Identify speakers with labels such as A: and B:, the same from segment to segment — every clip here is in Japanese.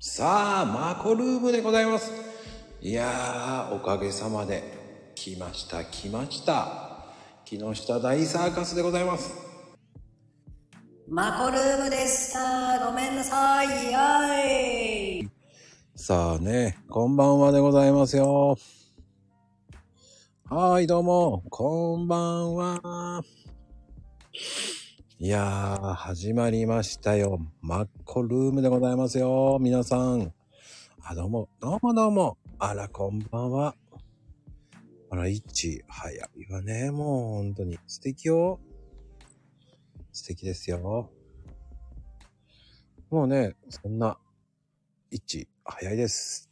A: さあ、マコルームでございます。いやー、おかげさまで、来ました、来ました。木下大サーカスでございます。
B: マコルームでした。ごめんなさい。イエーイ。
A: さあね、こんばんはでございますよ。はーい、どうも、こんばんは。いやー、始まりましたよ。マッコルームでございますよ。皆さん。あ、どうも、どうもどうも。あら、こんばんは。あら、いち、早いわね。もう、本当に。素敵よ。素敵ですよ。もうね、そんな、一、早いです。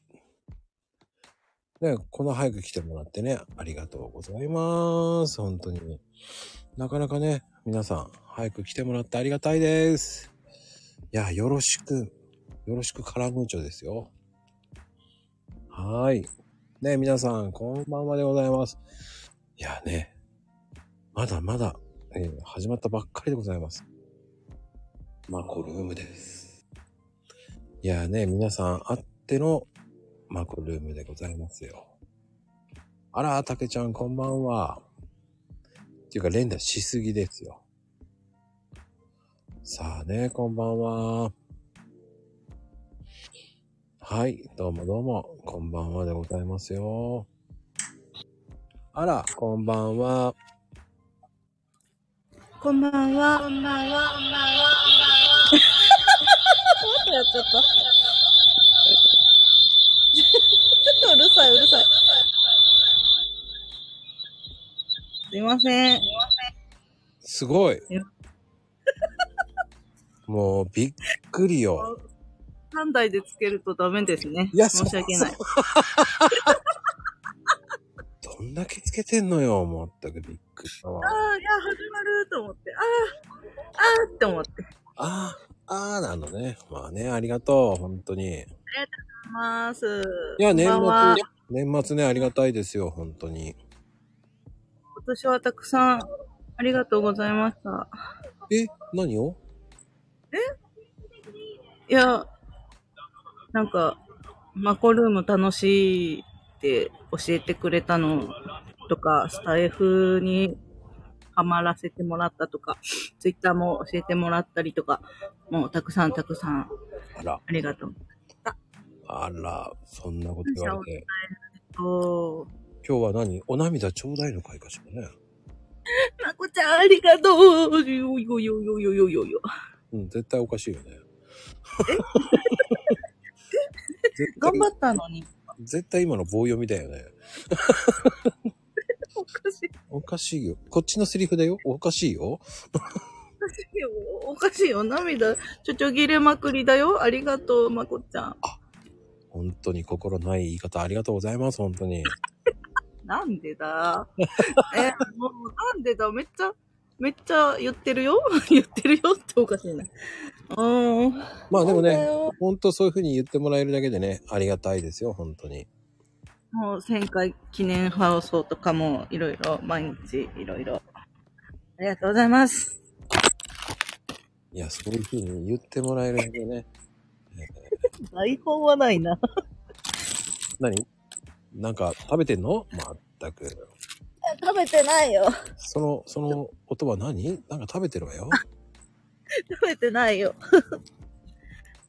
A: ね、この早く来てもらってね、ありがとうございます。本当に。なかなかね、皆さん、早く来てもらってありがたいです。いや、よろしく、よろしくカラムーチョですよ。はーい。ね、皆さん、こんばんはでございます。いやね、まだまだ、えー始まったばっかりでございます。マコルームです。いやーね、皆さんあってのマコルームでございますよ。あら、たけちゃんこんばんは。っていうか、連打しすぎですよ。さあね、こんばんは。はい、どうもどうも、こんばんはでございますよ。あら、こんばんは。
C: こんばん は。こんばんは。こんばんは。こんばんは。やっちゃった。ちょっとうるさい、うるさい。すいません。
A: すごい
C: いや。
A: もう、びっくりよ。
C: 三台でつけるとダメですね。
A: いや
C: 申し訳ない。
A: どんだけつけてんのよ、まったくびっくりしたわ
C: あ。あ、いや、始まると思って。ああ、ああって思って。
A: ああ、ああなのね。まあね、ありがとう、本当に。い
C: まーす。
A: や、年
C: こんばんは。
A: 末、年末ね、ありがたいですよ、本当に。
C: 今年はたくさんありがとうございました。
A: え、何を
C: いや、なんか、マコルーム楽しいって教えてくれたのとか、スタイフにハマらせてもらったとか、ツイッターも教えてもらったりとか、もうたくさんたくさん
A: あら、
C: ありがとう。
A: あら、そんなこと言われて。
C: おー
A: 今日は何お涙ちょうだいの会かしらね。
C: まこちゃんありがとうよよよよよよよよ。
A: うん、絶対おかしいよね。絶対
C: 頑張ったのに。
A: 絶対今の棒読みだよね。
C: おかしい
A: おかしいよ。こっちのセリフだよ。おかしいよ。
C: よ。おかしいよ。涙、ちょちょ切れまくりだよ。ありがとう、まこちゃん。
A: 本当に心ない言い方ありがとうございます、本当に。
C: なんで だえ、もうなんでだめっちゃ、めっちゃ言ってるよ 言ってるよっておかしいな。うん。
A: まあでも
C: なんだ
A: ね、
C: よ
A: 本当そういうふうに言ってもらえるだけでね、ありがたいですよ、本当に。
C: もう1000回記念放送とかもいろいろ、毎日いろいろ。ありがとうございます。
A: いや、そういうふうに言ってもらえるだけね。
C: 台本はないな。
A: 何なんか食べてんのまったく。
C: 食べてないよ。
A: その、その音は何なんか食べてるわよ。
C: 食べてないよ。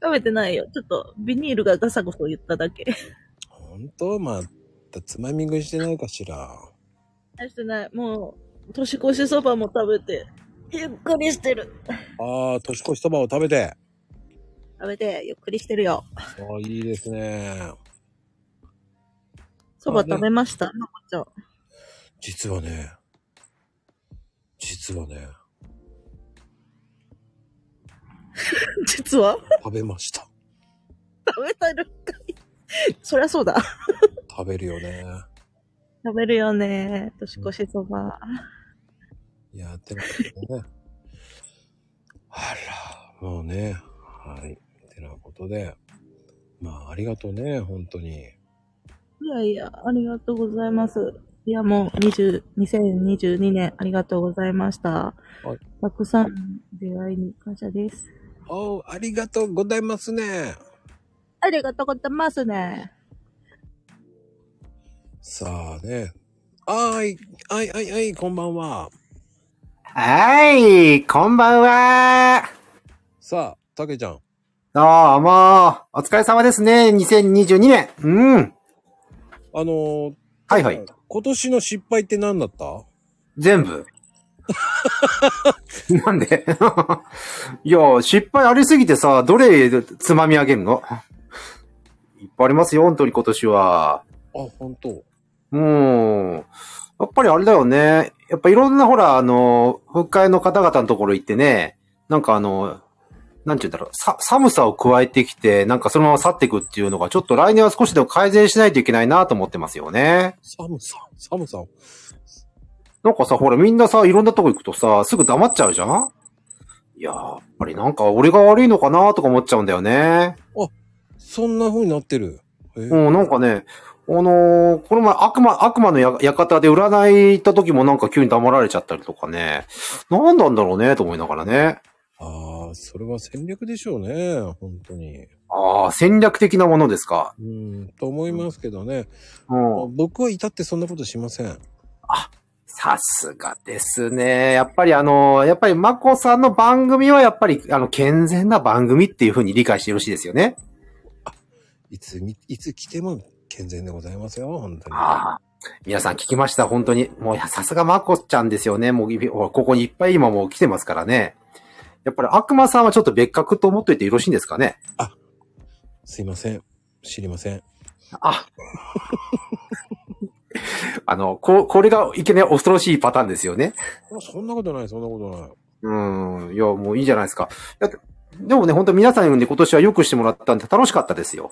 C: 食べてないよ。ちょっとビニールがガサゴソ言っただけ。
A: 本当またつまみ食いしてないかしら。
C: 大してない。もう、年越しそばも食べて、ゆっくりしてる。
A: ああ、年越しそばを食べて。
C: 食べて、ゆっくりしてるよ。
A: ああ、いいですね。
C: そば食べました。まこちゃん。
A: 実はね、実はね、
C: 実は
A: 食べました。
C: 食べたるかい。 そりゃそうだ。
A: 食べるよね。
C: 食べるよね。年越しそば。
A: いやってなことね。あら、もうね。はい。ってなことで。まあ、ありがとうね、本当に。
C: いやいや、ありがとうございます。いや、もう20、2022年ありがとうございました
A: はい。
C: たくさん出会いに感謝です。
A: おう、ありがとうございますね。
C: ありがとうございますね。
A: さあね。あーい、あい、あい、あい、こんばんは。
D: はーい、こんばんは。
A: さあ、たけちゃん。
D: どうも、お疲れ様ですね、2022年。うん。
A: あのー
D: はいはい。
A: 今年の失敗って何だった
D: 全部。 なんで いや、失敗ありすぎてさ、どれつまみ上げるの いっぱいありますよ、本当に今年は。
A: あ、本当。
D: うん。やっぱりあれだよね。やっぱいろんなほら、あの、復会の方々のところ行ってね、なんかあの、なんて言うんだろう、さ、寒さを加えてきて、なんかそのまま去っていくっていうのが、ちょっと来年は少しでも改善しないといけないなと思ってますよね。
A: 寒さ、寒さ。
D: なんかさ、ほら、みんなさ、いろんなとこ行くとさ、すぐ黙っちゃうじゃんいや、やっぱりなんか俺が悪いのかなとか思っちゃうんだよね。
A: そんな風になってる。え
D: うん、なんかね、あのーこの前悪魔、悪魔のや館で占い行った時もなんか急に黙られちゃったりとかね、なんなんだろうね、と思いながらね。
A: ああ、それは戦略でしょうね。本当に。
D: ああ、戦略的なものですか。
A: うん、と思いますけどね。
D: うん。
A: 僕は至ってそんなことしません。
D: さすがですね。やっぱりあのーやっぱりマコさんの番組はやっぱり、あの、健全な番組っていうふうに理解してよろしいですよね。
A: いつみ、いつ来ても健全でございますよ、本当に。
D: ああ。皆さん聞きました、本当に。もう、いやさすがまこちゃんですよね。もう、いほらここにいっぱい今もう来てますからね。やっぱり悪魔さんはちょっと別格と思っといてよろしいんですかね。
A: すいません。知りません。
D: ああの、こ、これがいけね恐ろしいパターンですよね。
A: あそんなことない、そんなことない。
D: うん、いや、もういいじゃないですか。だってでもね、本当皆さんにね、今年は良くしてもらったんで楽しかったですよ。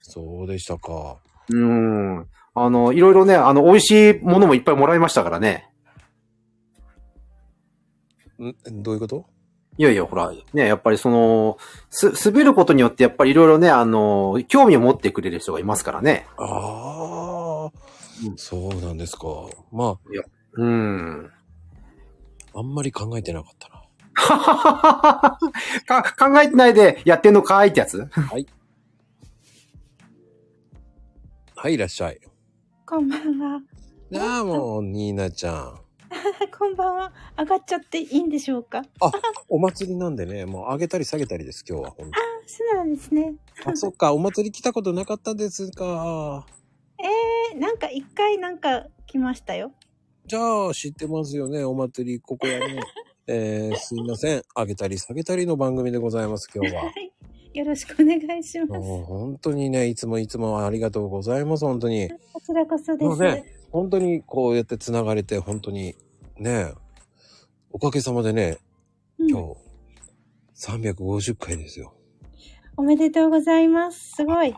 A: そうでしたか。
D: うん。あの、いろいろね、あの、美味しいものもいっぱいもらいましたからね。
A: んどういうこと
D: いやいや、ほら、ね、やっぱりその、す、滑ることによって、やっぱりいろいろね、あの、興味を持ってくれる人がいますからね。
A: ああ、
D: うん
A: そうなんですか。ま
D: うん。
A: あ、あんまり考えてなかったな。
D: か、考えてないでやってんのかいってやつ
A: はい、いらっしゃい。
E: こんばんは。
A: なあ、もう、ニーナちゃん。
E: こんばんは。上がっちゃっていいんでしょうか。あ、
A: お祭りなんでね、もう上げたり下げたりです、今日は。ほんと
E: そうなんですね。
A: あ、そっか、お祭り来たことなかったですか。
E: えー、なんか一回なんか来ましたよ。
A: じゃあ、知ってますよね、お祭り、ここはね。えー、すいません。上げたり下げたりの番組でございます、今 日は。
E: よろしくお願いします。
A: もう本当にね、いつもいつもありがとうございます、本当に。
E: こちらこそで
A: もう
E: す。
A: ね、本当にこうやって繋がれて、本当に、ね、おかげさまでね、
E: うん
A: 今日、350回ですよ。
E: おめでとうございます。すごい。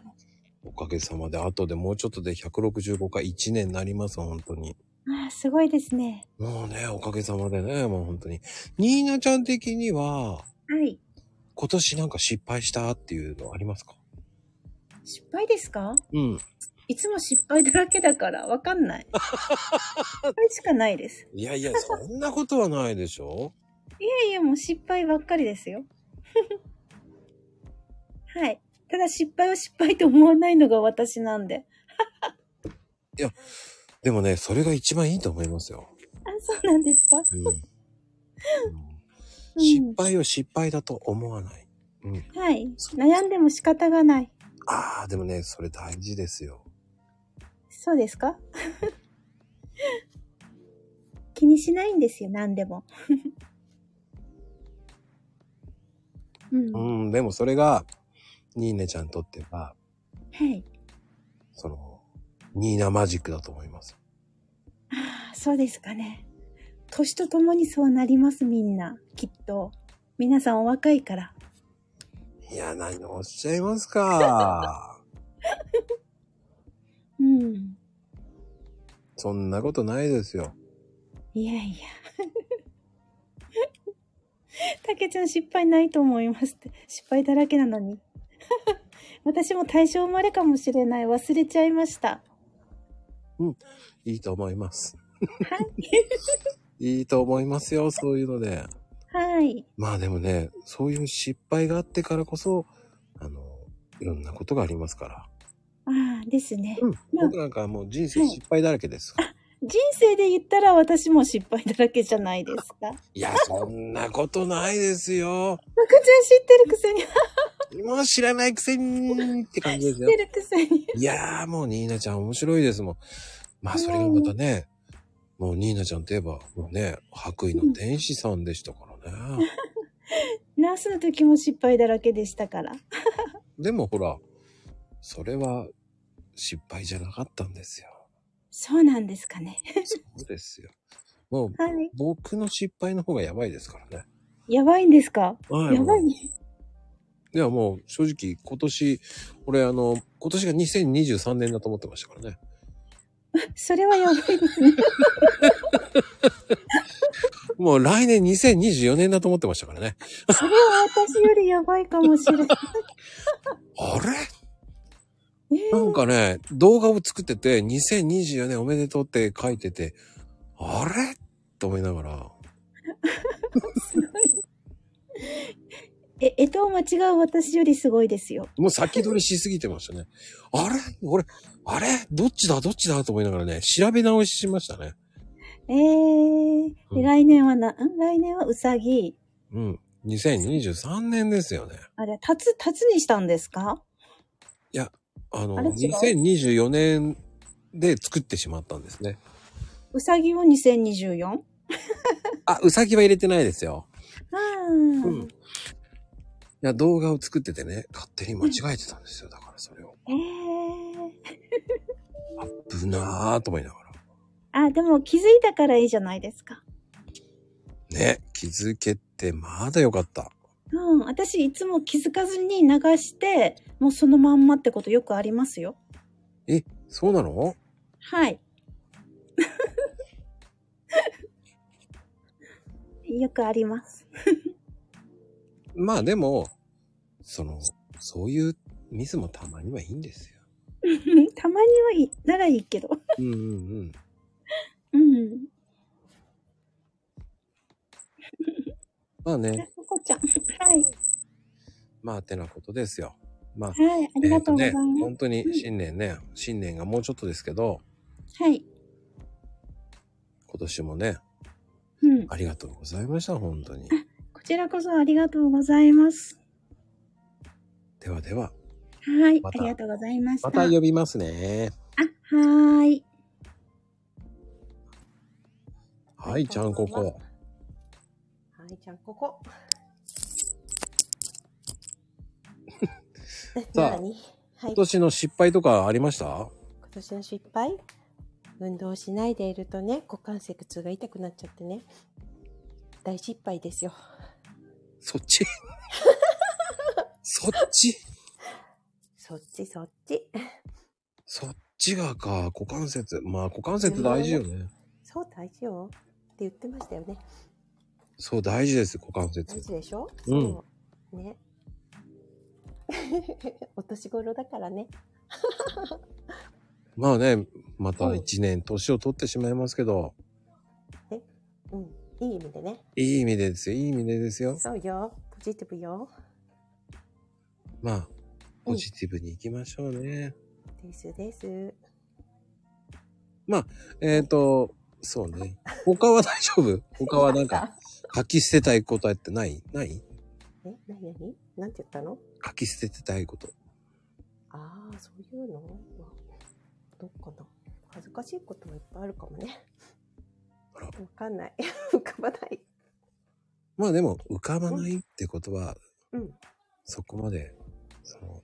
A: おかげさまで、あとでもうちょっとで165回、1年になります、本当に。
E: あー、すごいですね。
A: もうね、おかげさまでね、もう本当に。ニーナちゃん的には、
E: はい。
A: 今年なんか失敗したっていうのありますか
E: 失敗ですか
A: うん。
E: いつも失敗だらけだからわかんない。失敗しかないです。
A: いやいや、そんなことはないでしょ
E: いやいや、もう失敗ばっかりですよ。 はい。ただ失敗を失敗と思わないのが私なんで。
A: でもね、それが一番いいと思いますよ。
E: あ、そうなんですか
A: うんうん失敗を失敗だと思わない。うん。
E: はい。悩んでも仕方がない。
A: ああ、でもね、それ大事ですよ。
E: そうですか 気にしないんですよ、何でも。 うん。
A: う
E: は
A: ん、でもそれが、ニーネちゃんにとっては、
E: い。
A: その、ニーナマジックだと思います。
E: あー そうですかね。年とともにそうなります、みんな。きっと。皆さんお若いから。
A: いや、何をおっしゃいます か。
E: うん。
A: そんなことないですよ。
E: いやいや。 たけちゃん失敗ないと思いますって。失敗だらけなのに。 私も対象生まれかもしれない。忘れちゃい ました。
A: いいと思います。
E: はい。
A: いいと思いますよ、そういうので。
E: はい。
A: まあでもね、そういう失敗があってからこそ、あの、いろんなことがありますから。
F: ああ、ですね。
A: うん、僕なんかもう人生失敗だらけです。
F: 人生で言ったら私も失敗だらけじゃないです か。赤ちゃん知
A: いや、そんなことないですよ。
F: ってるくせに、知っ
A: もう知らないくせにって感じですよ
F: て。るくせに。
A: いやーもうニーナちゃん面白いですもん。まあそれがまたね、もうニーナちゃんといえば、もうね、白衣の天使さんでしたからね。
F: ナースの時も失敗だらけでしたから。
A: でもほら、それは失敗じゃなかったんですよ。
F: そうなんですかね。
A: そうですよ。もう
F: はい。
A: 僕の失敗の方がやばいですからね。
F: やばいんですか
A: は
F: やばい。
A: ではもう正直今年、俺あの、今年が2023年だと思ってましたからね。
F: それはやばいですね。
A: もう来年2024年だと思ってましたからね。
F: それは私よりやばいかもしれない。
A: あれ
F: ええ
A: なんかね、動画を作ってて、2024年おめでとうって書いてて、あれと思いながら、
F: え、えとを間違う私よりすごいですよ。
A: もう先取りしすぎてましたね。 あれ俺、あれどっちだどっちだと思いながらね、調べ直ししましたね。
F: ええ
A: うん
F: で来年はな、ん来年はうさぎ。
A: うん。2023年ですよね。
F: あれ、たつ、たつにしたんですか
A: あの、
F: あれ違う
A: 2024年で作ってしまったんですね。
F: うさぎを 2024? あ
A: あ、うさぎは入れてないですよ。
F: あ、
A: うん。いや、動画を作っててね、勝手に間違えてたんですよ。だからそれを。
F: ええ
A: ぶなーと思いながら。
F: あ、でも気づいたからいいじゃないですか。
A: ね、気づけてまだよかった。
F: うん、私いつも気づかずに流して、もうそのまんまってことよくありますよ。
A: え、そうなの
F: はい。 よくあります。
A: まあでも、その、そういうミスもたまにはいいんですよ。
F: たまにはいい、ならいいけど。
A: うんうんうん。
F: うん。
A: まあね、
F: ここちゃん。はい。
A: まあてなことですよ。まあ、
F: はい。ありがとうござい
A: えー
F: ま
A: ね、
F: す。
A: 本当に新年ね、新年がもうちょっとですけど、
F: はい。
A: 今年もね、
F: うん。
A: ありがとうございました、本当に。
F: こちらこそありがとうございます。
A: ではでは、
F: はい。
A: ま
F: あ
A: た
F: りがとうございました。
A: また
F: あ、
A: 呼びますね。
F: はーい。
A: はい、ちゃんここ。
E: はい、ちゃん、こ こ。
A: さあ
E: 何はい
A: 今、年の失敗とかありました
E: 今年の失敗運動しないでいるとね、股関節が痛くなっちゃってね。大失敗ですよ。
A: そっ ちそっち
E: そっちそっち。
A: そっちがか、股関節。まあ、股関節大事よね。
E: そう、大事よ。って言ってましたよね。
A: そう、大事です、股関
E: 大
A: 節。
E: 事でしょ
A: うん
E: そうね。 お年頃だからね。
A: まあね、また
E: うん
A: 一年、年を取ってしまいますけど、
E: うん。いい意味でね。
A: いい意味でですよ、いい意味でですよ。
E: そうよ。ポジティブよ。
A: まあ、ポジティブに行きましょうね。
E: ですです。
A: えっ、ー、と、そうね。他は大丈夫他はなん か、書き捨てたいことあってないない
E: え、なになになんて言ったの
A: 書き捨ててたいこと。
E: ああ、そういうのうわどうかな恥ずかしいこともいっぱいあるかもね。
A: あら
E: わかんない。 浮かばない。
A: まあでも、浮かばないってことは、
E: うん。
A: そこまで、その、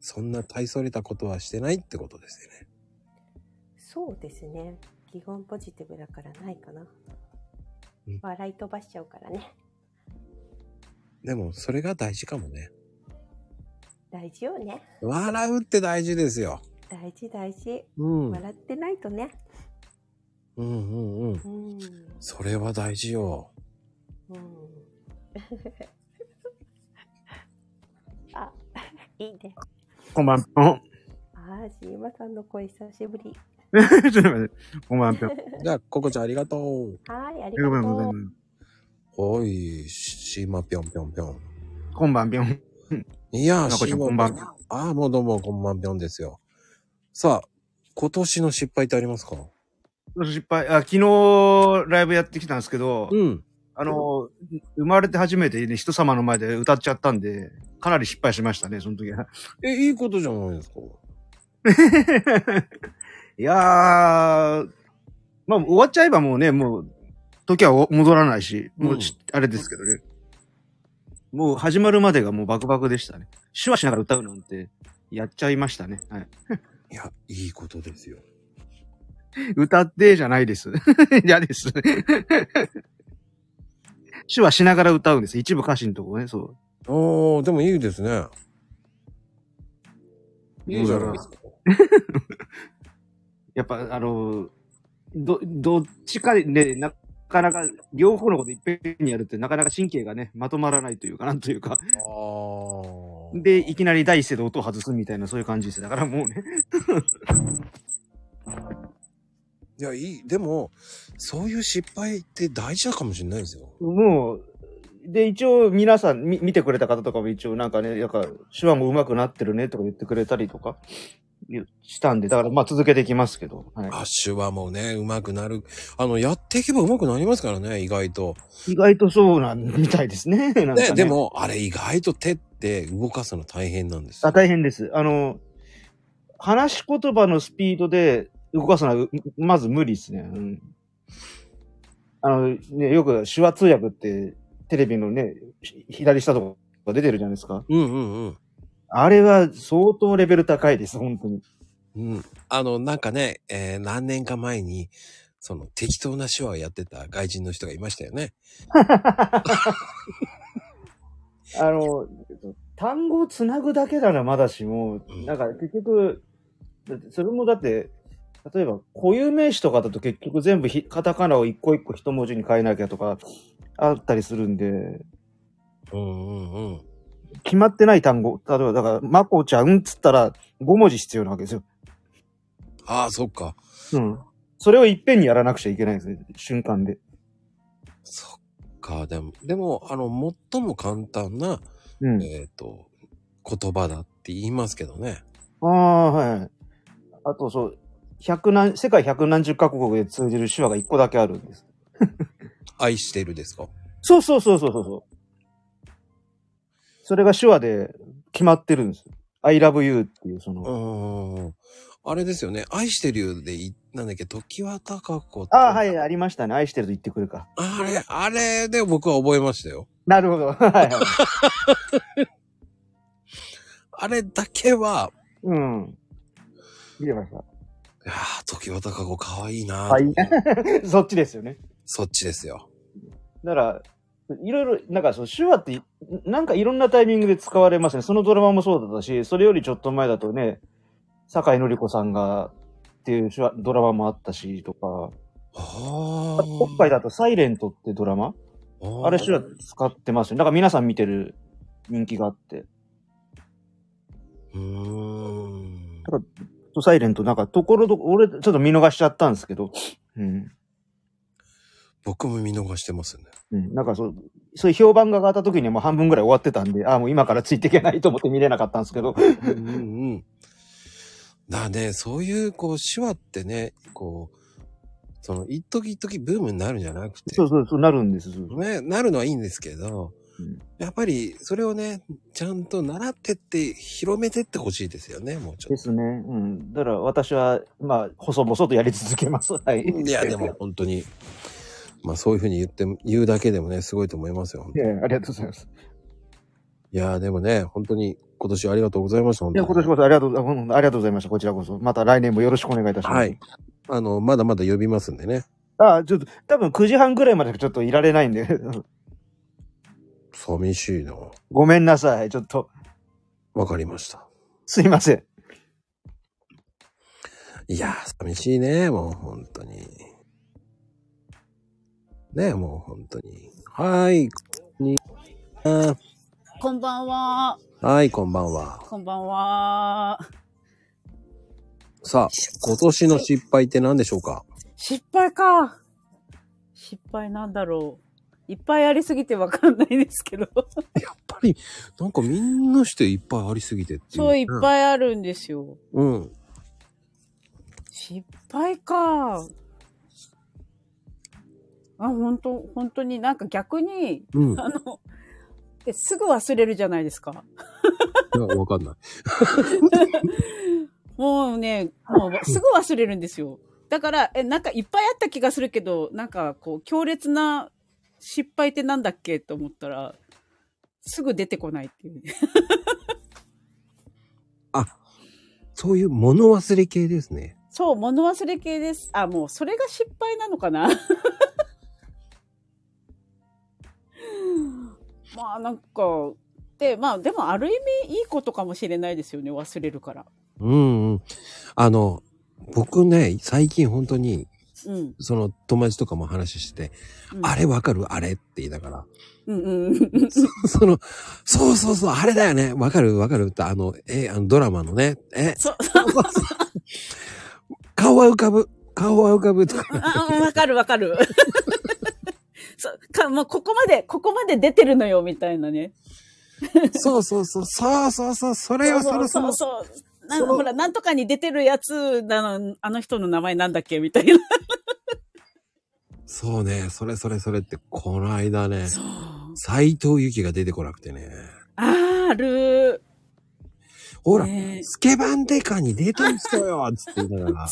A: そんな大それたことはしてないってことですよね。
E: そうですね。基本ポジティブだからないかな
A: うん。
E: 笑い飛ばしちゃうからね。
A: でも、それが大事かもね。
E: 大事よね。
A: 笑うって大事ですよ。
E: 大事大事。
A: うん。うん
E: 笑ってないとね。
A: うんうん。
E: うん。
A: それは大事よ。
E: うん。あ、いいね。
G: こんばんぴょん。
E: ああ、シーマさんの声久しぶり。
G: ちょっと待って。こんばんぴょん。あ
A: じゃあ、ココちゃんありがとう。
E: はい、あり
G: り
E: が
G: が
E: と
G: と
E: う
G: うございます。
A: おい、シーマぴょんぴょんぴょん。
G: こんばんぴょん。
A: いやー、
G: なこちゃん
A: シモン
G: こんばんは
A: ああ、もうどうも、こんばんぴょんですよ。さあ、今年の失敗ってありますか
G: 失敗、あ、昨日ライブやってきたんですけど、
A: うん。
G: あの、生まれて初めてね、人様の前で歌っちゃったんで、かなり失敗しましたね、その時は。
A: え、いいことじゃないですか。
G: いやー、まあ終わっちゃえばもうね、もう、時はお戻らないし、もうし、あれですけどね。もう始まるまでがもうバクバクでしたね。手話しながら歌うなんて、やっちゃいましたね。はい。
A: いや、いいことですよ。
G: 歌ってじゃないです。 嫌です。手話しながら歌うんです。一部歌詞のとこね、そう。
A: おー、でもいいですね。いいじゃないですか。
G: やっぱ、あの、ど、どっちかでね、なかなか、両方のこといっぺんにやるって、なかなか神経がね、まとまらないというか、なんというか。
A: あー。
G: で、いきなり第一声で音を外すみたいな、そういう感じです。だからもうね。
A: いや、いい。でも、そういう失敗って大事だかもしれないですよ。
G: もう、で、一応、皆さん、み見てくれた方とかも一応、なんかね、なんか、手話も上手くなってるね、とか言ってくれたりとか、いうしたんで、だから、まあ、続けていきますけど。はい
A: あ、手話もね、上手くなる。あの、やっていけば上手くなりますからね、意外と。
G: 意外とそうなんみたいですね。なんかね
A: ね、で。も、あれ意外と手って動かすの大変なんですよ。
G: あ大変です。あの、話し言葉のスピードで動かすのは、うまず無理ですね。うん。あの、ね、よく手話通訳ってテレビのね、ひ左下とか出てるじゃないですか。
A: うんうん
G: あれは相当レベル高いです、本当に。
A: うん。うん。あの、なんかね、えー何年か前に、その適当な手話をやってた外人の人がいましたよね。
G: あの、単語をつなぐだけならまだしも、なんか結局、だってそれもだって、例えば固有名詞とかだと結局全部ひカタカナを一個一個一文字に変えなきゃとかあったりするんで、
A: うんうんうん。
G: 決まってない単語、例えばだから、まこちゃんっつったら5文字必要なわけですよ。
A: ああ、そっか。
G: うん。それをいっぺんにやらなくちゃいけないんですね、瞬間で。
A: そっか。でも、でも、あの、最も簡単な、
G: うん。
A: えっ、と、言葉だって言いますけどね。
G: ああ、はい。あとそう、百何、世界百何十カ国で通じる手話が1個だけあるんです。
A: 愛してるですか
G: そうそうそうそうそうそう。それが手話で決まってるんですよ。I love you っていうその。
A: うーん。あれですよね。愛してるよでい、なんだっけ、時は高子
G: ああ、はい、
A: あ
G: ありましたね。愛してると言ってくるか。
A: れ、あれで僕は覚えましたよ。
G: なるほど。はいはい。
A: あれだけは、
G: うん。見てました。
A: いやー、時は高子かわいいなー
G: はい そっちですよね。
A: そっちですよ。
G: だから、いろいろ、なんかそう、手話って、なんかいろんなタイミングで使われますね。そのドラマもそうだったし、それよりちょっと前だとね、坂井紀子さんが、っていう手話、ドラマもあったし、とか、
A: あ
G: あと
A: ー
G: 北海だとサイレントってドラマあれ手話使ってますよね。だから皆さん見てる人気があって。
A: うーん。
G: サイレントなんかところどころ、俺ちょっと見逃しちゃったんですけど、うん。
A: 僕も見逃してますね。
G: うん、なんかそう、そういう評判が上がった時にはもう半分ぐらい終わってたんで、ああ、もう今からついていけないと思って見れなかったんですけど。
A: うんうんうん。だからね、そういう、こう、手話ってね、こう、その、一時一時ブームになるんじゃなくて、
G: そうそう、そうなるんです。そう
A: ね、なるのはいいんですけど、
G: うん
A: やっぱり、それをね、ちゃんと習ってって、広めてってほしいですよね、もうちょ
G: で
A: っ
G: すね。うん。だから私は、まあ、細々とやり続けます。はい。
A: と。いや、でも本当に、まあそういうふうに言って、言うだけでもね、すごいと思いますよ。
G: いやいやありがとうございます。
A: いやーでもね、本当に今年ありがとうございました。本
G: い
A: 当
G: や、
A: に
G: 今年こそありがとう、あほんとありがとうございました。こちらこそ。また来年もよろしくお願いいたします。
A: はい。。あの、まだまだ呼びますんでね。
G: ああ、ちょっと、多分9時半ぐらいまでちょっといられないんで。
A: 寂しいな。
G: ごめんなさい。ちょっと、
A: わかりました。
G: すいません。
A: いやー、寂しいね、もう本当に。ねえ、もう本当に。はーい。にあー
H: こんばんは。
A: はい、こんばんは。
H: こんばんは。
A: さあ、今年の失敗って何でしょうか
H: 失敗か。失敗なんだろう。
I: いっぱいありすぎてわかんないですけど。
A: やっぱり、なんかみんなしていっぱいありすぎてっていう、
I: そう、いっぱ
A: い。
I: いあるんですよ。
A: うん。
I: 失敗か。あ、本当本当になんか逆に、
A: うん
I: あの、ですぐ忘れるじゃないですか。
A: いや、わかんない。
I: もうね、もうすぐ忘れるんですよ。だから、え、なんかいっぱいあった気がするけど、なんかこう、強烈な失敗ってなんだっけと思ったら、すぐ出てこないっていうね。
A: そういう物忘れ系ですね。
I: そう、物忘れ系です。あ、もう、それが失敗なのかな。 まあ、なんか、で、まあ、でも、ある意味、いいことかもしれないですよね、忘れるから。
A: うんうん。あの、僕ね、最近本当に、
I: うん。
A: その友達とかも話してて、
I: うん
A: あれわかるあれって言いながら、
I: うんうん。
A: その、そうそうそう、あれだよねわかるわかるって、あの、え、あのドラマのね、え、
I: そう。
A: 顔は浮かぶ、顔は浮かぶと か、
I: あ、あわかるわかる。 そうかもうここまで、ここまで出てるのよ、みたいなね。
A: そうそうそう、そうそうそう、それよ、そ
I: そう
A: れそれ
I: そう。そう。なん
A: その
I: ほら、なんとかに出てるやつなの、あの人の名前なんだっけみたいな。
A: そうね、それそれそれって、この間ね、斎藤由貴が出てこなくてね。
I: あー、ある
A: ほら、
I: ねえ
A: スケバンデカに出てる人よつって言いなが ら、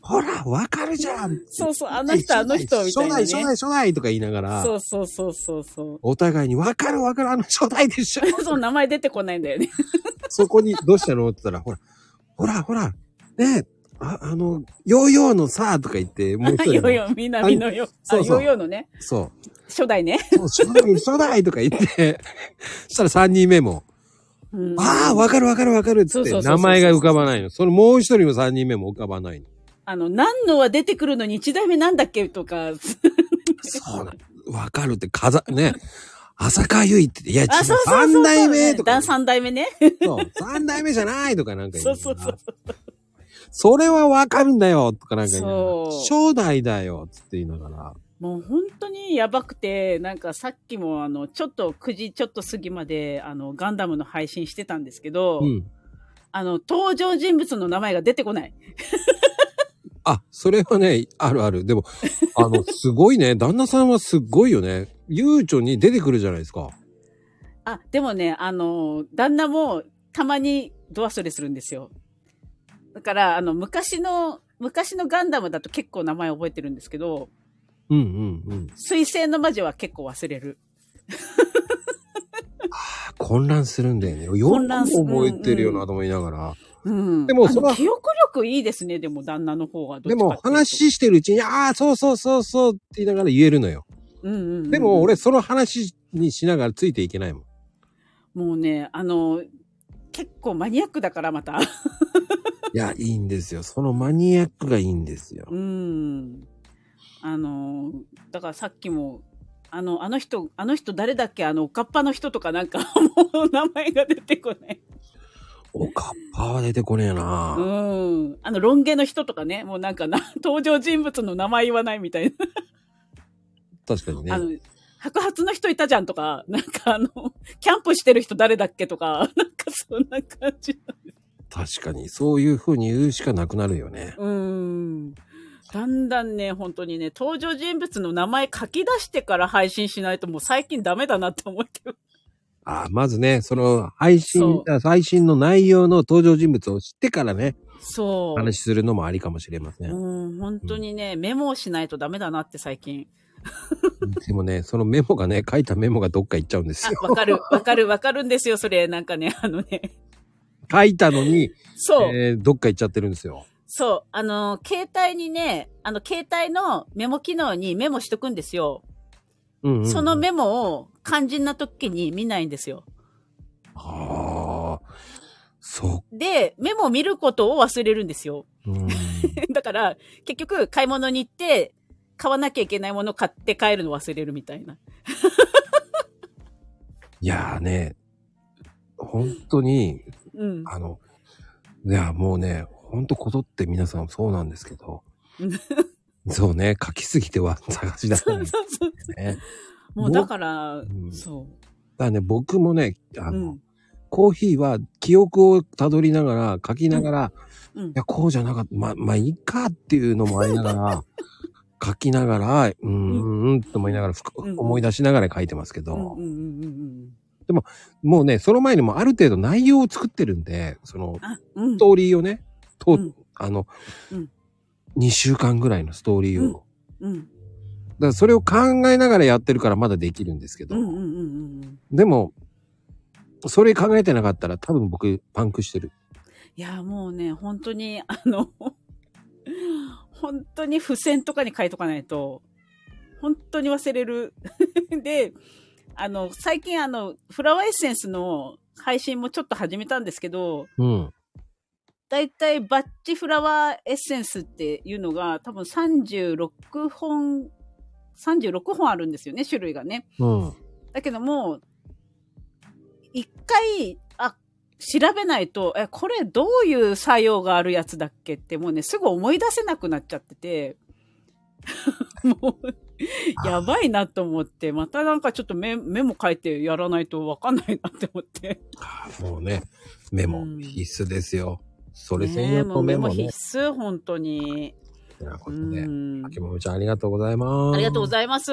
A: ほら、わかるじゃん
I: そうそう、あの人、あの人、みたいな、ね。
A: 初代、初代、初代とか言いながら、
I: そうそうそうそうそ
A: お互いに、わかるわかる、あの初代でしょ
I: う。 そう、名前出てこないんだよね。
A: そこに、どうしたのって言ったら、ほら、ほら、ほら、ねえ、ああの、ヨーヨーのさ、とか言って、もう一 人
I: ヨー
A: の
I: ヨー、南のヨー。あ、
A: そうそう
I: ヨーヨーのね。
A: そ
I: 初代ね。
A: う。そう、初代、初代とか言って、 そしたら3人目も、
I: うん
A: ああ、わかるわかるわかるっつ
I: そう
A: っ
I: そ
A: て、
I: うそうそう
A: 名前が浮かばないの。そのもう一人も3人目も浮かばないの。
I: あの、何のは出てくるのに一代目なんだっけとか。
A: そうなのわかるって、かざ、ね、浅香ゆいって、いや、違う、
I: あ、そうそうそうそう。
A: 三代目とか、
I: 三代目ね。
A: そう三代目じゃないとかなんか
I: そ
A: 言
I: う
A: う。
I: そうそう。
A: それはわかるんだよとかなんか言いながら
I: そ
A: 初代だよつって言いながら。
I: もう本当にやばくて、なんかさっきもあの、ちょっと9時ちょっと過ぎまで、あの、ガンダムの配信してたんですけど、
A: うん。
I: あの、登場人物の名前が出てこない。
A: あ、それはね、あるある。 でも、あの、すごいね。旦那さんはすごいよね。悠長に出てくるじゃないですか。
I: あ、でもね、あの、旦那もたまにドアスレするんですよ。だから、あの、昔の、昔のガンダムだと結構名前覚えてるんですけど、
A: うんうんうん。
I: 水星の魔女は結構忘れる。
A: 混乱するんだよね。よ
I: 混乱す
A: く
I: る
A: 覚えてるよなと思いながら。
I: うん。
A: でも
I: あの
A: それは
I: 記憶力いいですね、でも旦那の方が。どっ
A: で
I: ちかっていうと
A: も、、話してるうちに、ああ、そうそうそうそうって言いながら言えるのよ。
I: うんうんうん
A: でも、俺、その話にしながらついていけないもん。
I: もうね、あの、結構マニアックだからまた。
A: いや、いいんですよ。そのマニアックがいいんですよ。
I: うん。あの、だからさっきも、あの、あの人、あの人誰だっけあの、おかっぱの人とかなんか、 もう名前が出てこない。
A: おかっぱは出てこねえ
I: う
A: な。
I: ん。あの、ロン毛の人とかね、もうなんかな、登場人物の名前言わないみたい
A: 確かに
I: な。あ
A: ね。
I: の、白髪の人いたじゃんとか、なんかあの、キャンプしてる人誰だっけとか、なんかそんな感じ。
A: 確かに。そういう風に言うしかなくなるよね。
I: うん。だんだんね、本当にね、登場人物の名前書き出してから配信しないともう最近ダメだなって思ってる。
A: ああ、まずね、その配信
I: そ、
A: あ最新の内容の登場人物を知ってからね、
I: そう。
A: 話するのもありかもしれません。
I: うん、本当にね、メモをしないとダメだなって最近。
A: でもね、そのメモがね、書いたメモがどっか行っちゃうんですよ。
I: あ、わかる、わかる、わかるんですよ、それ。なんかね、あのね。
A: 書いたのに、
I: そう、
A: えーどっか行っちゃってるんですよ。
I: そう。あの、携帯にね、あの、携帯のメモ機能にメモしとくんですよ。
A: うんうんうん
I: そのメモを肝心な時に見ないんですよ。
A: ああ、そ
I: で、メモを見ることを忘れるんですよ。
A: う。うん、
I: だから、結局、買い物に行って、買わなきゃいけないもの買って帰るの忘れるみたいな。
A: いやーね、本当に、
I: うん。
A: あの、いや、もうね、ほんとこぞって皆さんそうなんですけど
I: うん、
A: そうね、書きすぎては 探し出せない
I: そうそうそう。
A: ね。
I: もうだから、そ
A: だからね、僕もね、あ
I: う。う
A: の、
I: ん。
A: コーヒーは記憶をたどりながら、書きながら、
I: うん
A: いや、こうじゃなかった、ま、まあ、いいかっていうのもありなが ら、書きながら、うーん、うん、と思いながら、ふく
I: うん
A: 思い出しながら書いてますけど、
I: うんうんうんうんうん。
A: もうね、その前にもある程度内容を作ってるんで、その、
I: あ、うん
A: ス。トーリーをね、と、
I: うん
A: あの、
I: うん
A: 2週間ぐらいのストーリーを、
I: うん。
A: だからそれを考えながらやってるからまだできるんですけど、
I: うんうんうんうんうん。
A: でも、それ考えてなかったら多分僕パンクしてる。
I: いや、もうね、本当に、あの、本当に付箋とかに書いとかないと、本当に忘れる。 で、あの、最近あの、フラワーエッセンスの配信もちょっと始めたんですけど、
A: うん。
I: だいたいバッチフラワーエッセンスっていうのが多分36本、36本あるんですよね、種類がね。
A: うん。
I: だけどもう、一回、あ、調べないと、え、これどういう作用があるやつだっけって、もうね、すぐ思い出せなくなっちゃってて、 もう、やばいなと思って、またなんかちょっとメメモ書いてやらないとわかんないなって思って。
A: もうね、メモ
I: うん
A: 必須ですよ。それ専
I: ねえ
A: 用
I: も
A: と
I: う
A: メ
I: メ
A: モ
I: モ
A: ね。
I: 必須、本当に。
A: ってなこ
I: う
A: とで。
I: ん。
A: あきもめちゃんありがとうございます。
I: ありがとうございます。
A: す。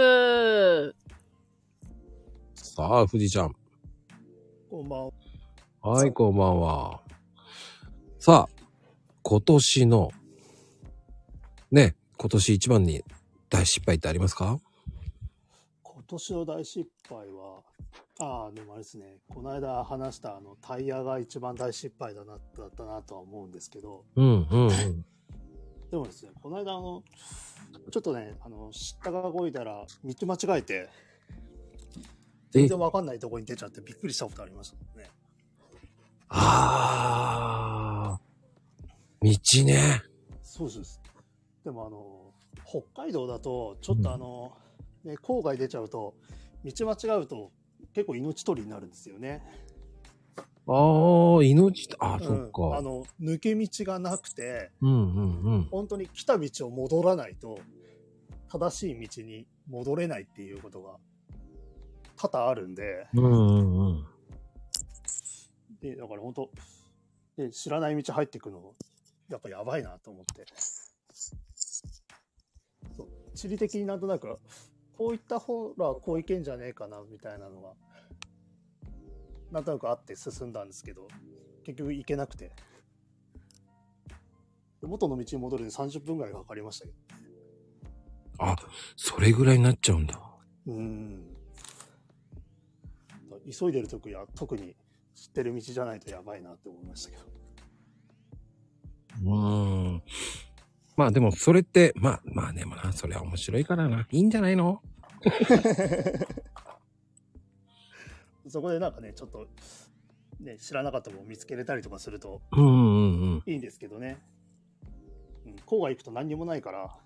A: さあ、富士ちゃん。
J: こんばんは。
A: はい、こんばんは。さあ、今年の、ね、今年一番に大失敗ってありますか
J: 今年の大失敗は、ああ、でもあれですね、この間話したあのタイヤが一番大失敗だな、だったなとは思うんですけど、
A: うん、うん、うん。
J: でもですね、この間あの、ちょっとね、あの、知ったかこいたら、道間違えて、全然わかんないとこに出ちゃってびっくりしたことありましたね。
A: あー、道ね。
J: そうですそうです。でもあの、北海道だと、ちょっとあの、ね、郊外出ちゃうと、道間違うと、結構命取りになるんですよね。
A: あー、命、あー、
J: うん
A: そっ
J: あ
A: か。
J: の、抜け道がなくて、
A: うん、うん、うん。
J: 本当に来た道を戻らないと、正しい道に戻れないっていうことが多々あるんで、
A: うん、うん、うん。
J: で、だから本当、で知らない道入ってくの、やっぱやばいなと思って。そう地理的になんとなく、こういった方らこう行けんじゃねえかな、みたいなのが、なんとなくあって進んだんですけど、結局行けなくて。で元の道に戻るのに30分ぐらいかかりましたけど
A: あ、それぐらいになっちゃうんだ。
J: うん。急いでるときは特に知ってる道じゃないとやばいなって思いましたけど。
A: うーん。まあでも、それって、まあ、まあでもな、それは面白いからな。いいんじゃな いの
J: そこでなんかね、ちょっと、ね、知らなかったものを見つけれたりとかすると
A: うん、うん、うん。
J: いいんですけどね。うん、郊外行くと何にもないから、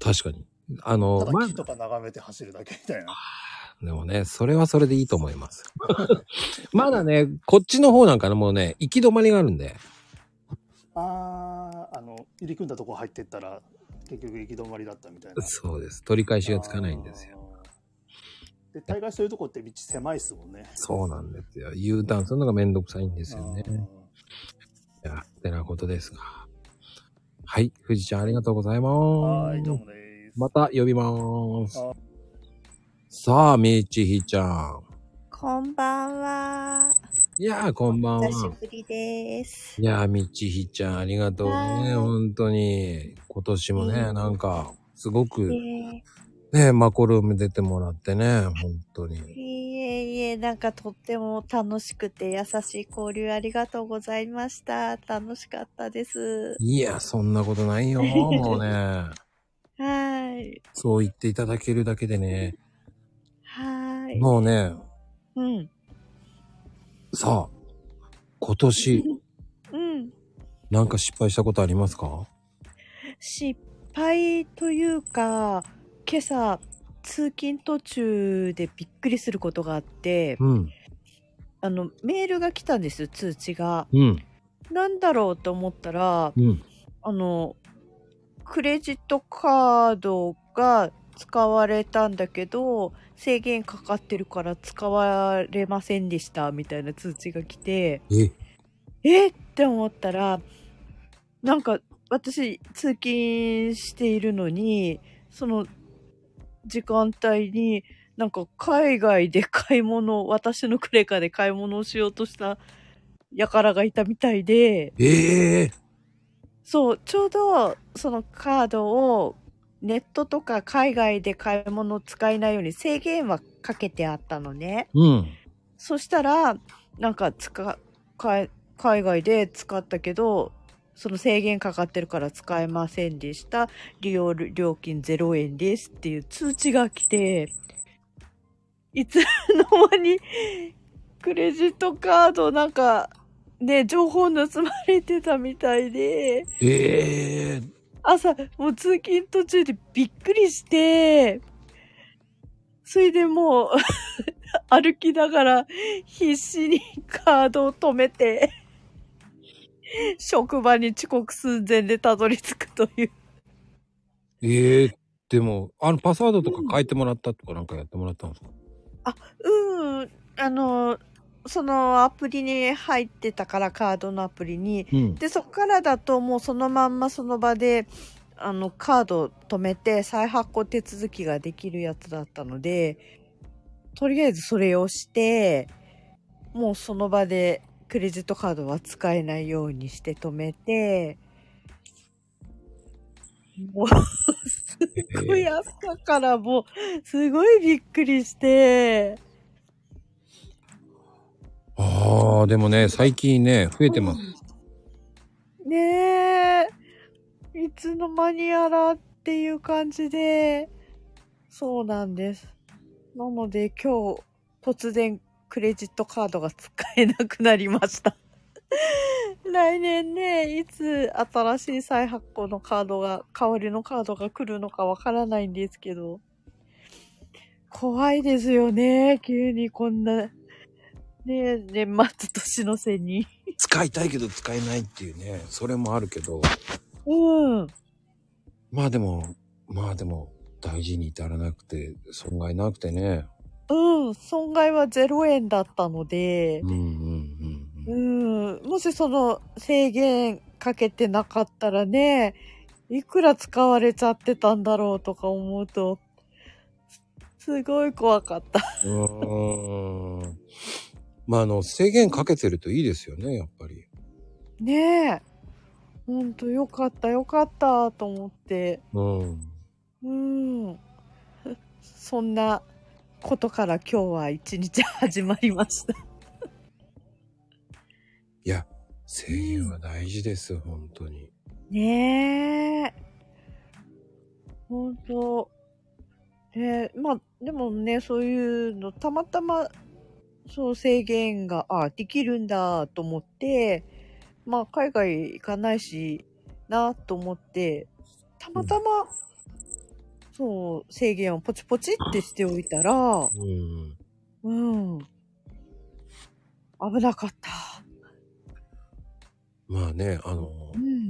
A: 確かに。あの
J: た、だ
A: ま
J: 木とか眺めて走るだけみたいな。
A: でもね、それはそれでいいと思います。まだね、こっちの方なんかね、もうね、行き止まりがあるんで。
J: あー、あの、入り組んだとこ入ってったら、結局行き止まりだったみたいな。
A: そうです。取り返しがつかないんですよ。
J: よ。で、大概そういうとこって道狭いっすもんね。
A: そうなんですよ。U ターンするのがめんどくさいんですよね。
J: あ
A: いや、ってなことですか。はい、富士ちゃんありがとうござい
J: ー
A: ま
J: は
A: す
J: い、。どうもです。
A: また呼びます
J: は。
A: さあ、みちひちゃん。
B: こんばんは。
A: いやー、こんばんは。
B: 久しぶりです。
A: いやー、みちひちゃん、ありがとうね。本当に。今年もね、なんか、すごく、
B: え
A: ね、マコルーム出てもらってね、本当
B: ー
A: に。
B: いえいえ、なんかとっても楽しくて優しい交流ありがとうございました。楽しかったです。
A: いや、そんなことないよ、もうね。
B: はい。
A: そう言っていただけるだけでね、
B: はい。
A: もうね、
B: うん。
A: さあ、今年、
B: うん。
A: なんか失敗したことありますか
B: 失敗というか、今朝、通勤途中でびっくりすることがあって、
A: うん、
B: あの、メールが来たんですよ、通知が。
A: うん、
B: なんだろうと思ったら、
A: うん。
B: あの、クレジットカードが使われたんだけど、制限かかってるから使われませんでした、みたいな通知が来て、
A: え
B: えって思ったら、なんか私通勤しているのに、その時間帯になんか海外で買い物、私のクレカで買い物をしようとした輩がいたみたいで、
A: ええ
B: そう、ちょうどそのカードをネットとか海外で買い物を使えないように制限はかけてあったのね。
A: うん。
B: そしたら、なんか使、海海外で使ったけど、その制限かかってるから使えませんでした。利用料金0円ですっていう通知が来て、いつの間にクレジットカードなんかね、情報盗まれてたみたいで、
A: ええ
B: 朝、もう通勤途中でびっくりして、それでもう、 歩きながら必死にカードを止めて、職場に遅刻寸前でたどり着くという。
A: ええでも、あの、パスワードとか変えてもらったとかなんかやってもらったんですか、
B: あ、うん、あの、そのアプリに入ってたから、カードのアプリに。
A: うん
B: で、そこからだともうそのまんまその場で、あの、カードを止めて再発行手続きができるやつだったので、とりあえずそれをして、もうその場でクレジットカードは使えないようにして止めて、もう、すっごい朝からもう、すごいびっくりして、
A: ああ、でもね、最近ね、増えてます。
B: ねえ、いつの間にやらっていう感じで、そうなんです。なので今日、突然クレジットカードが使えなく なりました。来年ね、いつ新しい再発行のカードが、代わりのカードが来るのかわからないんですけど、怖いですよね、急にこんな、ねえ、年末年の瀬に。
A: 使いたいけど使えないっていうね、それもあるけど、
B: うん。
A: まあでも、まあでも、大事に至らなくて、損害なくてね。
B: うん、損害は0円だったので、
A: うん
B: うん、もしその制限かけてなかったらね、いくら使われちゃってたんだろうとか思うと、すすごい怖かった。
A: うーん。まああの、制限かけてるといいですよね、やっぱり。
B: ねえ。ほんとよかったよかったと思って、
A: うん。
B: うん。 そんなことから今日は一日始まりました。
A: いや、制限は大事です、本当に。
B: ねえ。ほんと。ねえ、まあ、でもね、そういうの、たまたま、そう制限が、あ、できるんだと思って、まあ、海外行かないし、なと思って、たまたま、そう、制限をポチポチってしておいたら、
A: うん。
B: うん。危なかった。
A: まあね、あの、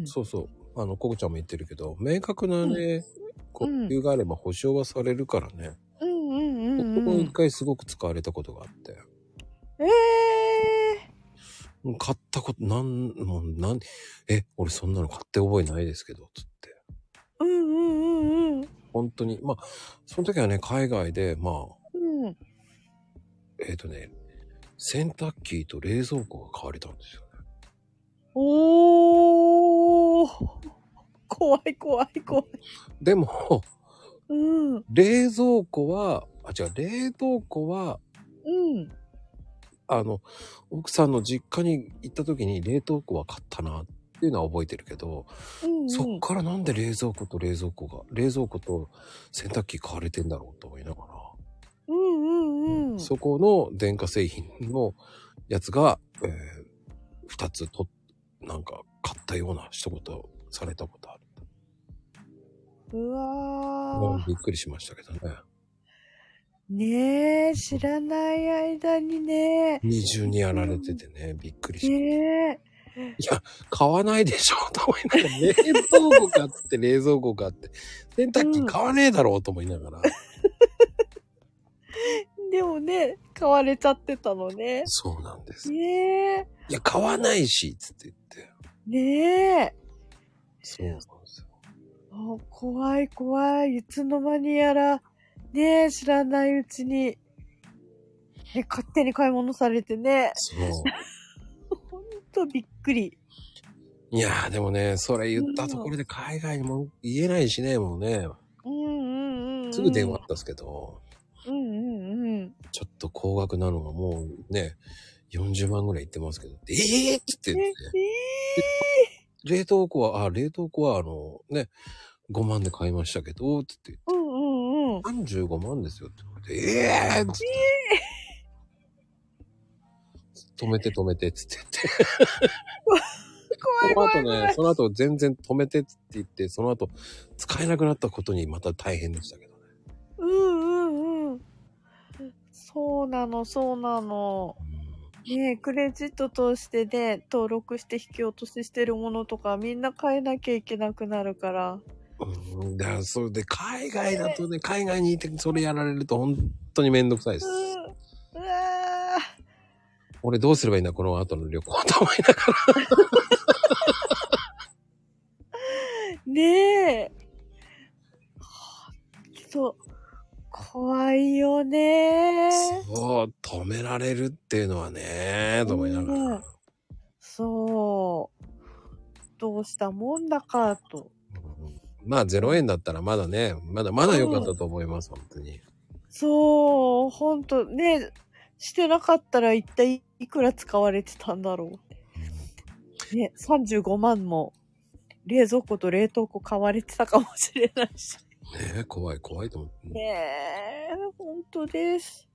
A: そうそう、あの、ココちゃんも言ってるけど、明確なね、こう理由があれば保証はされるからね。
B: うんうんうん、
A: 僕
B: う
A: も一
B: ん。
A: 回すごく使われたことがあって。
B: ええ
A: 買ったこと、なん、もう、なん、え、俺そんなの買って覚えないですけど、つって。
B: うんうんうんうん。
A: 本当に。まあ、その時はね、海外で、まあ、
B: うん。
A: えっ、とね、洗濯機と冷蔵庫が買われたんですよ。
B: おー怖い怖い怖い。
A: でも、
B: うん。うん。
A: 冷蔵庫は、あ、違う、冷凍庫は、あの、奥さんの実家に行った時に冷凍庫は買ったなっていうのは覚えてるけど、
B: うん、うん。
A: そっからなんで冷蔵庫と冷蔵庫が、冷蔵庫と洗濯機買われてんだろうと思いなが
B: うんうんうん。
A: ら、そこの電化製品のやつが、えー、2つと、なんか買ったような一言されたことある。
B: う
A: も
B: わ
A: うびっくりしましたけどね。
B: ー。ねえ、知らない間にね。
A: 二重にやられててね、びっくりし
B: ねえ。
A: いや、買わないでしょと思いながら、冷蔵庫買って、冷蔵庫買って、洗濯機買わねえだろうと思いながら、
B: でもね、買われちゃってたのね。
A: そうなんです。
B: ねえ。
A: いや、買わないし、つって。
B: ねえ。
A: そうなんです。
B: あ怖い怖い。いつの間にやら、ねえ、知らないうちに、ね、勝手に買い物されてね。 ほんとびっくり。
A: いやー、でもね、それ言ったところで海外にも言えないしね、もうね、
B: うんうんうん。
A: すぐ電話あ。ったんですけど、
B: うんうんうん。
A: ちょっと高額なのがもうね、40万ぐらいいってますけど、ええー、って言って、ね、で冷凍庫は、あ、冷凍庫はあの、ね、5万で買いましたけど、って言って、
B: うんうんうん。
A: 35万ですよって言われて、ええー、止めて止めてって言って。
B: 怖い怖
A: そ
B: い
A: の後
B: 怖
A: ね、
B: い
A: その後全然止めてって言って、その後使えなくなったことにまた大変でしたけど。
B: うんうんうん。そうなの、そうなの。ねえ、クレジット通してね、登録して引き落とししてるものとかみんな変えなきゃいけなくなるから。
A: うん、だからそれで海外だとね、海外にいてそれやられると本当にめんどくさいです。
B: うわ
A: 俺どうすればいいんだ、この後の旅行と思いながら。
B: ー ねえ。そう。怖いよね
A: そう、止められるっていうのはね、と思いながら。
B: ねえそう。どうしたもんだかと。
A: まあ0円だったらまだね、まだまだ良かったと思います、本当 に。
B: そう、ほんと、ね、してなかったら一体いくら使われてたんだろう。ね、35万も冷蔵庫と冷凍庫買われてたかもしれないし。
A: ねえ、怖い怖いと思って。
B: ねえ、 ほんとです。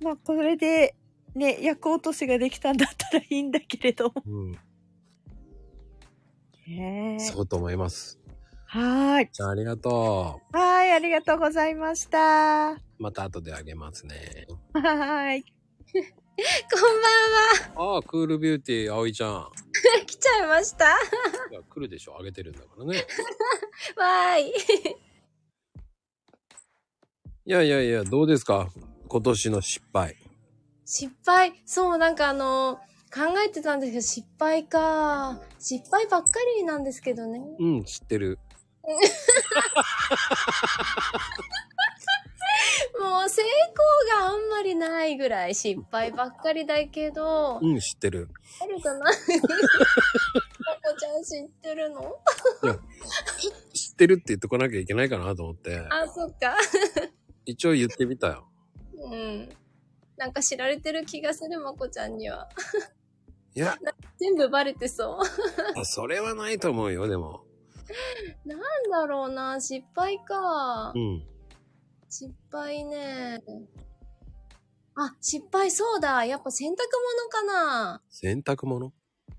B: まあ、これで、ね、役落としができたんだったらいいんだけれども。
A: うん、
B: ねえ。
A: そうと思います。
B: はーい。
A: じゃあありがと
B: はーい、ありがとうございました。 は
A: う。また後であげますね。
B: ー
K: こ
B: い。
K: んばんは。
A: ああ、クールビューティー、葵ちゃん。
K: 来ちゃいました。わ
A: いや来るでしょ、あげてるんだから ね。
K: ーい。
A: いやいやいや、どうですか今年の失敗。
K: 失敗。そう、なんかあの、考えてたんですけど、失敗か。失敗ばっかりなんですけどね。
A: うん、知ってる。
K: もう成功があんまりないぐらい失敗ばっかりだけど、
A: うん、知ってる。
K: あるかな まこちゃん知って るの
A: 知ってるって言ってこなきゃいけないかなと思って、
K: あ、そっか。
A: 一応言ってみたよ。
K: うん。なんか知られてる気がする、まこちゃんには。
A: いや、
K: 全部バレてそう。
A: それはないと思うよ、でも。
K: なんだろうな、失敗か。
A: うん。
K: 失敗ね。あ、失敗そうだ。やっぱ洗濯物かな。
A: 洗濯物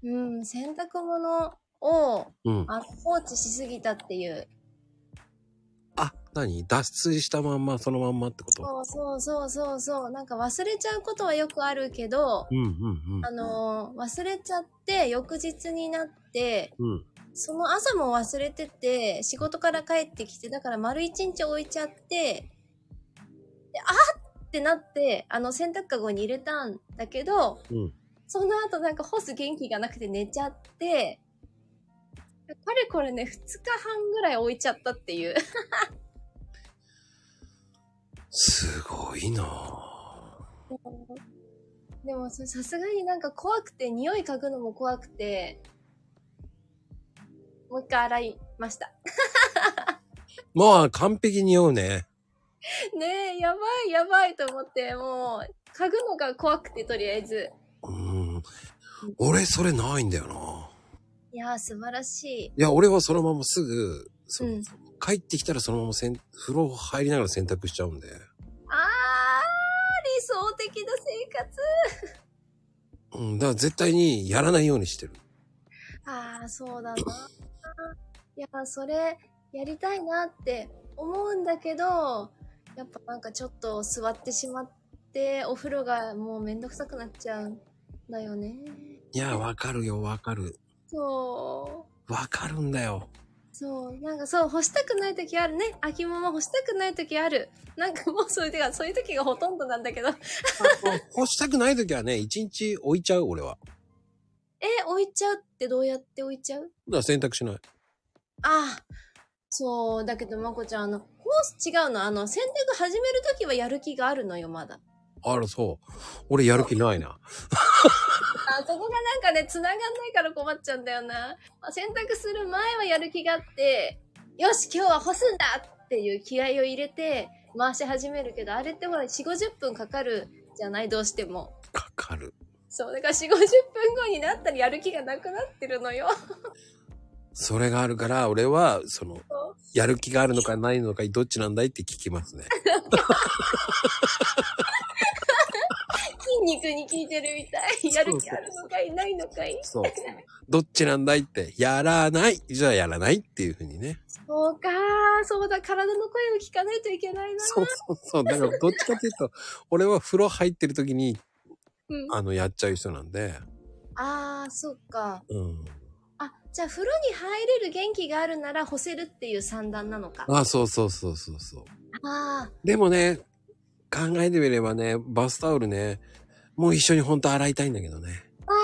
K: うん、洗濯物を、
A: うん
K: あ放置しすぎたっていう。
A: 何脱水したまんま、そのまんまってこと
K: そうそうそうそうそう。なんか忘れちゃうことはよくあるけど、
A: うんうん
K: あのー忘れちゃって、翌日になって、
A: うん。うん。
K: その朝も忘れてて、仕事から帰ってきて、だから丸一日置いちゃって、であっってなって、あの洗濯かごに入れたんだけど、
A: うん。
K: その後なんか干す元気がなくて寝ちゃって、かれこれね、2日半ぐらい置いちゃったっていう。
A: すごいなぁ
K: でも、そさすがになんか怖くて、匂い嗅ぐのも怖くて、もう一回洗いました。
A: まあ、完璧に酔うね。
K: ねえ、やばいやばいと思って、もう、嗅ぐのが怖くて、とりあえず。
A: 俺、それないんだよな。
K: いやー、素晴らしい。
A: いや、俺はそのまますぐ、そう
K: うん。
A: 帰ってきたらそのまま洗風呂入りながら洗濯しちゃうんで。
K: あー、理想的な生活
A: うん、だから絶対にやらないようにしてる。
K: ああ、そうだな。いや、それ、やりたいなって思うんだけど、やっぱなんかちょっと座ってしまって、お風呂がもうめんどくさくなっちゃうんだよね。
A: いや、わかるよ、わかる。
K: そう。
A: わかるんだよ。
K: そう、なんかそう、干したくない時あるね。秋物干したくない時ある。なんかもうそういう時が、そういう時がほとんどなんだけど。
A: 干したくない時はね、一日置いちゃう、俺は。
K: え、置いちゃうってどうやって置いちゃう
A: だから選択しない。
K: ああ。そう、だけどまこちゃん、あの、コース違うの。あの、洗濯始める時はやる気があるのよ、まだ。
A: あら、そう。俺やる気ないな。
K: あそこがなんかね、繋がんないから困っちゃうんだよな。まあ洗濯する前はやる気があって、よし、今日は干すんだっていう気合を入れて、回し始めるけど、あれってほら、4、50分かかるじゃないどうしても。
A: かかる。
K: そう、だから4、50分後になったらやる気がなくなってるの よ。
A: それがあるから、俺は、その、やる気があるのかないのか、どっちなんだいって聞きますね。
K: 筋肉に効いてるみたい。やる気あるのかいないのかい
A: そう。どっちなんだいって、やらないじゃあやらないっていうふうにね。
K: そうかそうだ、体の声を聞かないといけないな。
A: そうそうそう。だから、どっちかっていうと、俺は風呂入ってる時に、
K: うん、
A: あの、やっちゃう人なんで。
K: ああ、そっか。
A: うん。
K: あ、じゃあ風呂に入れる元気があるなら干せるっていう算段なのか。
A: あ、そうそうそうそうそう。
K: ああ、
A: でもね、考えてみればね、バスタオルね、もう一緒に本当洗いたいんだけどね。
K: ああ、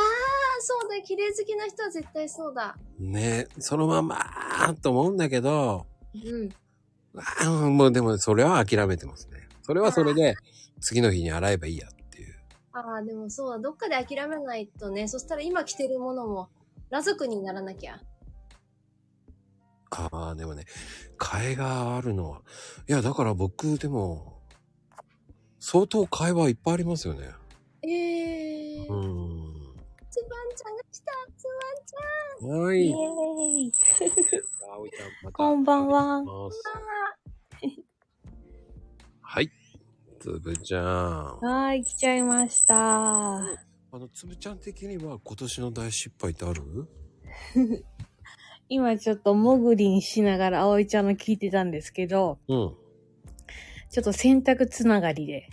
K: そうだ、綺麗好きな人は絶対そうだ。
A: ね、そのまま、あーと思うんだけど、
K: うん。
A: あーもうでもそれは諦めてますね。それはそれで、次の日に洗えばいいや。
K: ああ、でもそうだ、どっかで諦めないとね、そしたら今着てるものも、裸族にならなきゃ。
A: ああ、でもね、替えがあるのは。いや、だから僕、でも、相当替えはいっぱいありますよね。
K: ええー。つ
A: うん。
K: ばんちゃんが来た、つばんちゃん。
A: はーい
K: イエーイ。
A: 葵ちゃん、また
F: こんばんは。
A: はい。つぶちゃん。あ
F: はい、来ちゃいました。
A: の、つぶちゃん的には今年の大失敗ってある
F: 今ちょっともぐりんしながら葵ちゃんの聞いてたんですけど、
A: うん。
F: ちょっと洗濯つながりで。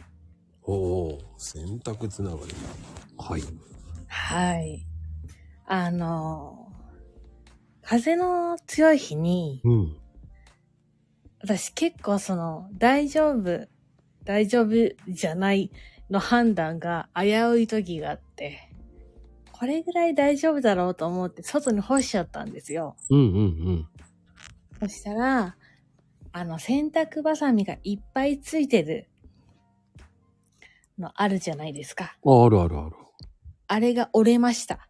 A: おお、洗濯つながり。はい。
F: はい。あのー、風の強い日に、
A: うん。
F: 私結構その、大丈夫、大丈夫じゃないの判断が危うい時があって、これぐらい大丈夫だろうと思って外に干しちゃったんですよ。
A: うんうん
F: そしたら、あの、洗濯バサミがいっぱいついてるのあるじゃないですか。
A: うん。あ、あるあるある。
F: あれが折れました。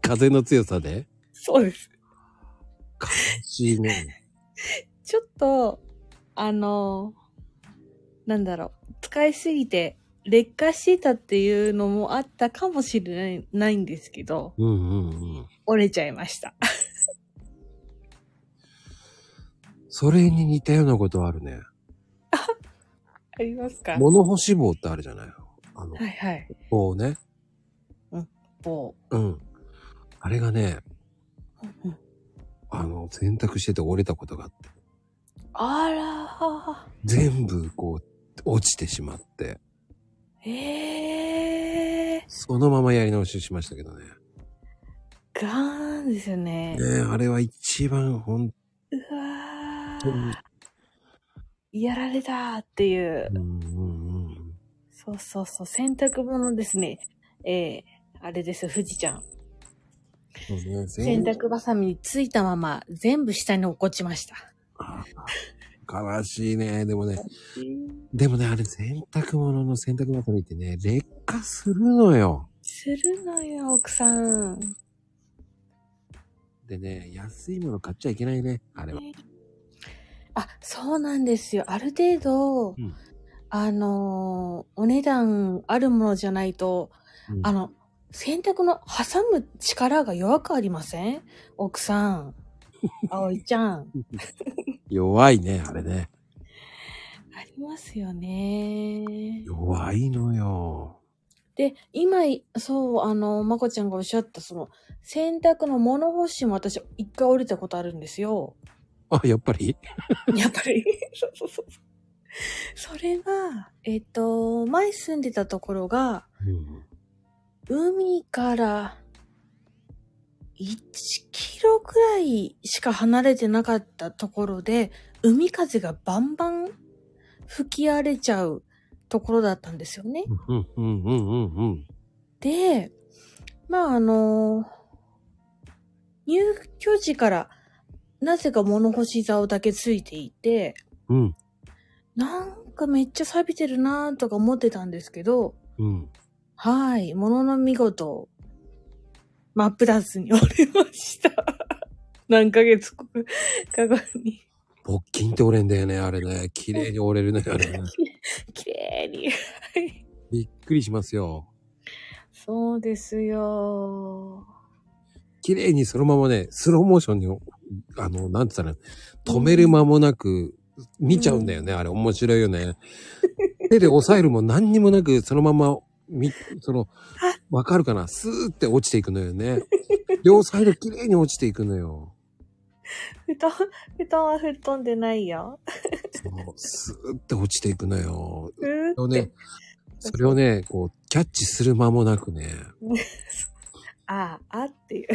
A: 風の強さで
F: そうです。
A: 欲しいね。
F: ちょっと、あの、なんだろう、使いすぎて劣化してたっていうのもあったかもしれないないんですけど、
A: うんうんうん。
F: 折れちゃいました。
A: それに似たようなことあるね。
F: ありますか
A: 物干し棒ってあるじゃないあの
F: は、いはい。
A: 棒ね。
F: 棒。
A: うん。あれがね、あの、洗濯してて折れたことがあって、
F: あら
A: 全部こう、落ちてしまって、
F: ー。えー。
A: そのままやり直ししましたけどね。
F: ガーンですよね。
A: ねえあれは一番本
F: うわ
A: 当に、
F: ーやられたーっていう。そうそうそう、洗濯物ですね。えー、あれです、富士ちゃん。
A: そうね、
F: 洗
A: 全部
F: 濯バサミについたまま、全部下に落っこちました。
A: 悲しいね。でもね、でもね、あれ洗濯物の洗濯ばさみってね、劣化するのよ。
F: するのよ、奥さん。
A: でね、安いもの買っちゃいけないね、あれは。
F: あ、そうなんですよ。ある程度、
A: ん
F: あのーお値段あるものじゃないと、あの、洗濯の挟む力が弱くありません奥さ ん。葵ちゃん。
A: 弱いね、あれね。
F: ありますよね。
A: 弱いのよ。
F: で、今、そう、あの、まこちゃんがおっしゃった、その、洗濯の物干しも私、一回降りたことあるんですよ。
A: あ、やっぱり
F: やっぱり。そうそうそうそう。それが、えっ、と、前住んでたところが、海から1キロくらいしか離れてなかったところで、海風がバンバン吹き荒れちゃうところだったんですよね。
A: うんうんうんうんうん。
F: で、まああの、入居時からなぜか物干し竿だけついていて、
A: うん
F: なんかめっちゃ錆びてるなーとか思ってたんですけど、
A: うん。
F: はい、ものの見事、真っ二つに折れました。 何ヶ月か後に。
A: 木金って折れんだよね、あれね。綺麗に折れるね、あれね。
F: 綺麗に。はい
A: びっくりしますよ。
F: そうですよ
A: 綺麗にそのままね、スローモーションに、あの、なんて言ったら、止める間もなく、見ちゃうんだよね、あれ面白いよね。手で押さえるも何にもなく、そのまま、み、その、わかるかなスーって落ちていくのよね。両サイド綺麗に落ちていくのよ。
F: ー。布団、布団は吹っ飛んでないよ。
A: スーって落ちていくのよ。
F: うー
A: それを
F: って
A: ね、それをね、こう、キャッチする間もなくね。
F: ああ、あっていう。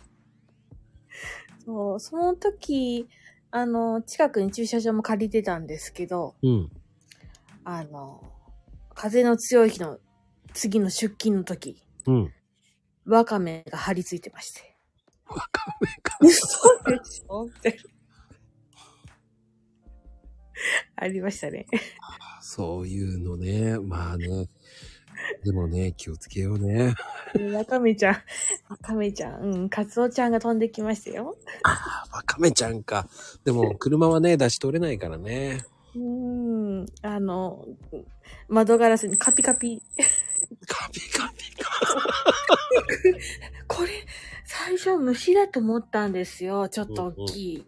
F: そう、その時、あの、近くに駐車場も借りてたんですけど、
A: うん。
F: あの、風の強い日の次の出勤の時、
A: うん。
F: ワカメが張り付いてまして。ワカメが嘘でしょみたいな。ありま したね。
A: そういうのね。まあね。でもね、気をつけようね。
F: ワカメちゃん、ワカメちゃん、うん、カツオちゃんが飛んできましたよ。
A: ワカメちゃんか。でも、 車はね、出し取れないからね。
F: うーん、あの、窓ガラスにカピカピ。
A: カピカピ
F: カ。これ、最初虫だと思ったんですよ。ちょっと大きい。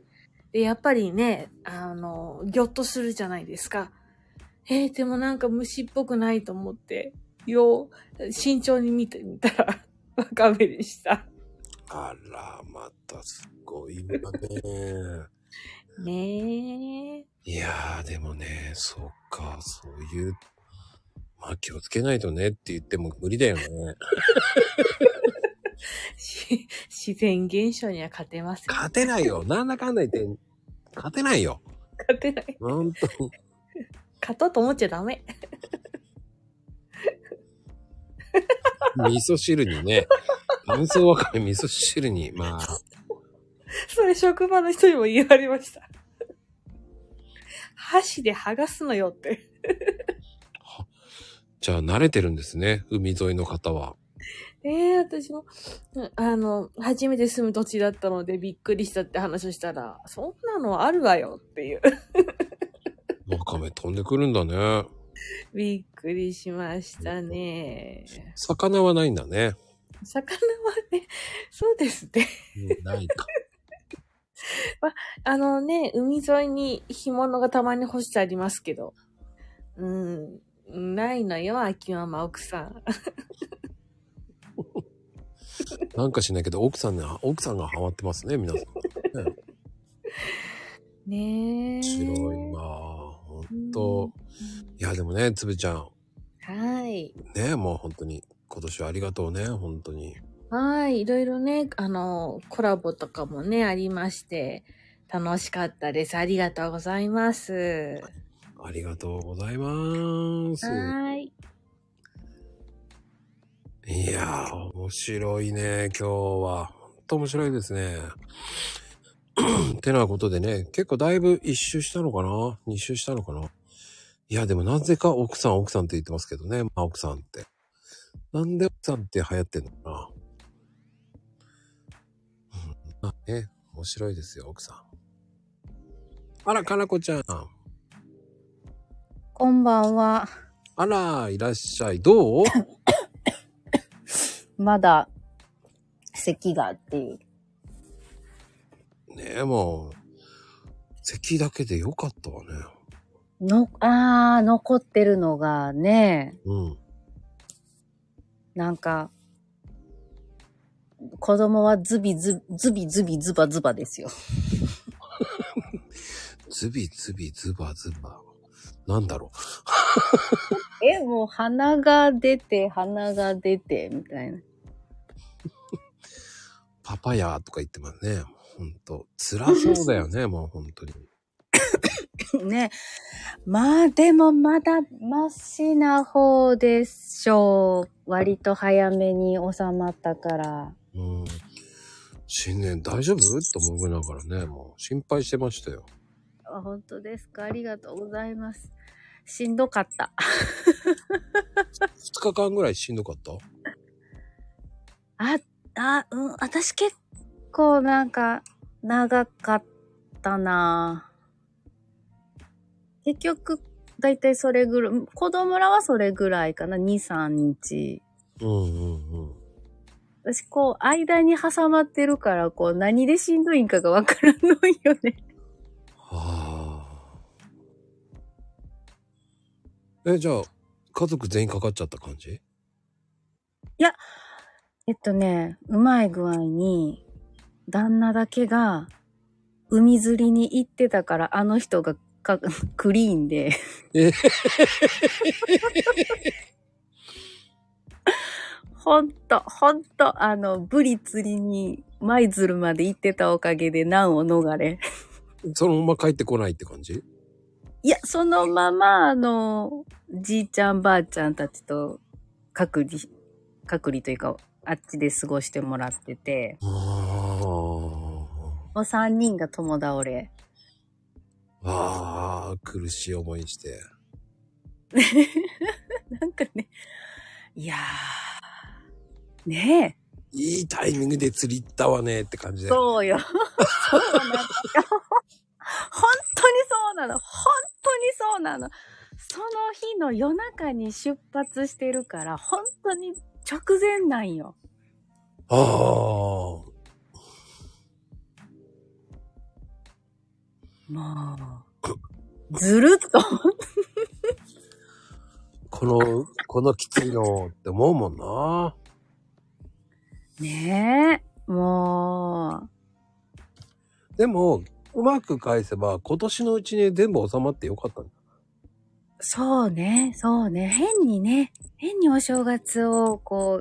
F: で、やっぱりね、あの、ぎょっとするじゃないですか。えー、でもなんか虫っぽくないと思って、よう、慎重に見てみたら、ワカメでした。
A: あら、またすごいわね。
F: ねえ。
A: いやー、でもね、そっか、そういう、まあ気をつけないとねって言っても無理だよね。
F: し自然現象には勝てません。
A: 勝てないよ。なんだかんだ言って、勝てないよ。
F: 勝てない。
A: 本当に。
F: 勝とうと思っちゃダメ。
A: 味噌汁にね、乾燥わかめ味噌汁に、まあ、
F: それ職場の人にも言われました。箸で剥がすのよって。
A: じゃあ慣れてるんですね、海沿いの方は。
F: ええ私も、うんあの、初めて住む土地だったのでびっくりしたって話をしたら、そんなのあるわよっていう。
A: わかめ飛んでくるんだね。
F: びっくりしましたね。
A: 魚はないんだね。
F: 魚はね、そうですね。
A: うんない か。
F: あのね、海沿いに干物がたまに干してありますけど。うん、ないのよ、秋山奥さん。
A: なんかしないけど、奥さんね、奥さんがハマってますね、皆さん。
F: ねえ。
A: 面白いなぁ。ほんと。いや、でもね、つぶちゃん。
F: はい。
A: ね、もう本当に、今年はありがとうね、本当に。
F: はい、いろいろね、あの、コラボとかもね、ありまして、楽しかったです。ありがとうございます。
A: ありがとうございま す。
F: はい。
A: いやー、面白いね、今日は。本当面白いですね。てなことでね、結構だいぶ一周したのかな二周したのかないや、でもなぜか奥さん、奥さんって言ってますけどね、まあ奥さんって。なんで奥さんって流行ってんのかな、うん、まあね、面白いですよ、奥さん。あら、かなこちゃん。
L: こんばんは。
A: あら、いらっしゃい。どう
L: まだ、咳がっていう。
A: ねえ、もう、咳だけでよかったわね。
L: の、あー、残ってるのがね、
A: うん。
L: なんか、子供はズビズ、ズビズビズ バズバですよ。
A: ズビズビズバズバ。なんだろ
L: え、もう鼻が出て、鼻が出て、みたいな。
A: う、 パパヤーとか言ってますね。ほんと、辛そうだよ ね、もう本当に。
L: ね。まあでもまだマシな方でしょう。割と早めに収まったから。
A: うん。新年大丈夫と思いながらね、もう心配してましたよ。
L: あ本当ですかありがとうございます。しんどかった。
A: 2日間ぐらいしんどかった
L: あ、あ、うん、私結構なんか長かったなぁ結局、だいたいそれぐらい、子供らはそれぐらいかな、2、3日。
A: うんうんうん。
L: 私こう、間に挟まってるから、こう、何でしんどいんかがわからんのよね。
A: え、じゃあ、家族全員かかっちゃった感じ
L: いや、えっとね、うまい具合に、旦那だけが、海釣りに行ってたから、あの人がかクリーンで。
A: え
L: ほんと、ほんと、あの、ブリ釣りに、舞鶴まで行ってたおかげで難を逃れ。
A: そのまま帰ってこないって感じ
L: いや、そのまま、あの、じいちゃんばあちゃんたちと隔離、隔離というか、あっちで過ごしてもらってて、もう三人が共倒れ。
A: ああ、苦しい思いして。
L: なんかね、いやー、ね
A: いいタイミングで釣り行ったわねって感じ
L: え、
A: で。
L: そうよ。 そうなのよ。本当にそうなの。本当にそうなの。その日の夜中に出発してるから、本当に直前なんよ。
A: ああ。
L: まあ、ずるっと。
A: この、このきついのって思うもんな。
L: ねえ、も
A: でも、うまく返せば、今年のうちに全部収まってよかったんだ。
L: う、そうね、そうね、変にね、変にお正月をこ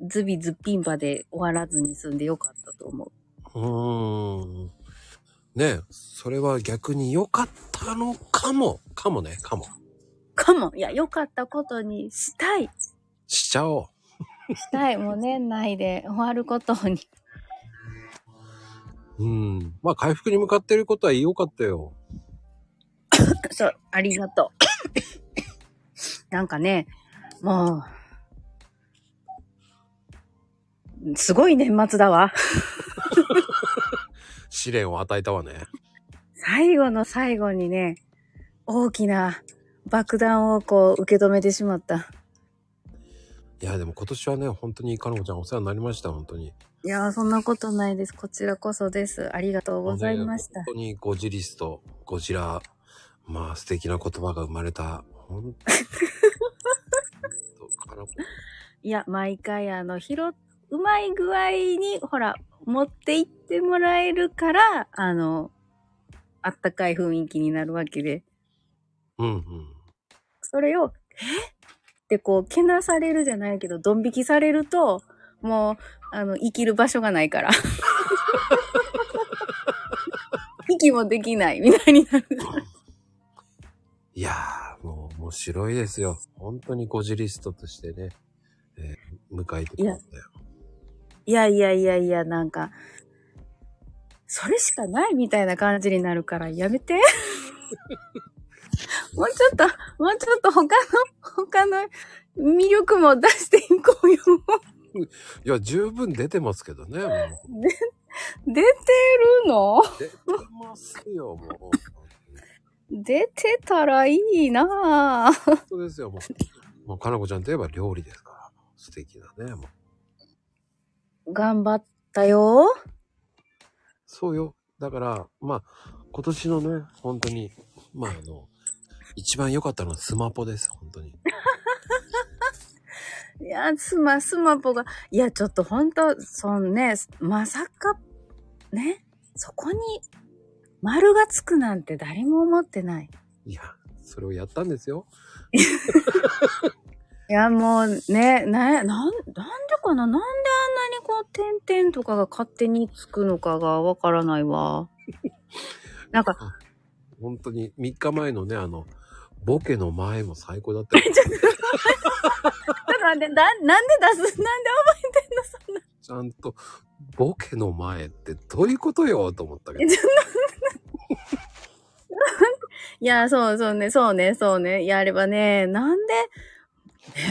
L: う、ズビズッピンバで終わらずに済んでよかったと思う。
A: うーん。ねえ、それは逆に良かったのかも。かもね、かも。
L: かも、いや、よかったことにしたい。
A: しちゃおう。
L: したい、もう年内で終わることに。
A: うん。まあ、回復に向かっていることは良かったよ。
L: そう、ありがと う。なんかね、もう、すごい年末だ わ。
A: 試練を与えたわね。
L: 最後の最後にね、大きな爆弾をこう受け止めてしまった。
A: いや、でも今年はね、本当にかのこちゃんお世話になりました、本当に。
L: いやー、そんなことないです。こちらこそです。ありがとうございました
A: 本。当にゴジリスト、ゴジラ、まあ素敵な言葉が生まれた。本当に本当かな。
L: いや、毎回あの、拾っ、うまい具合に、ほら、持って行ってもらえるから、あの、あったかい雰囲気になるわけで。
A: うんうん。
L: それを、えってこう、けなされるじゃないけど、ドン引きされると、もう、あの、生きる場所がない から。息もできない、みたいになる。
A: いやー、もう面白いですよ。本当にゴジリストとしてね、えー迎えてくれたよ。
L: いやいやいやいや、なんか、それしかないみたいな感じになるから、や めて。もうちょっと、もうちょっと他の、他の魅力も出していこうよ。
A: いや、十分出てますけどね。もう
L: で出てるの
A: 出てますよ、もう。本
L: 出てたらいいなぁ。
A: 当ですよ、もう。も う、かなこちゃんといえば料理ですから。素敵だね、もう。
L: 頑張ったよ。
A: そうよ。だから、まあ、今年のね、本当に、まあ、あの、一番良かったのはスマホです、本当に。
L: いや、スマ、スマポが、いや、ちょっとほんと、そんね、まさか、ね、そこに丸がつくなんて誰も思ってない。
A: いや、それをやったんですよ。
L: いや、もうね、な、なん、なんでかななんであんなにこう、点々とかが勝手につくのかがわからない わ。なんか、
A: 本当に3日前のね、あの、ボケの前も最高だったよ。
L: だからね、な、なんで出すなんで覚えてんのそんな。
A: ちゃんと、ボケの前ってどういうことよと思ったけど。
L: いや、そうそうね、そうね、そうね。やればね、なんで、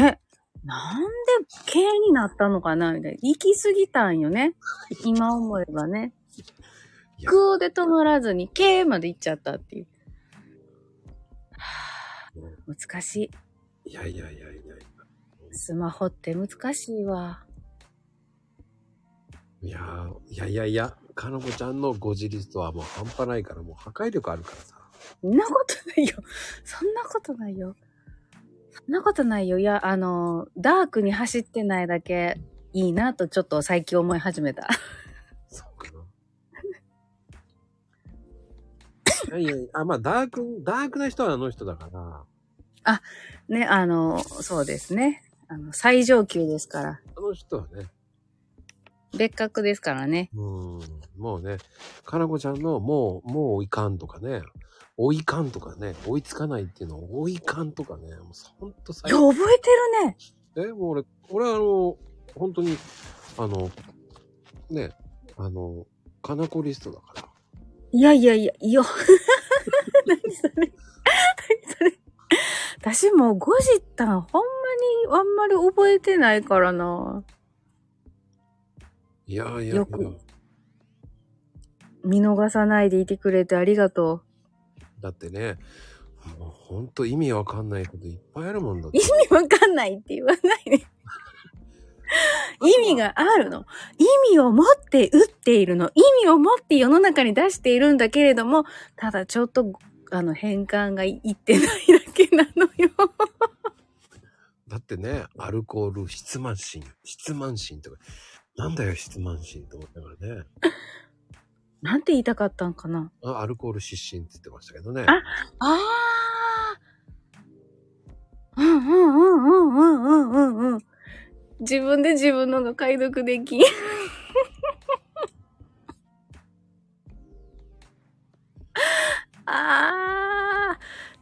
L: ね、なんで、系になったのかなみたいな。行き過ぎたんよね。今思えばね。空で止まらずに、系まで行っちゃったっていう。はぁ難し
A: いやいやいやいや。
L: い。スマホって難しいわ。
A: いやーいやいやいや、かのこちゃんのゴジリストはもう半端ないから、もう破壊力あるからさ。
L: そんなことないよ。そんなことないよ。そんなことないよ。いや、あの、ダークに走ってないだけいいなとちょっと最近思い始めた。
A: いやいや、あ、まあ、ダーク、ダークな人はあの人だから、
L: あ、ね、あの、そうですね。あの、最上級ですから。
A: あの人はね、
L: 別格ですからね。
A: うーん、もうね、かなこちゃんのもう、もういかんとかね、追いかんとかね、追いつかないっていうのを追いかんとかね、もうほんと
L: い
A: 最
L: や、覚えてるね。
A: え、もう俺、俺あの、本当に、あの、ね、あの、かなこリストだから。
L: いやいやいや、いや。 何それ。何それ。私もうゴジったんほんまにあんまり覚えてないからな。
A: いやいやいや
L: よ、見逃さないでいてくれてありがと
A: だってね、もうほんと意味わかんないこといっぱいあるもんだっ
L: う。
A: て
L: 意。味わかんないって言わないね。意味があるの。意味を持って打っているの。意味を持って世の中に出しているんだけれども、ただちょっと、あの、変換がいってないだけなのよ。
A: だってね、アルコール、質慢心、質慢心とか、なんだよ、質慢心と思ったからね。
L: なんて言いたかったんかな。
A: あアルコール失神って言ってましたけどね。
L: ああうんうんうんうんうんうんうんうん。自分で自分のが解読できん。ああ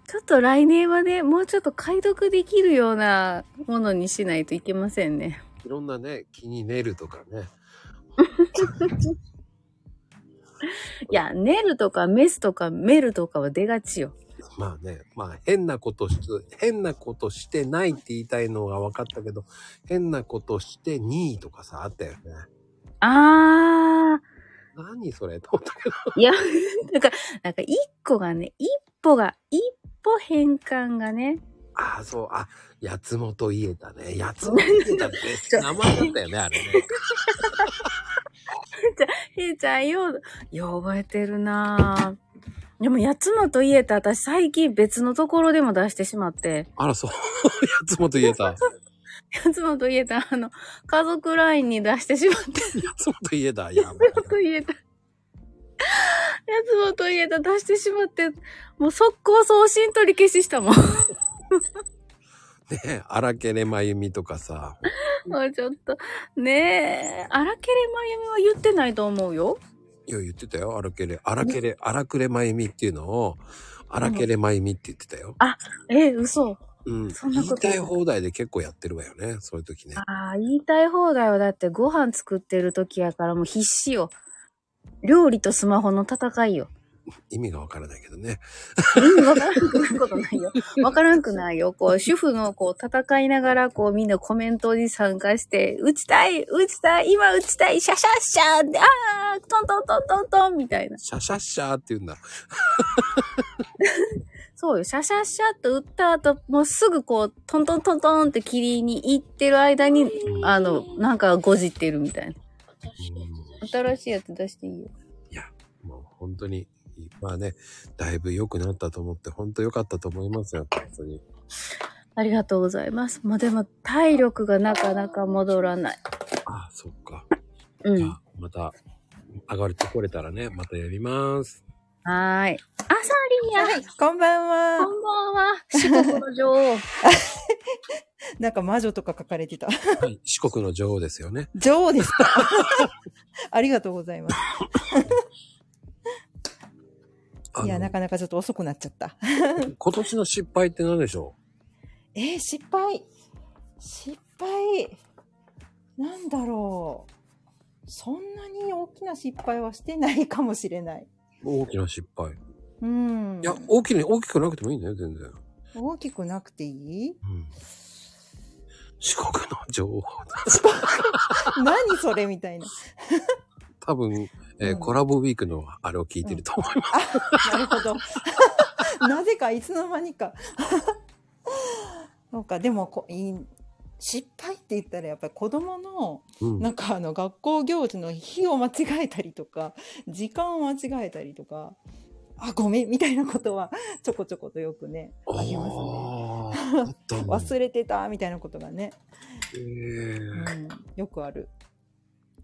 L: ちょっと来年はね、もうちょっと解読できるようなものにしないといけませんね。
A: いろんなね、気に練るとかね。
L: いや、ネルとかメスとかメルとかは出がちよ。
A: まあね、まあ変なことし、変なことしてないって言いたいのが分かったけど、変なことして2位とかさ、あったよね。
L: ああ
A: 何それと思ったけど。
L: いや、 なんか、なんか一個がね、一歩が、一歩変換がね、
A: ああ、そう、あ、八つ本言えたね。八つ本言 えたって名前だったよね、あれね。
L: ひーちゃんよう、よう覚えてるなぁ。でも、やつもと言えた私最近別のところでも出してしまって、
A: あら、そう。 八つ本言えた。八
L: やつもと言えたあの、家族ラインに出してしまって、
A: つ本言えた。いや、
L: やつもと言えた。やつもと言えた出してしまって、もう速攻送信取り消ししたもん。
A: ね、荒けれまゆみとかさ。
L: もうちょっと、ねえ、荒けれまゆみは言ってないと思うよ。
A: いや、言ってたよ。荒けれ、荒けれ、荒くれまゆみっていうのを、荒けれまゆみって言ってたよ。
L: あ、え、嘘。
A: うん。
L: そんな
A: 言
L: こ
A: い
L: と
A: たい放題で結構やってるわよね。そういう時ね。
L: ああ、言いたい放題はだってご飯作ってる時やからもう必死よ。料理とスマホの戦いよ。
A: 意味がわからないけどね。
L: 意味わからんくなることないよ。わからんくないよ。こう、主婦のこう、戦いながら、こう、みんなコメントに参加して、打ちたい打ちたい今打ちたいシャシャッシャーでああトントントントントンみたいな。
A: シャシャッシャーって言うんだ。
L: そうよ、シャシャッシャッと打った後、もうすぐこう、トントントントンって切りに行ってる間に、あの、なんかごじってるみたいな。新しいやつ出していいよ。
A: もう本当に、まあね、だいぶ良くなったと思って、本当良かったと思いますよ。本当に。
L: ありがとうございます。もうでも、体力がなかなか戻らない。
A: ああ、そっか。
L: うん。
A: また、上がってこれたらね、またやります。
L: はーい。あ、サーリンや。
M: こんばんは。
L: こんばんは。四国の女王。
M: なんか魔女とか書かれてた。
A: はい四国の女王ですよね。
M: 女王ですか ありがとうございます。いや、なかなかちょっと遅くなっちゃった。
A: 今年の失敗って何でしょ
M: えー、失敗。失敗。なんだろう。そんなに大きな失敗はしてないかもしれない。
A: う大きな失敗。
M: うん
A: い。や、大きに、大きくなくてもいいんだよ、全然。
M: 大きくなくていい
A: 四国の女王。
M: 何それみたいな。
A: 多分、えーコラボウィークのあれを聞いてると思います。
M: なるほど。なぜかいつの間にか。 そうか、でもこいい、失敗って言ったらやっぱり子供の、
A: うん
M: なんかあの学校行事の日を間違えたりとか、時間を間違えたりとか、あ、ごめんみたいなことは ちょこちょことよくね、ありますね。 忘れてたみたいなことがね、
A: えー
M: うんよくある。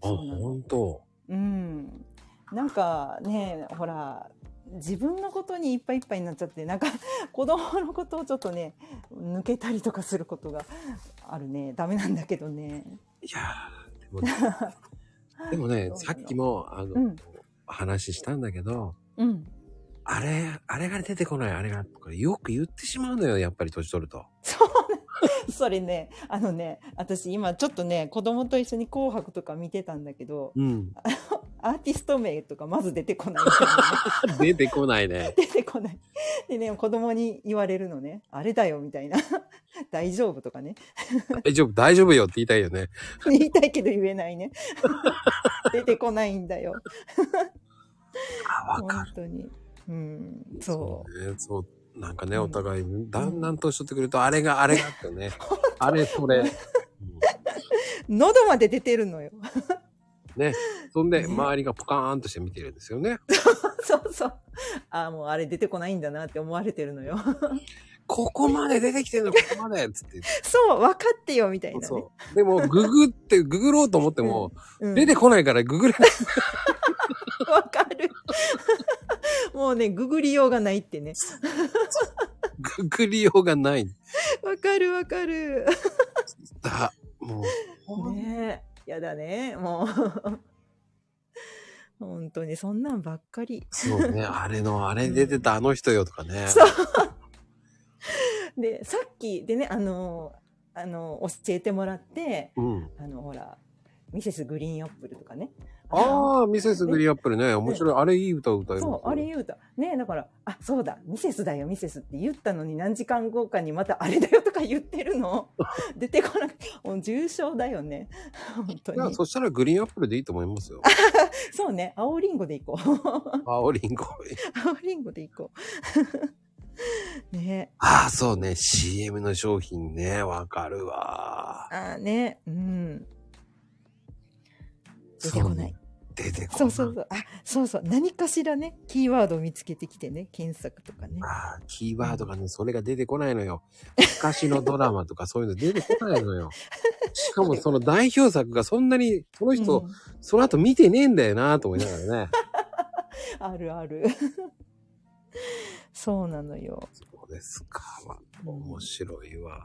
A: あ、本当。
M: うん、なんかねほら自分のことにいっぱいいっぱいになっちゃってなんか 子供のことをちょっとね抜けたりとかすることがあるねダメなんだけどね。
A: いやーでも、でもね、さっきも、あの、
M: うん
A: 話したんだけど、
M: うん、
A: あれ、あれが出てこない、あれが、とかよく言ってしまうのよ、やっぱり年取ると。
M: それねあのね私今ちょっとね子供と一緒に「紅白」とか見てたんだけど
A: うん。
M: アーティスト名とかまず出てこないんだよね
A: 出てこないね。
M: 出てこないでね子供に言われるのね「あれだよ」みたいな 「大丈夫」とかね
A: 大丈夫、大丈夫よって言いたいよね。。
M: 言いたいけど言えないね。 出てこないんだよ。本当に。うん、そう
A: ね、そう、なんかね、お互い、だんだん年取ってくると、あれが、あれがって ね。あれ、それ。
M: 喉まで出てるのよ。
A: ね。そんで、周りがポカーンとして見てるんですよね。
M: そうそう。ああ、もうあれ出てこないんだなって思われてるのよ。
A: ここまで出てきてんの、ここまでっつって。
M: そう、分かってよみたいな、ね。
A: そう。でも、ググって、ググろうと思っても、
M: うん
A: 出てこないからグ グれない。
M: もうね、ググりようがないってね。
A: ググりようがない。
M: わかるわかる。
A: だ、もう、
M: ねえ、やだね、もう。 本当にそんなんばっかり。
A: そうね、あれの、あれ出てたあの人よとかね。
M: でさっきでねあのあの教えてもらって、
A: うん
M: あのほらミセスグリーンアップルとかね
A: ああ、ミセスグリーンアップルね、面白い。あれいい歌歌える。
M: そうあれ言うたねだからあそうだミセスだよミセスって言ったのに何時間後かにまたあれだよとか言ってる の出てこなくもう重症だよね本当
A: いや
M: に
A: そしたらグリーンアップルでいいと思いますよ。
M: そうね青リンゴでいこう
A: 青リンゴ。
M: 青リンゴでいこう ね
A: ああ、そうね。CM の商品ね。わかるわ。
M: あねうん出てこない
A: 出てこ
M: そうそうそう。あ、そうそう。何かしらね、キーワードを見つけてきてね、検索とかね。
A: あーキーワードがね、それが出てこないの よ。昔のドラマとかそういうの出てこないのよ。しかもその代表作がそんなに、その人、その後見てねえんだよなと思いながらね。
M: あるある。そうなのよ。
A: そうですか。わ面白い わ。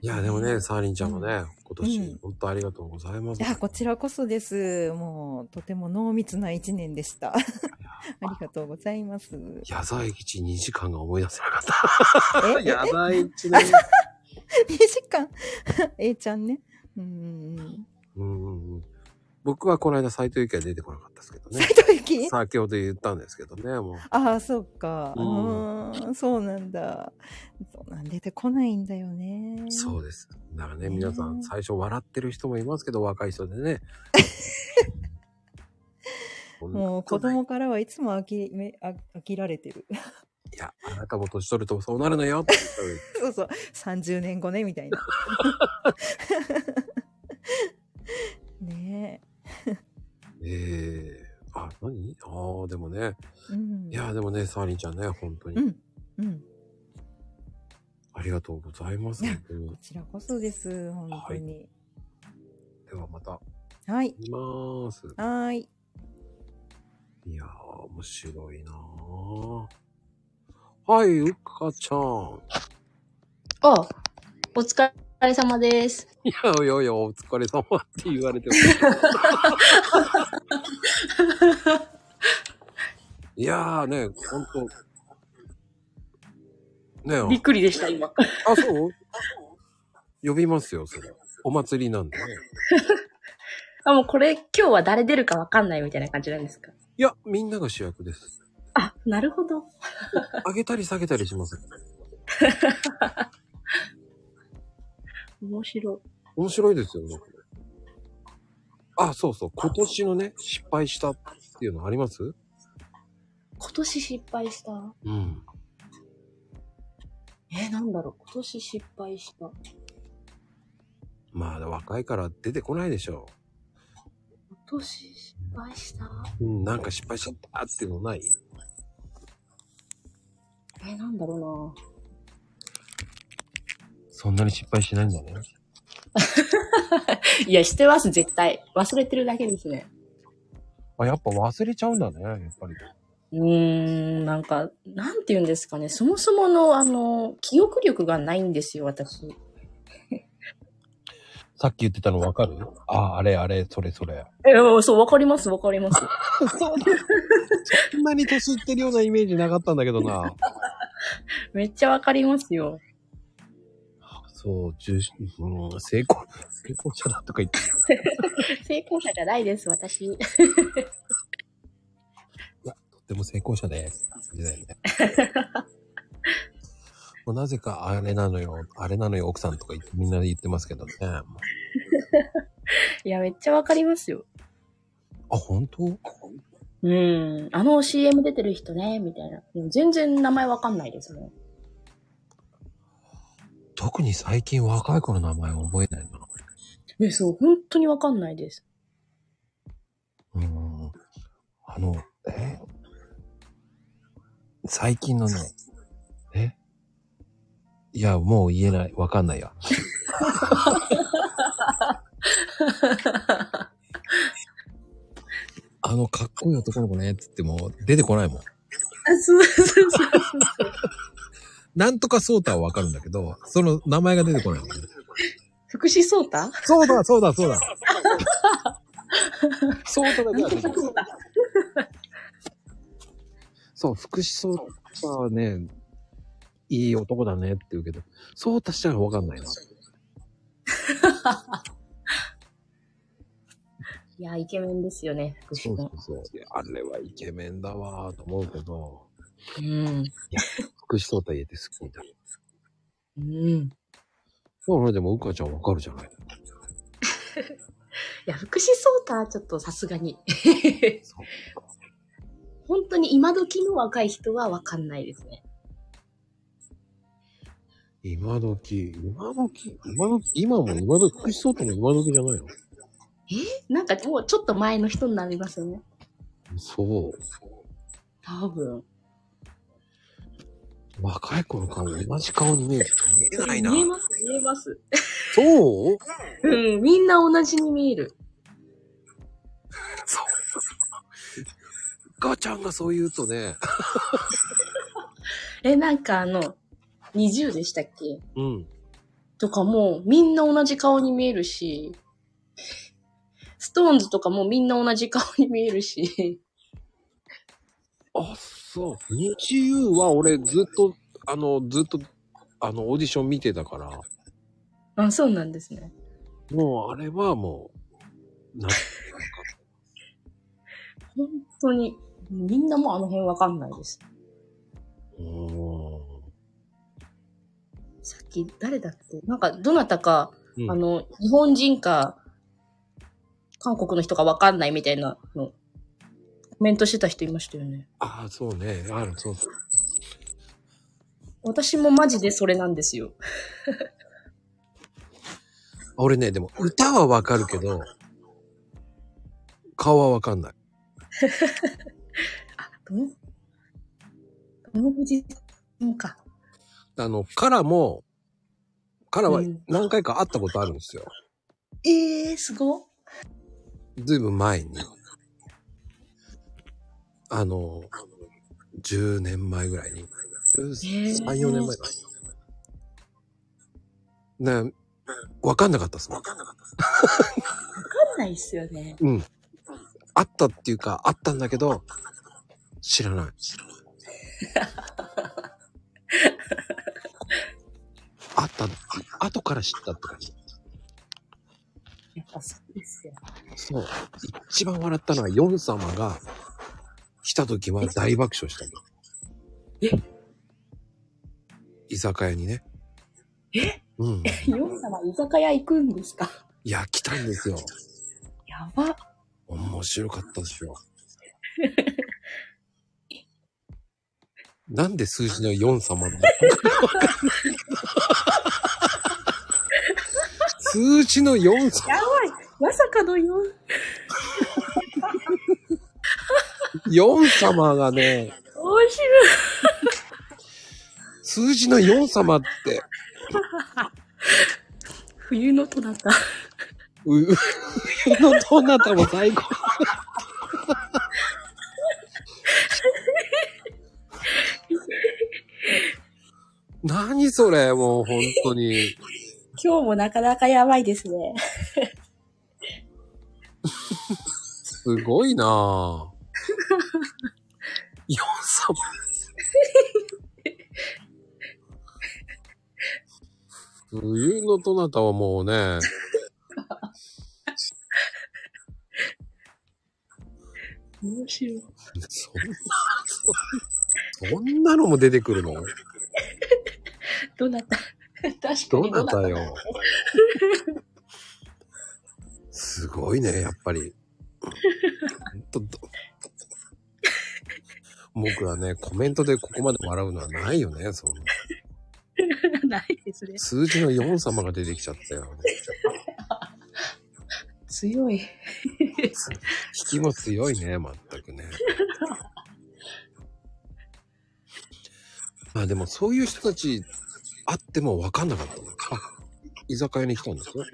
A: いや、でもね、サーリンちゃんもね、今年、本当ありがとうございます
M: い。や、こちらこそです。もう、とても濃密な一年でした。ありがとうございます。
A: 野菜吉2時間が思い出せなかった。
M: え
A: 野菜一 年。
M: 2時間。A ちゃんね。うんうんうん。
A: うんうんうん僕はこの間斎藤由貴は出てこなかったですけどね。
M: 斎藤由貴
A: 先ほど言ったんですけどね、もう。
M: ああ、そうか。う
A: うん
M: ーん、そうなんだ。そうなん出てこないんだよね。
A: そうです。だからね、皆さん最初笑ってる人もいますけど、若い人で ね。
M: もう子供からはいつも飽きめあ飽きられてる。
A: いや、あなたも年取るとそうなるのよ って言ったのに
M: そうそう。30年後ね、みた いな。ねえ。
A: ええあ、何ああ、でもね。
M: うん
A: いや、でもね、サーリンちゃんね、本当に。
M: うん。うん。こ
A: ありがとうございます。本当に
M: ちらこそです。本当に。
A: ではまた、
M: はい。
A: います。
M: はーい。
A: いやー、面白いなーはい、うかちゃん。
L: あ、お疲れ様です。
A: いやいやいや、お疲れ様って言われて も。いやーね、ほんと。ねえ
L: びっくりでした、今。
A: あ、そう呼びますよ、それ。お祭りなんでね。
L: あ、もうこれ今日は誰出るかわかんないみたいな感じなんですか
A: いや、みんなが主役です。
L: あ、なるほど。
A: 上げたり下げたりします。
L: 面白い。
A: 面白いですよね。これあ、そうそう。今年のね、失敗したっていうのあります
L: 今年失敗した。
A: うん。
L: え、なんだろう。今年失敗した。
A: まあ、若いから出てこないでしょ
L: 今年失敗した。
A: う。うん、なんか失敗しちゃったっていうのない
L: え、なんだろ
A: そんなに失敗しないんだね。
L: うな。いや、してます、絶対。忘れてるだけですね。
A: あ、やっぱ忘れちゃうんだね、やっぱり。
L: うーん、なんか、なんて言うんですかね。そもそもの、あの、記憶力がないんですよ、私。
A: さっき言ってたのわかるあ、あれあれ、それそれ。
L: え、そう、わかります、わかり ます。
A: そうそんなに年いってるようなイメージなかったんだけどな。
L: めっちゃわかりますよ。
A: そう、重視うん、成功、成功者だとか言って。
L: 成功者じゃないです、私。
A: でも成功者です。感じだよね。もうなぜかあれなのよ、あれなのよ、奥さんとか言ってみんなで言ってますけどね。あ、
L: いや、めっちゃわかりますよ。
A: 本当
L: うん。あの CM 出てる人ね、みたいな。でも全然名前わかんないですね。
A: 特に最近若い子の名前を覚えないな。
L: え、そう、本当にわかんないです。
A: あの、え最近のね、えいや、もう言えない。わかんないや。あの、かっこいい男の子ね、つっても出てこないもん。
L: あ、そうそうそうそう。
A: なんとかソータはわかるんだけど、その名前が出てこないのね。
L: 福士蒼太
A: そうだ、そうだ、そうだ。そうだけは出て
L: くる。
A: そう、福士ソータはね、いい男だねって言うけど、ソータしたらわかんないな。
L: いや、イケメンですよね、福士君。
A: そうあれはイケメンだわーと思うけど、
L: うん。
A: 福士ソータ言えて好きだ。
L: うん。
A: そうね、でも、うかちゃんわかるじゃない。
L: いや、福士蒼太はちょっとさすがに。本当に今時の若い人はわかんないですね。
A: 今時、今時、今時、今も今時、福士ソータも今時じゃないの
L: えなんかもうちょっと前の人になりますよね。
A: そう。
L: 多分。
A: 若い子の顔、同じ顔に見える。見えないな。
L: 見えます、見えます。
A: そう
L: うん、みんな同じに見える。
A: そう。ガちゃんがそう言うとね、
L: え、なんかあの、20でしたっけ
A: うん。
L: とかもうみんな同じ顔に見えるし、ストーンズとかもみんな同じ顔に見えるし、
A: あ、そう。日曜は俺ずっと、あの、ずっと、あの、オーディション見てたから、
L: あ、そうなんですね。
A: もうあれはもう、な、
L: 本当に、みんなもうあの辺わかんないです。さっき誰だっけなんか、どなたか、
A: うん
L: あの、日本人か、韓国の人かわかんないみたいなの、コメントしてた人いましたよね。
A: ああ、そうね。ある、そうそう。
L: 私もマジでそれなんですよ。
A: 俺ね、でも歌はわかるけど、顔はわかんない。
L: 友友藤さんか。
A: あの、カラも、カラは何回か会ったことあるんですよ。
L: ええー、すごっ。
A: ずいぶん前に。あの、10年前ぐらいに。
E: ー
A: 13、4年前かな。ね、わかんなかったっすもん。
E: んないっすよね。
A: うん。あったっていうか、あったんだけど、知らない。あった、あ後から知ったって感じ。
E: やっぱそうですよ。
A: そう。一番笑ったのは、ヨン様が来た時は大爆笑したの。
E: え
A: 居酒屋にね。
E: え
A: うん。
E: ヨン様、居酒屋行くんですか
A: いや、来たんですよ。
E: やば。
A: 面白かったですよ。なんで数字の4 様なのかわかんないけど数字の4様。
E: やばい。まさかのよ。
A: 4様がね、
E: 面白い。
A: 数字の4様って、
E: 冬のとなた。
A: う、う冬のどなたも最高。何それ、もう本当に。
E: 今日もなかなかやばいですね。
A: すごいなぁ。ヨン様。冬のどなたはもうね、
E: 面白い。
A: そんな、そんなのも出てくるの
E: どなた確かに
A: どなたよ。すごいね、やっぱり。ほんとど僕はね、コメントでここまで笑うのはないよね、その
E: ないですね。
A: 数字の4様が出てきちゃったよ。
E: 強 い。
A: 引きも強いね、全くね。まあでもそういう人たちあっても分かんなかったの。あ、居酒屋に来たんですよ。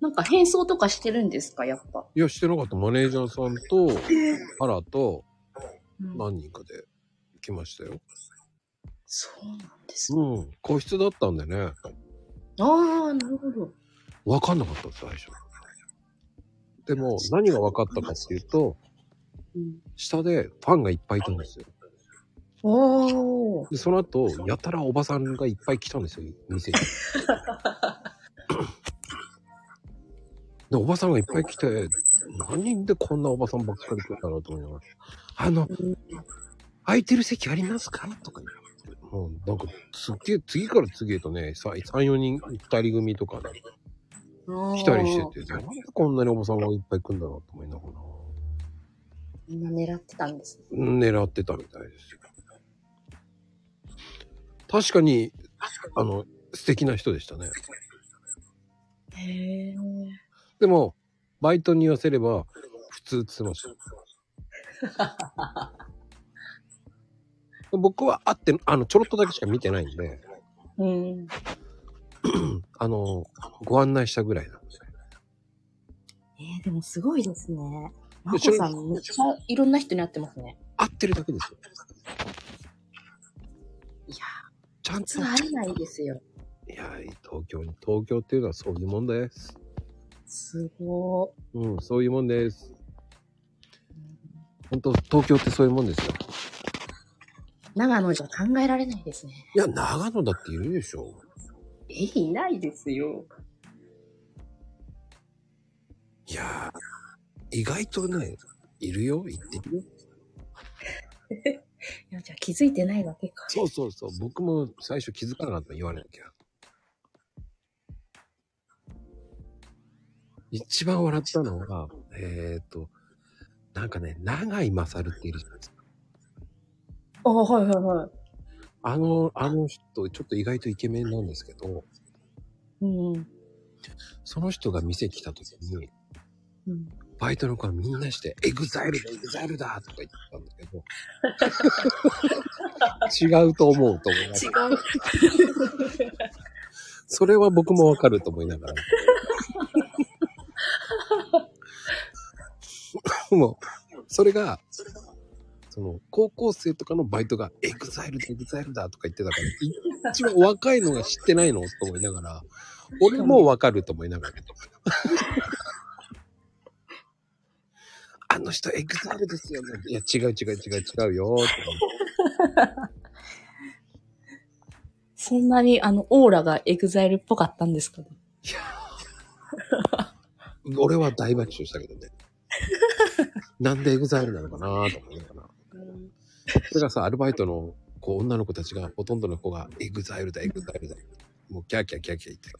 L: なんか変装とかしてるんですか、やっぱ。
A: いや、してなかった。マネージャーさんと、パラと、何人かで来ましたよ。
L: そうなんです
A: うん。個室だったんでね、
L: ああ、なるほど。
A: 分かんなかったです、最初。でも、何が分かったかっていうと、下でファンがいっぱいいたんですよ。
L: おー。
A: で、その後、やたらおばさんがいっぱい来たんですよ、店に。で、おばさんがいっぱい来て、何でこんなおばさんばっかり来るんだろうと思いながら、あの、空いてる席ありますかとか言って、もうなんか、すっげえ、次から次へとね、さ3、4人、2人組とかね、来たりしてて、なんでこんなにおばさんがいっぱい来るんだろうと思いながら、
L: みんな狙ってたんですね。
A: 狙ってたみたいですよ。確かに、あの、素敵な人でしたね。
L: へえ。
A: でも、バイトに言わせれば、普通って言ってました。僕は会って、あの、ちょろっとだけしか見てないんで、
L: うん。
A: あの、ご案内したぐらいな。
L: えー、でもすごいですね。ま
A: ち
L: こ
A: ょ
L: さん、めっちゃいろんな人に会ってますね。
A: 会ってるだけですよ。
L: いや
A: ちゃ
L: と。普
A: ん
L: 通会えないですよ。
A: いやー、東京に、東京っていうのはそういうもんです。
L: すご
A: うん、そういうもんです。本当東京ってそういうもんですよ。
L: ー。長野じゃ考えられないですね。
A: いや、長野だっているでしょ。
L: え、いないですよ。
A: いやー、意外とね、いるよ、行ってるよ。
L: いや、じゃあ気づいてないわけか。
A: そうそうそう、僕も最初気づかなかった言われなきゃ。一番笑ったのが、えー、っと、なんかね、長井勝っているじゃないですか。
L: あ、はいはいはい。
A: あの、あの人、ちょっと意外とイケメンなんですけど、
L: うんうん。
A: その人が店来た時に、
L: うん
A: バイトの子はみんなして、エグザイルだ、エグザイルだとか言ってたんだけど、違 うと思うと思いなが
E: 違
A: ら、
E: う。
A: それは僕もわかると思いながら、 もう、それが、その、高校生とかのバイトが、エグザイルだ、エグザイルだとか言ってたから、一番若いのが知ってないのと思いながら、俺もわかると思いながら。あの人、エグザイルですよね。いや、違う違う違う違うよ、 とか思って
N: そんなにあの、オーラがエグザイルっぽかったんですかね。
A: 俺は大爆笑したけどね。なんでエグザイルなのかなと思いながら。それがさ、アルバイトのこう女の子たちが、ほとんどの子がエグザイルだ、エグザイルだ。もうキャーキャーキャーキャー言ってる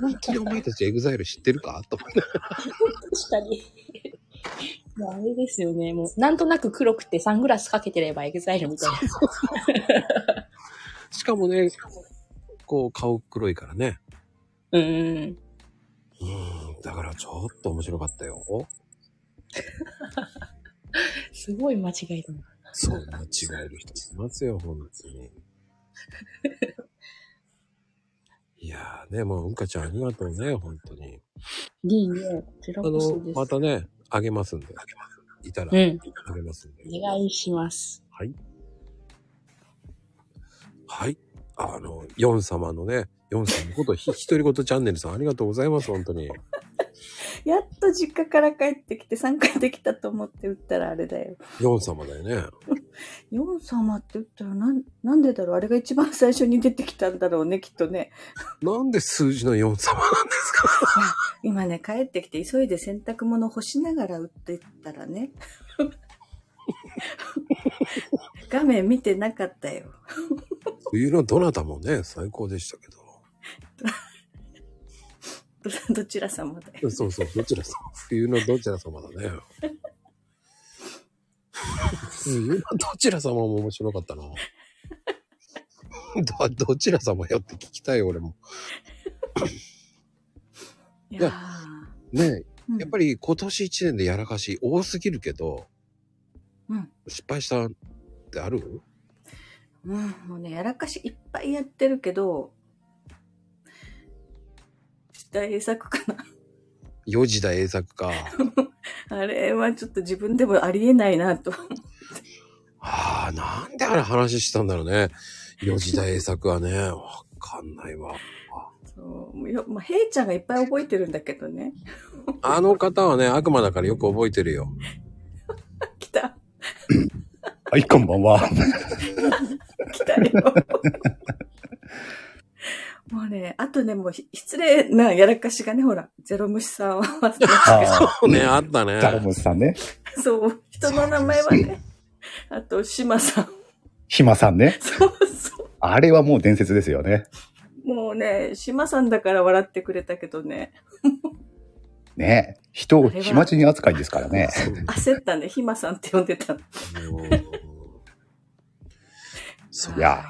A: 本当にお前たちエグザイル知ってるかと思って。
N: 確かに。もうあれですよね。もう、なんとなく黒くてサングラスかけてればエグザイルみたいな。
A: しかもね、こう顔黒いからね。
N: うんうん。
A: だからちょっと面白かったよ。
N: すごい間違いだな。
A: そう、間違える人いますよ、本当に。いやーね、もう、うんかちゃんありがとうね、本当に。
N: いいね。テラ
A: あ
N: コス
A: の
N: で、す。
A: またね、あげますんで。いたら、
N: うん
A: あげますんで。
N: お願いします。
A: はい。はい。あの、ヨン様のね、ヨン様のこと、ひ、ひとりごとチャンネルさん、ありがとうございます、本当に。
O: やっと実家から帰ってきて参加できたと思って打ったらあれだよ。
A: ヨン様だよね。
O: ヨン様って打ったらなんなんでだろうあれが一番最初に出てきたんだろうね、きっとね。
A: なんで数字のヨン様なんですか
O: 今ね、帰ってきて急いで洗濯物干しながら打ってったらね。画面見てなかったよ。
A: 冬のどなたもね、最高でしたけ
O: どどちら様だよ。
A: ど。そうそう、どちら様。冬のどちら様だね。冬のどちら様も面白かったな。ど、どちら様よって聞きたい、俺も。
O: い
A: やねえ、やっぱり今年一年でやらかし多すぎるけど、
O: うん
A: 失敗したってある
O: うん、もうね、やらかしいっぱいやってるけど、大作かな。
A: 四時だ英作か。
O: あれはちょっと自分でもありえないなと。
A: ああ、なんであれ話したんだろうね。四時だ英作はね、わかんないわ。
O: そうもうよまあ、ヘイちゃんがいっぱい覚えてるんだけどね。
A: あの方はね、悪魔だからよく覚えてるよ。
P: はい、こんばんは。
O: 来たよ。もうね、あとね、もうひ失礼なやらかしがね、ほら、ゼロ虫さんは、
A: そうね、あったね。
P: ダルムさんね。
O: そう、人の名前はね、あと、島さん。
P: ひまさんね。あれはもう伝説ですよね。
O: もうね、島さんだから笑ってくれたけどね、
P: ね人
O: あ
P: を
O: れは
P: ひまちに扱いですからね。
O: 焦ったね、ひまさんって呼んでた。
P: いや。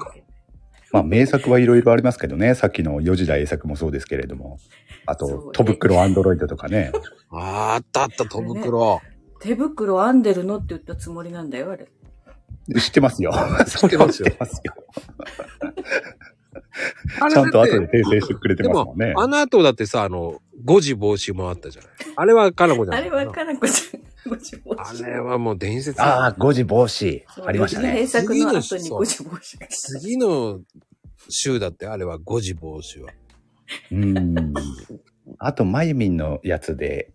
P: まあ、名作はいろいろありますけどね。さっきの四時代英作もそうですけれども。あと、トブクロアンドロイドとかね。
A: ああったあった、トブクロ。
O: 手袋編んでるのって言ったつもりなんだよ、あれ。
P: 知ってますよ。知ってますよ。知ってますよ。
A: あれ
P: ちゃんと後で訂正してくれて
A: で
P: ますも
A: も
P: んね、。
A: あの後だってさ、あの、誤字防止もあったじゃない。あれはカナコじゃ
O: あ
A: ない。
O: れはかなこちゃん。
A: あれはもう伝説。
P: ああ、誤字防止。ありましたね。
O: 閉鎖の後に
A: 次の
O: 誤字防止が
A: 次の週だって、あれは誤字防止は。
P: うん。あと、まゆみんのやつで、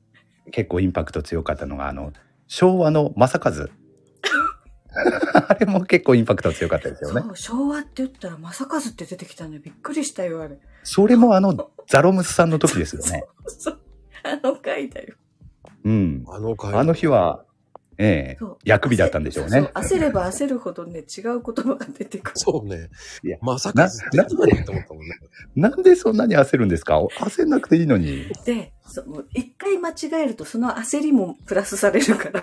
P: 結構インパクト強かったのが、あの、昭和の正和。 あれも結構インパクト強かったですよね。
O: そう昭和って言ったら正和って出てきたね。びっくりしたよ、あれ。
P: それもあの、ザロムスさんの時ですよね。
O: そうあの回だよ。
P: うん。
A: あの
P: 日は、ええ
O: そう
P: 薬味だったんでしょう
O: そう
P: ね。
O: 焦れば焦るほどね、違う言葉が出てくる。
A: そうね。
P: いや、
A: まさか
P: な、ななんでそんなに焦るんですか焦んなくていいのに。
O: で、そうもう一回間違えると、その焦りもプラスされるから。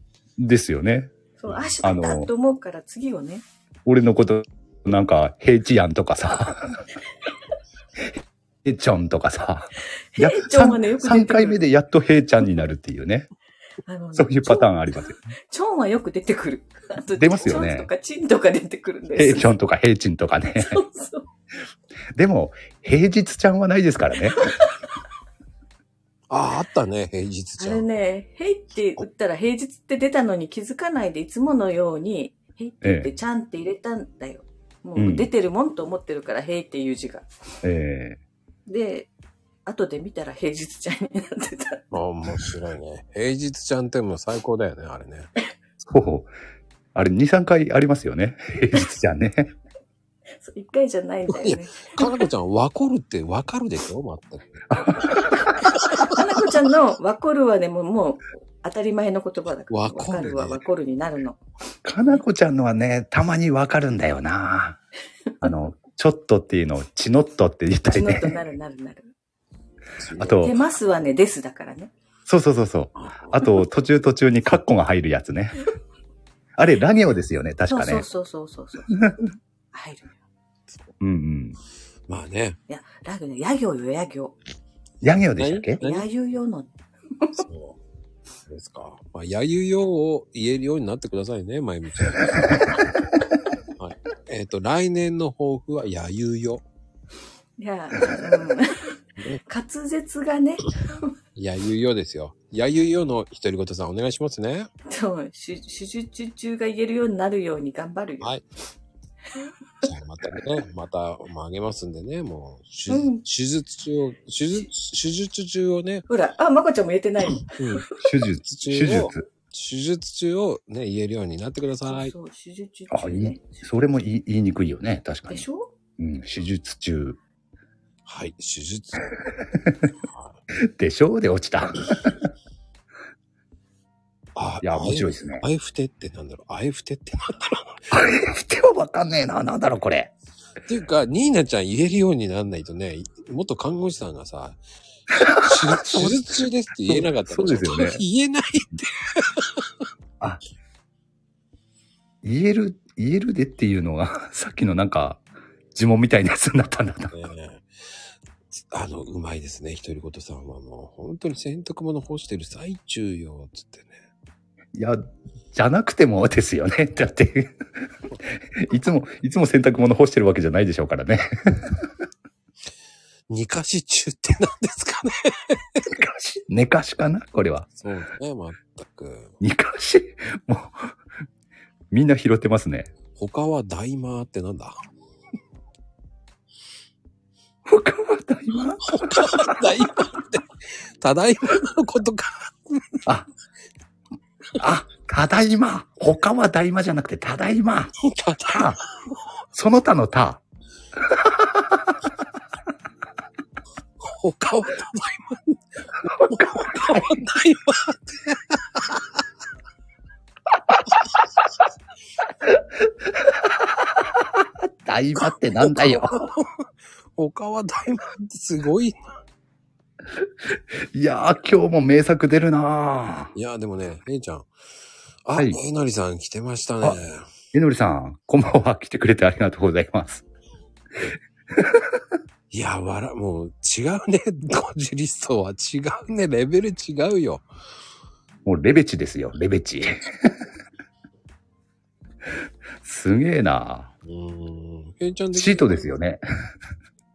P: ですよね。
O: そう、あ、しまっ
P: あ
O: た
P: の
O: と思うから次を ね。
P: 俺のこと、なんか、平地やんとかさ。平ちゃんと かさ。や
O: 平ちゃんはねよく出てくる
P: 3回目でやっと平ちゃんになるっていうね。
O: あの、
P: そういうパターンありますよ。
O: チョンはよく出てくる。あと
P: 出ますよね
O: チョンとかチンとか出てくるんです。
P: 平ちゃんとか平ちんとかね。でも、平日ちゃんはないですからね。
A: ああ、あったね、平日ち
O: あ
A: ゃ
O: れ
A: ん。
O: ね、へいって打ったら平日って出たのに気づかないでいつものように、へいって言ってちゃんって入れたんだよ。もう
P: う
O: ん出てるもんと思ってるから、へいっていう字が。
P: え
O: で、後で見たら平日ちゃんになってた。
A: あ面白いね。平日ちゃんってもう最高だよね、あれね。
P: そう。あれ、2、3回ありますよね。平日じゃね。
O: そう一回じゃないんだ
A: い
O: よ
A: や
O: ね。、
A: かなこちゃん、わこるってわかるでしょ全く。
O: かなこちゃんのわこるはね、もう、もう当たり前の言葉だから。
P: わ
O: わ
P: こ
O: かるはわこるになるの。
P: かなこちゃんのはね、たまにわかるんだよな。あの、ちょっとっていうのをちのっとって言った
O: ち
P: り
O: のっと
P: ね。
O: なるなるなる。
P: あと
O: 出、ますはね、ですだからね。
P: そうそうそうそう。あと、途中途中にカッコが入るや つね。あれ、ラ行ですよね、確かね。
O: そうそうそうそうそう。入る。
P: うんうん。
A: まあね。
O: いや、ラグね、や行よ、や行。
P: ヤ行でしたっけ
O: やゆよの。
A: そうですか。まあ、やゆようを言えるようになってくださいね、まゆみちゃん。はい、えっ、と、来年の抱負はやゆよ。
O: いや、うん、滑舌がね、
A: やゆよですよ。やゆよの独り言さんお願いしますね。
O: そう、手術中が言えるようになるように頑張るよ。
A: はい。じゃあまたね、また、まあ、あげますんでね、もう、手,、
O: うん
A: 手術中を、手術、手術中をね、
O: ほら、あ、まこちゃんも言えてない。
A: うん、
P: 手術
A: 中を
P: 手術
A: 手術中をね、言えるようになってください。
O: そう、手術中。
P: あ、いい。それも言い言いにくいよね、確かに。
O: でしょ
P: うん、手術中。
A: はい、手 術。
P: でしょで落ちた。
A: あ
P: いや、面白いですね。
A: あえふてってなんだろう、あえふてってなんだろ
P: う。あえふてはわかんねえな、なんだろう、これ。
A: っていうか、ニーナちゃん言えるようになんないとね、元看護師さんが さ、手手術中ですって言えなかったら
P: そうそうですよね
A: 言えないって。
P: 言える、言えるでっていうのが、 さっきのなんか、呪文みたいなやつになったんだな。
A: あの、うまいですね、独り言さんはもう、本当に洗濯物干してる最中よ、つって。
P: いや、じゃなくてもですよね。だって、いつも、いつも洗濯物干してるわけじゃないでしょうからね。
A: 寝かし中って何ですかね。
P: 寝かしかなこれは。
A: そうだね、まったく。
P: 寝かし、もう、みんな拾ってますね。
A: 他は大麻ってなんだ 他は大麻他は大麻って、ただいまのことか。
P: あ、あ、ただいま。他は大麻じゃなくて、ただいま。
A: た
P: だその他の他。
A: 他はただいま。他は大麻
P: 大麻ってなんだよ。
A: 他は大麻ってすごい。
P: いやー、今日も名作出るなぁ。
A: いや、でもね、姉ちゃん。あ、
P: はい
A: えのりさん来てましたね。
P: えのりさん、こんばんは。来てくれてありがとうございます。
A: いや、わら、もう違うね。 ゴジリストは違うね。レベル違うよ。
P: もうレベチですよ、レベ チ。すげえな
A: えいちゃん的
P: チートですよね。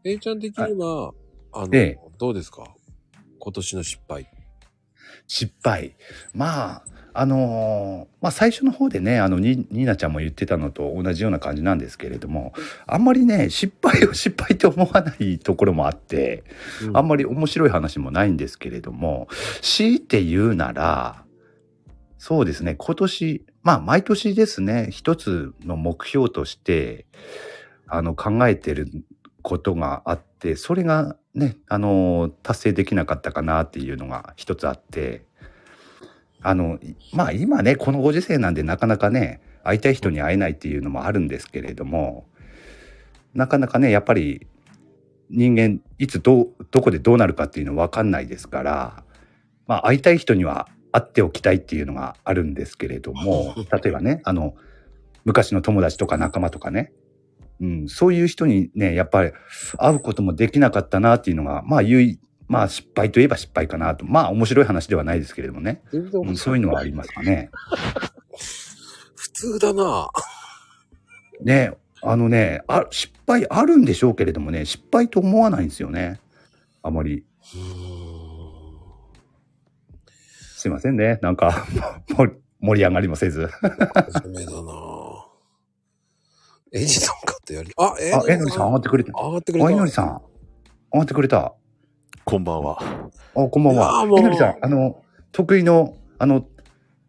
A: えいちゃん的には、あの、
P: ええ
A: どうですか今年の失敗。
P: 失敗。まあ、あのーまあ最初の方でね、あの、に、ニーナちゃんも言ってたのと同じような感じなんですけれども、あんまりね、失敗を失敗って思わないところもあって、あんまり面白い話もないんですけれども、強いて言うなら、そうですね、今年、まあ毎年ですね、一つの目標として、あの、考えてることがあって、それがね、あの、達成できなかったかなっていうのが一つあって、あの、いまあ今ね、このご時世なんでなかなかね、会いたい人に会えないっていうのもあるんですけれども、なかなかね、やっぱり人間、いつどう、どこでどうなるかっていうの分かんないですから、まあ会いたい人には会っておきたいっていうのがあるんですけれ ども、例えばね、あの、昔の友達とか仲間とかね、うん、そういう人にね、やっぱり会うこともできなかったなっていうのが、まあ唯一、まあ失敗といえば失敗かなと。まあ面白い話ではないですけれどもね。
A: 全然面白く
P: う
A: ない
P: んそういうのはありますかね。
A: 普通だな
P: ね、あのねあ、失敗あるんでしょうけれどもね、失敗と思わないんですよね。あまり。すいませんね。なんか、 もも盛り上がりもせず。
A: 真面目だなぁエジソンかとやり、あ、
P: あ、えのりさん上がってくれた。
A: 上がってくれた
P: あ、えのりさん。上がってくれた。
Q: こんばんは。
P: あ、こんばん
Q: いや
P: は
Q: ーも。う
P: えのりさん、あの、得意の、あの、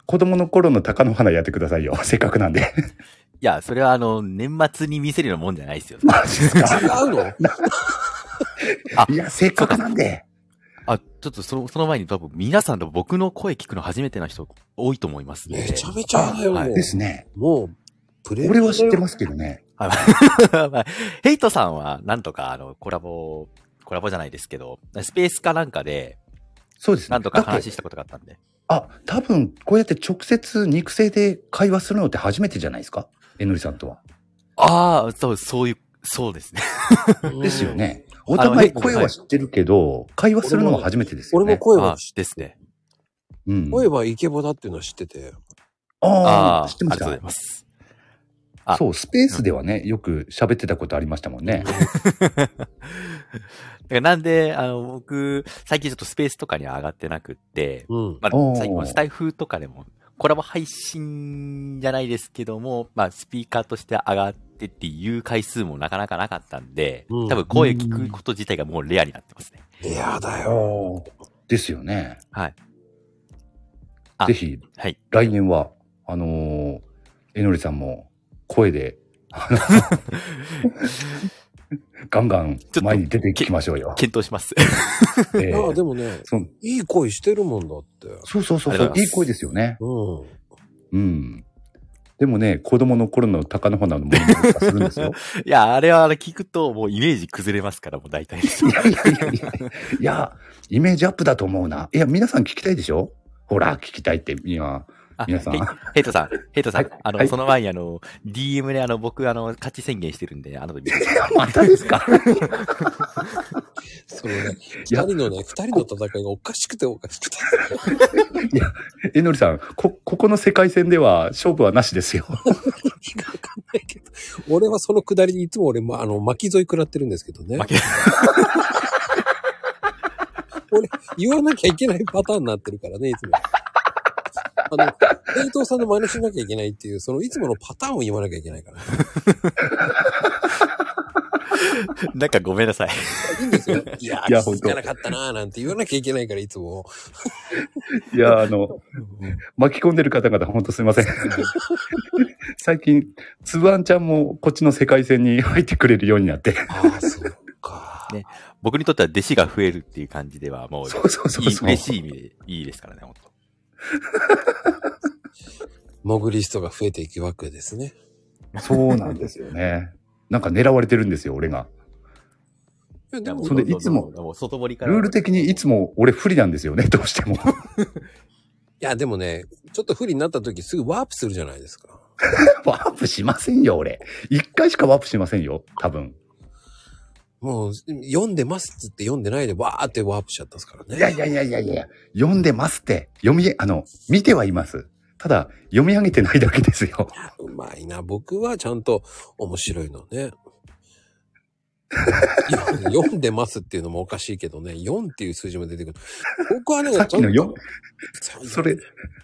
P: 子供の頃の鷹の花やってくださいよ。せっかくなんで。
Q: いや、それはあの、年末に見せるようなもんじゃないですよ。マジです
P: か
A: 違うの
Q: あ、
P: いや、せっかくなんで。
Q: あ、ちょっとその、その前に多分皆さんと僕の声聞くの初めてな人多いと思いますね。めち
A: ゃめちゃだよもうです
P: ね。
A: もう、プレ
P: 俺は知ってますけどね。
Q: はいまあ ヘイトさんはなんとかあの、コラボ、コラボじゃないですけど、スペースかなんかで、
P: そうですね。
Q: なんとか話したことがあったんで。
P: あ、多分、こうやって直接肉声で会話するのって初めてじゃないですかえのりさんとは。
Q: ああ、そう、そういう、そうですね。
P: ですよね。お互い声は知
Q: て
P: ってるけど、会話するのは初めてですよね。
A: 俺も声は
Q: 知ってですね。
P: うん。
A: 声はイケボだっていうのは知って て。
P: あ
Q: あ
P: あ、
Q: ー
P: 知ってました。
Q: ありがとうございます。あ
P: そう、スペースではね、よく喋ってたことありましたもんね。
Q: だからなんで、あの、僕、最近ちょっとスペースとかには上がってなくって、まあ
P: お、ー
Q: 最近はスタイフとかでも、コラボ配信じゃないですけども、まあ、スピーカーとして上がってっていう回数もなかなかなかったんで、
P: うん
Q: 多分声聞くこと自体がもうレアになってますね。
A: レ アだ
P: よ。ですよね。
Q: はい。
P: ぜひ、来年は、あのーえのりさんも声で、あのガンガン前に出てきましょうよ。
Q: 検討します。
P: え え
A: ああ、でも ね
P: そう、
A: いい声してるもんだって。
P: そうそうそうそう、いい声ですよね。
A: うん。
P: うん。でもね、子供の頃の高野花のものとかする んですよ。
Q: いや、あれはあれ聞くと、もうイメージ崩れますから、もう大体。
P: い や、イメージアップだと思うな。いや、皆さん聞きたいでしょほら、聞きたいって、今、
Q: あ
P: 皆さん
Q: ヘイ。ヘイトさん、ヘイトさん、あの、
P: はい
Q: その前にあの、DM であの、僕、あの、勝ち宣言してるんで、あの時。
P: またですか
A: そのね、二人のね、二人の戦いがおかしくておか しくて。
P: えのりさん、こ、ここの世界戦では勝負はなしですよ。
A: 俺はそのくだりにいつも俺、ま、あの、巻き添い食らってるんですけどね。 俺、言わなきゃいけないパターンになってるからね、いつも。あの、平藤さんの真似しなきゃいけないっていう、そのいつものパターンを言わなきゃいけない から。
Q: なんかごめんなさい。
A: いいん ですよ。いや
P: いや
A: ー、気
P: 本
A: づ
P: 当
A: かなかったなーなんて言わなきゃいけないから、いつも。
P: いや、あの、巻き込んでる方々、本当すい ません。最近、つぶあんちゃんもこっちの世界戦に入ってくれるようになって。
Q: ね、僕にとっては弟子が増えるっていう感じでは、もう、
P: そうそうそうそう
Q: いい嬉しい意味で、いいですからね、本当
A: モグリストが増えていくわけですね。
P: そうなんですよね。なんか狙われてるんですよ、俺が。
A: で
P: それでいつも
Q: う外堀から。
P: ルール的にいつも俺不利なんですよね、ど うしても。
A: いや、でもね、ちょっと不利になった時すぐワープするじゃないですか。
P: ワープしませんよ、俺。一回しかワープしませんよ、多分。
A: もう、読んでますっつって読んでないでわーってワープしちゃったですからね。
P: いやいやいやいやいや、読んでますって、読み、あの、見てはいます。ただ、読み上げてないだけですよ。
A: うまいな。僕はちゃんと面白いのね。読んでますっていうのもおかしいけどね、4っていう数字も出てくる。僕はね、
P: さっきの
A: ちゃん
P: 4、それ、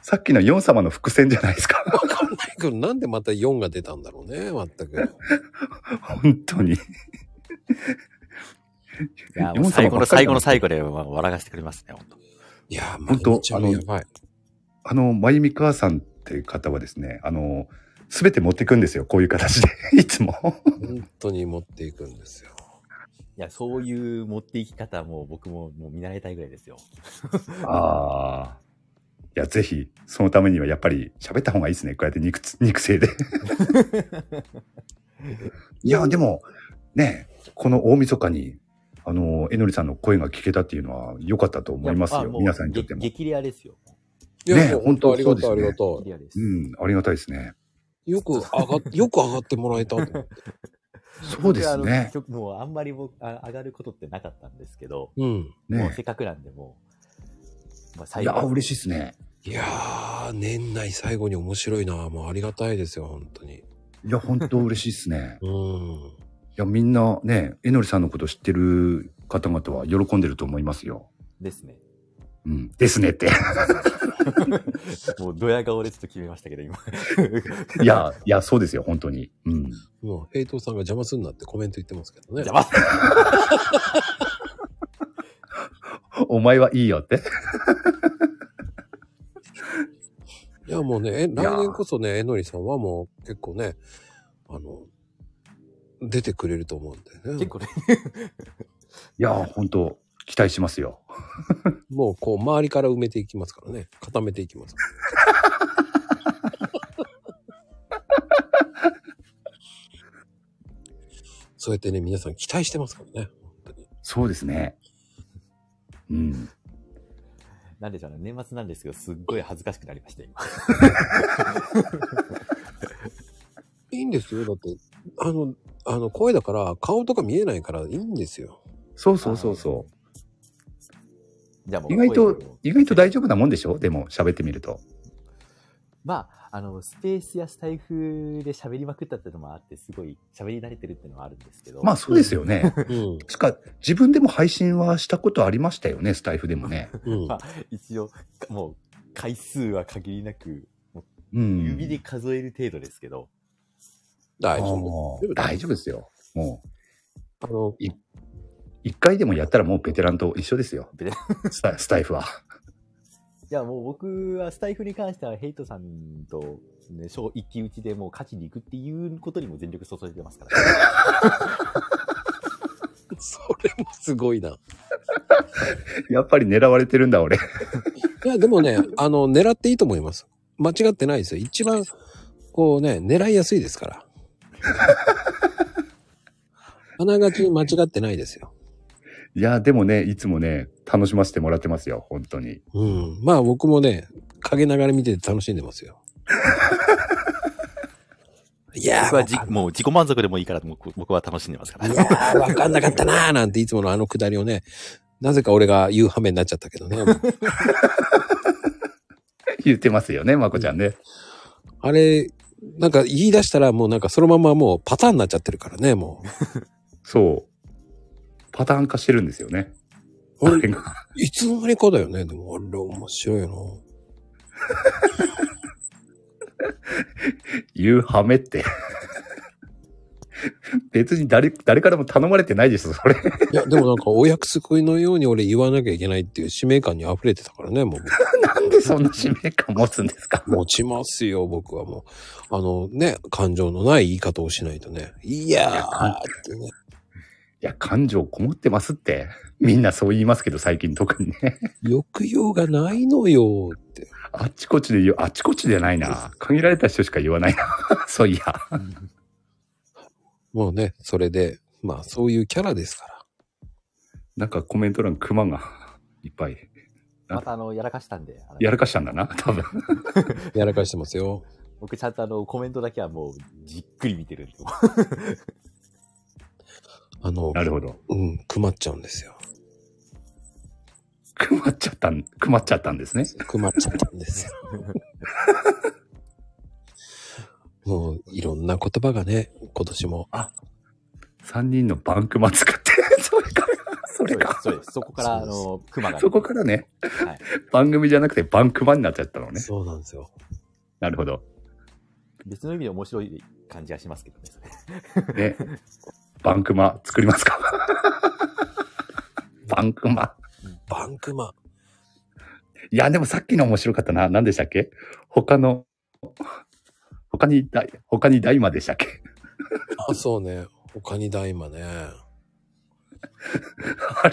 P: さっきの4様の伏線じゃないですか。
A: とわかんないけど、なんでまた4が出たんだろうね、全く。
P: 本当に。
Q: いや、もう最後の最後の最後でまあ笑かしてくれますね、本当
A: いや、
P: 本当、あの、あの、まゆみかわさんっていう方はですね、あの、すべて持ってくんですよ、こういう形で。 いつも。
A: 本当に持っていくんですよ。
Q: いや、そういう持っていき方も僕ももう見慣れたいぐらいですよ。
P: ああ。いや、ぜひ、そのためにはやっぱり喋った方がいいですね。こうやって肉つ、肉 声で。いや、でも、ね、この大晦日に、あの、えのりさんの声が聞けたっていうのは良かったと思います
Q: いや
P: よ。
Q: もう
P: 皆さんにとっても。
Q: 激レアですよ。
P: ね、本当
A: ありがとう、
P: そ
A: あり
P: ですね
A: がとう。
P: うん、ありがたいですね。
A: よく上が、よく上がってもらえたと思って。
P: そうで
Q: 僕
P: す
Q: はあの
P: ね。
Q: 曲もうあんまり僕、あ上がることってなかったんですけど、
A: うん
P: ね
Q: もうせっかくなんで、もう、まあ、
P: いや、嬉しいですね。
A: いやー、年内最後に面白いな。もうありがたいですよ、本当に。
P: いや、本当嬉しいですね。
A: うん。い
P: や、みんなね、えのりさんのこと知ってる方々は喜んでると思いますよ。
Q: ですね。
P: うん。ですねって。
Q: もうドヤ顔でちょっと決めましたけど、今。
P: いや、いや、そうですよ、本当に。うん。
A: もう、平等さんが邪魔すんなってコメント言ってますけどね。
Q: 邪魔すん
P: お前はいいよって。
A: いや、もうね、え来年こそね、えのりさんはもう結構ね、あの、出てくれると思うんだよね。結
Q: 構ね。
P: いや、本当期待しますよ。
A: もうこう、周りから埋めていきますからね。固めていきます。 そうやってね、皆さん期待してますからね。
P: そうですね。うん。
Q: なんでしょうね、年末なんですけど、すっごい恥ずかしくなりました、今。
A: いいんですよ。だって、あの、あの、声だから、顔とか見えないからいいんですよ。
P: そうそうそうそう。
Q: じゃあもう
P: 意外と、意外と大丈夫なもんでしょでも、喋ってみると。
Q: まあ、あの、スペースやスタイフで喋りまくったっていうのもあって、すごい喋り慣れてるっていうのはあるんですけど。
P: まあ、そうですよね。
A: うん。
P: しか、自分でも配信はしたことありましたよね、スタイフでもね。
Q: まあ、一応、もう、回数は限りなく、もう
P: うん
Q: 指で数える程度ですけど。
A: 大
P: 丈夫。大丈夫ですよ。も
A: う。あの、
P: 一回でもやったらもうベテランと一緒ですよ。スタスタイフは。
Q: いや、もう僕はスタイフに関しては、ヘイトさんと、ね、小一騎打ちでもう勝ちに行くっていうことにも全力注いでますから、
A: それもすごいな。
P: やっぱり狙われてるんだ、俺。
A: いや、でもね、あの、狙っていいと思います。間違ってないですよ。一番、こうね、狙いやすいです から。あながち間違ってないですよ。
P: いや、でもね、いつもね、楽しませてもらってますよ、本当に。
A: うん。まあ僕もね、陰ながら見てて楽しんでますよ。いやー
Q: 僕はじもう自己満足でもいいから、もう僕は楽しんでますから。
A: いやー、わかんなかったなーなんていつものあのくだりをね、なぜか俺が言う羽目になっちゃったけどね。
P: 言ってますよね、まこちゃんね。
A: あれ、なんか言い出したらもうなんかそのままもうパターンになっちゃってるからね、もう。
P: そう。パターン化してるんですよね。
A: 俺、いつの間にかだよね。でも、あれ面白いよ
P: 言うはめって。 別に誰、誰からも頼まれてないですよ、それ。
A: な。いや、でもなんかお約束のように俺言わなきゃいけないっていう使命感に溢れてたからね、もう。
P: なんでそんな使命感持つんですか
A: 持ちますよ、僕はもう。あのね、感情のない言い方をしないとね。いやーってね。
P: いや、感情こもってますって。みんなそう言いますけど、最近特にね。
A: 抑揚がないのよって。
P: あっちこっちで言う、あっちこっちじゃないな。限られた人しか言わないな。 そういや。
A: もうね、それで、まあそういうキャラですから。
P: なんかコメント欄、クマがいっぱい。
Q: またあの、やらかしたんで、あの
P: やらかしたんだな、多分。
A: やらかしてますよ。
Q: 僕ちゃんとあの、コメントだけはもう、じっくり見てるんで。
A: あの、
P: なるほど。
A: うん、くっちゃうんですよ。
P: くまっちゃったん、くまっちゃった んですね。
A: くまっちゃったん ですよ。もういろんな言葉がね、今年も。
P: あ、3人のバンクマ使って、 それから、それか。
Q: そうです。そこから、あの、熊が。
P: そこからね、
Q: はい
P: 番組じゃなくてバンクマになっちゃったのね。
A: そうなんですよ。
P: なるほど。
Q: 別の意味で面白い感じがしますけどね。
P: ね。バンクマ作りま すかバンクマ。
A: バンクマ。
P: いや、でもさっきの面白かったな。何でしたっけ他の、他に大、他に大魔でしたっけ
A: あ、そうね。他に大魔ね。
P: あ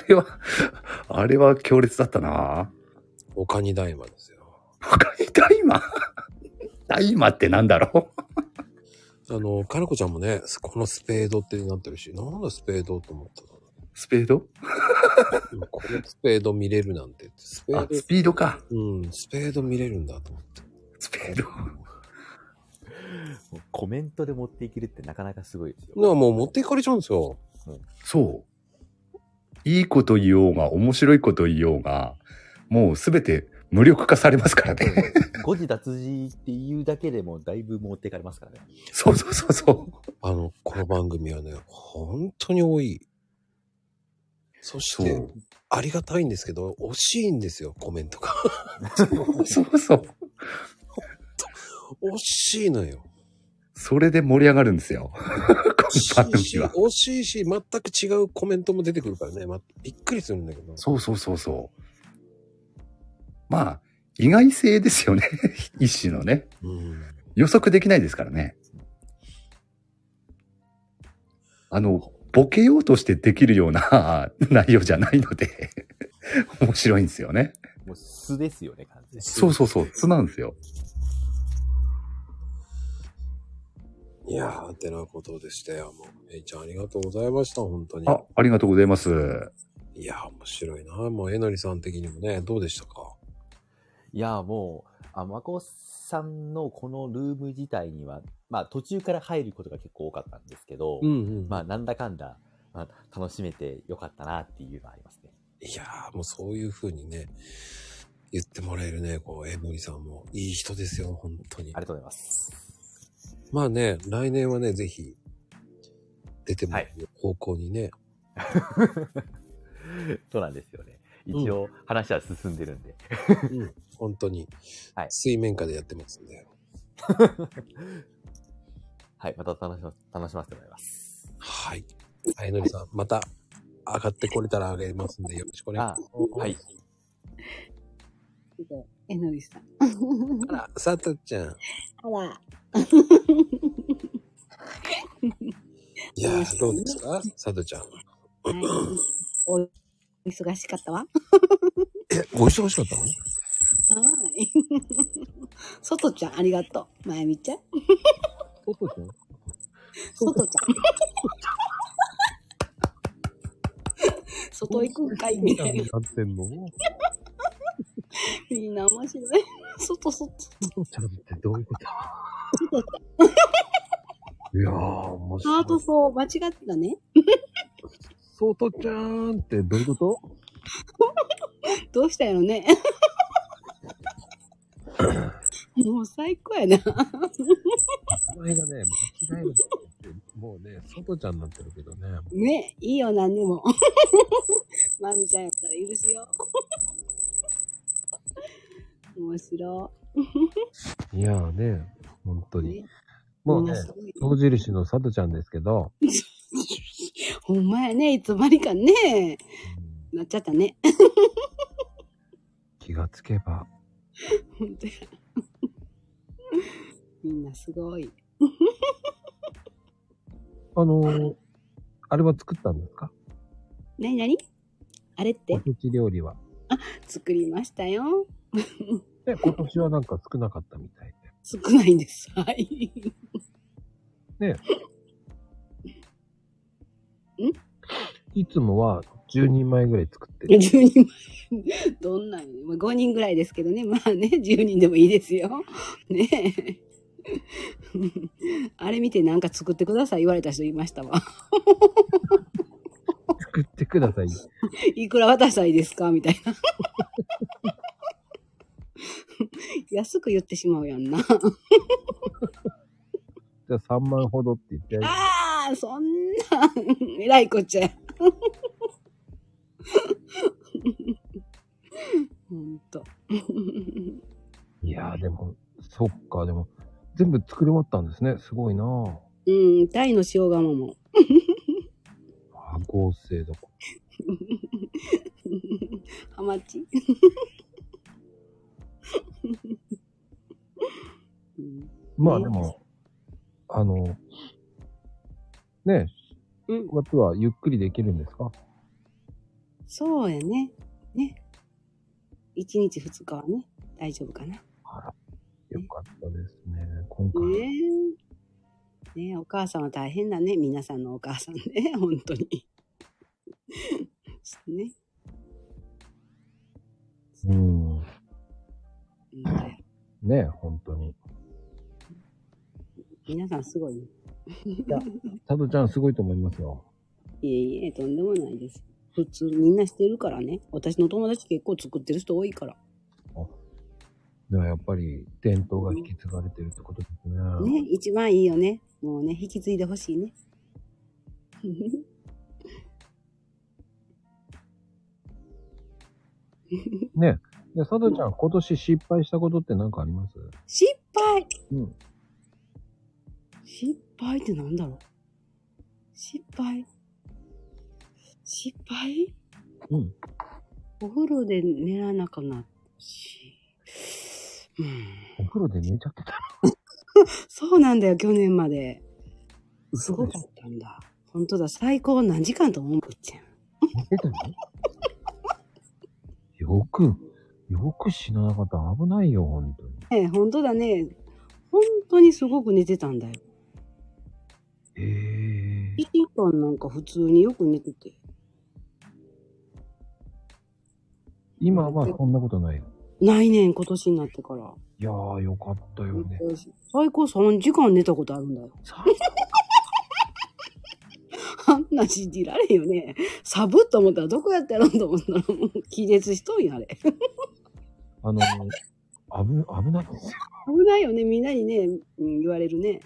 P: れは、あれは強烈だったな。
A: 他に大魔ですよ。
P: 他に大魔大魔ってなんだろ
A: あの、かなこちゃんもね、このスペードってなってるし、なんだスペードと思ったの
P: うスペード
A: 今このスペード見れるなんてって。スペー
P: あ、
A: ド
P: スピードか。
A: うん、スペード見れるんだと思って。
P: スペード。
Q: もうコメントで持っていけるってなかなかすごいですよ。
A: のはもう持っていかれちゃうんですよ。
P: そう。いいこと言おうが、面白いこと言おうが、もうすべて無力化されますからね。
Q: 誤字脱字っていうだけでもだいぶ持ってかれますからね。
P: そうそうそうそう。
A: あの、この番組はね、本当に多い。そして、ありがたいんですけど、惜しいんですよ、コメントが。
P: そうそう。
A: 惜しいのよ。
P: それで盛り上がる んですよ。この番組は。
A: 惜しいし、全く違うコメントも出てくるからね、ま、びっくりするんだけど。
P: そうそうそうそう。まあ、意外性ですよね。 一種のね。予測できないですからね。あの、ボケようとしてできるような 内容じゃないので、 面白いんですよね。
Q: もう素ですよね、完全に。
P: そうそうそう、素なんですよ。
A: いやー、てなことでしたよ。もう、えいちゃんありがとうございました、本当に。
P: あ、ありがとうございます。
A: いやー、面白いな。もう、えのりさん的にもね、どうでしたか
Q: いや、もう、あ、まこさんのこのルーム自体には、まあ途中から入ることが結構多かったんですけど、
A: うんうん
Q: まあなんだかんだ、まあ、楽しめてよかったなっていうのはありますね。
A: いやー、もうそういう風にね、言ってもらえるね、こう、えのりさんも、いい人ですよ、本当に。あり
Q: がとうございます。
A: まあね、来年はね、ぜひ、出てもらえる方向にね。
Q: そうなんですよね。一応話は進んでるん で。
A: うん、本当に。水面下でやってますんで。
Q: はい、また楽しま、楽しませてもらいます。
A: はい。あやのりさん、また上がってこれたら上げますんで、よろしくお願いします。はい。
R: えのりさん。
A: あら、さとちゃん。
R: あら。
A: いやー、どうでしたさとちゃん。
R: お、お忙しかったわ。
A: え、お忙しかったの
R: はい。外ちゃん、ありがとう。まゆみちゃん。
A: 外ちゃん
R: 外ちゃん。外行くんかいみたいな。
A: なってんの
R: みんな面白い。外、外。
A: 外ちゃんってどういうこと
R: 外ち
A: いやー、面
R: ゃん。
A: 白
R: ハ
A: い
R: ー。トそう、間違ってたね。
A: 外ちゃんってどういうこと
R: どうしたやろね。もう最高やな。
A: 名前がね、間違えるって、もうね、外ちゃんになってるけどね。
R: ねいいよ、何でも。 まみちゃんやったら許すよ。 面白
A: いやーね、本当に
R: ね。
A: もうね
R: みんなすごい、
A: 象印のさとちゃんですけど、
R: い。 ほんまやね、いつまにかね。なっちゃったね。
A: 気がつけば、
R: 本当や。 みんなすごい。
A: あのー、あれは作ったんですか
R: なになにあれって
A: おせち料理は。
R: 作りましたよ。
A: で、今年はなんか少なかったみたい
R: 少ないんです。はい。
A: で。ね
R: ん
A: いつもは10人前ぐらい作ってる。
R: 10人前。どんなんまあ、5人ぐらいですけどね。まあね、10人でもいいですよ。ねえ。あれ見てなんか作ってください言われた人いましたわ。
A: 作ってください。
R: いくら渡したらいいですかみたいな。安く言ってしまうやんな。
A: じゃあ3万ほどって言ってあげる
R: ああ、そんな、えらいこっちゃや。ほんと。
A: いやーでも、そっか、でも、全部作り終わったんですね。すごいなぁ。
R: うん、タイの塩釜も。
A: あ合成だ。
R: ハマチ。
A: まあでも、あの、ね
R: え、
A: こうやってはゆっくりできるんですか
R: そうやね。ね。1日2日はね、大丈夫かな。
A: よかったですね。今回。
R: ねえ。ねえ、お母さんは大変だね。皆さんのお母さんね。 本当に。ね。
A: うん。 ねえ、本当に。
R: 皆さんすごいね。
A: 佐藤ちゃんすごいと思いますよ。
R: いえいえ、とんでもないです。普通みんなしてるからね。私の友達結構作ってる人多いから。
A: ではやっぱり伝統が引き継がれてるってことですね。
R: ね、一番いいよね。もうね、 引き継いでほしいね。
A: ね。で、佐藤ちゃん、今年失敗したことって何かあります
R: 失敗
A: うん。
R: 失敗ってなんだろう失敗失敗
A: うん。
R: お風呂で寝らなくなっし。
A: お風呂で寝ちゃってた。
R: そうなんだよ、去年まで。すごかったんだ。本当だ、最高何時間と思うちゃん。
A: 寝てたのよく、よく死ななかった。危ないよ、本当に。
R: ねえ、本当だね。本当にすごく寝てたんだよ。へえ。1時間なんか普通によく寝てて。
A: 今はそんなことないよ。
R: ないねん、今年になってから。
A: いやー、よかったよね。
R: 最高3時間寝たことあるんだよ。あんな信じられんよね。サブっと思ったらどこやったやろうと思ったらもう気絶しとんや、あれ。
A: あの、危、危ないですよ。
R: 危ないよね、みんなにね、うん、言われるね。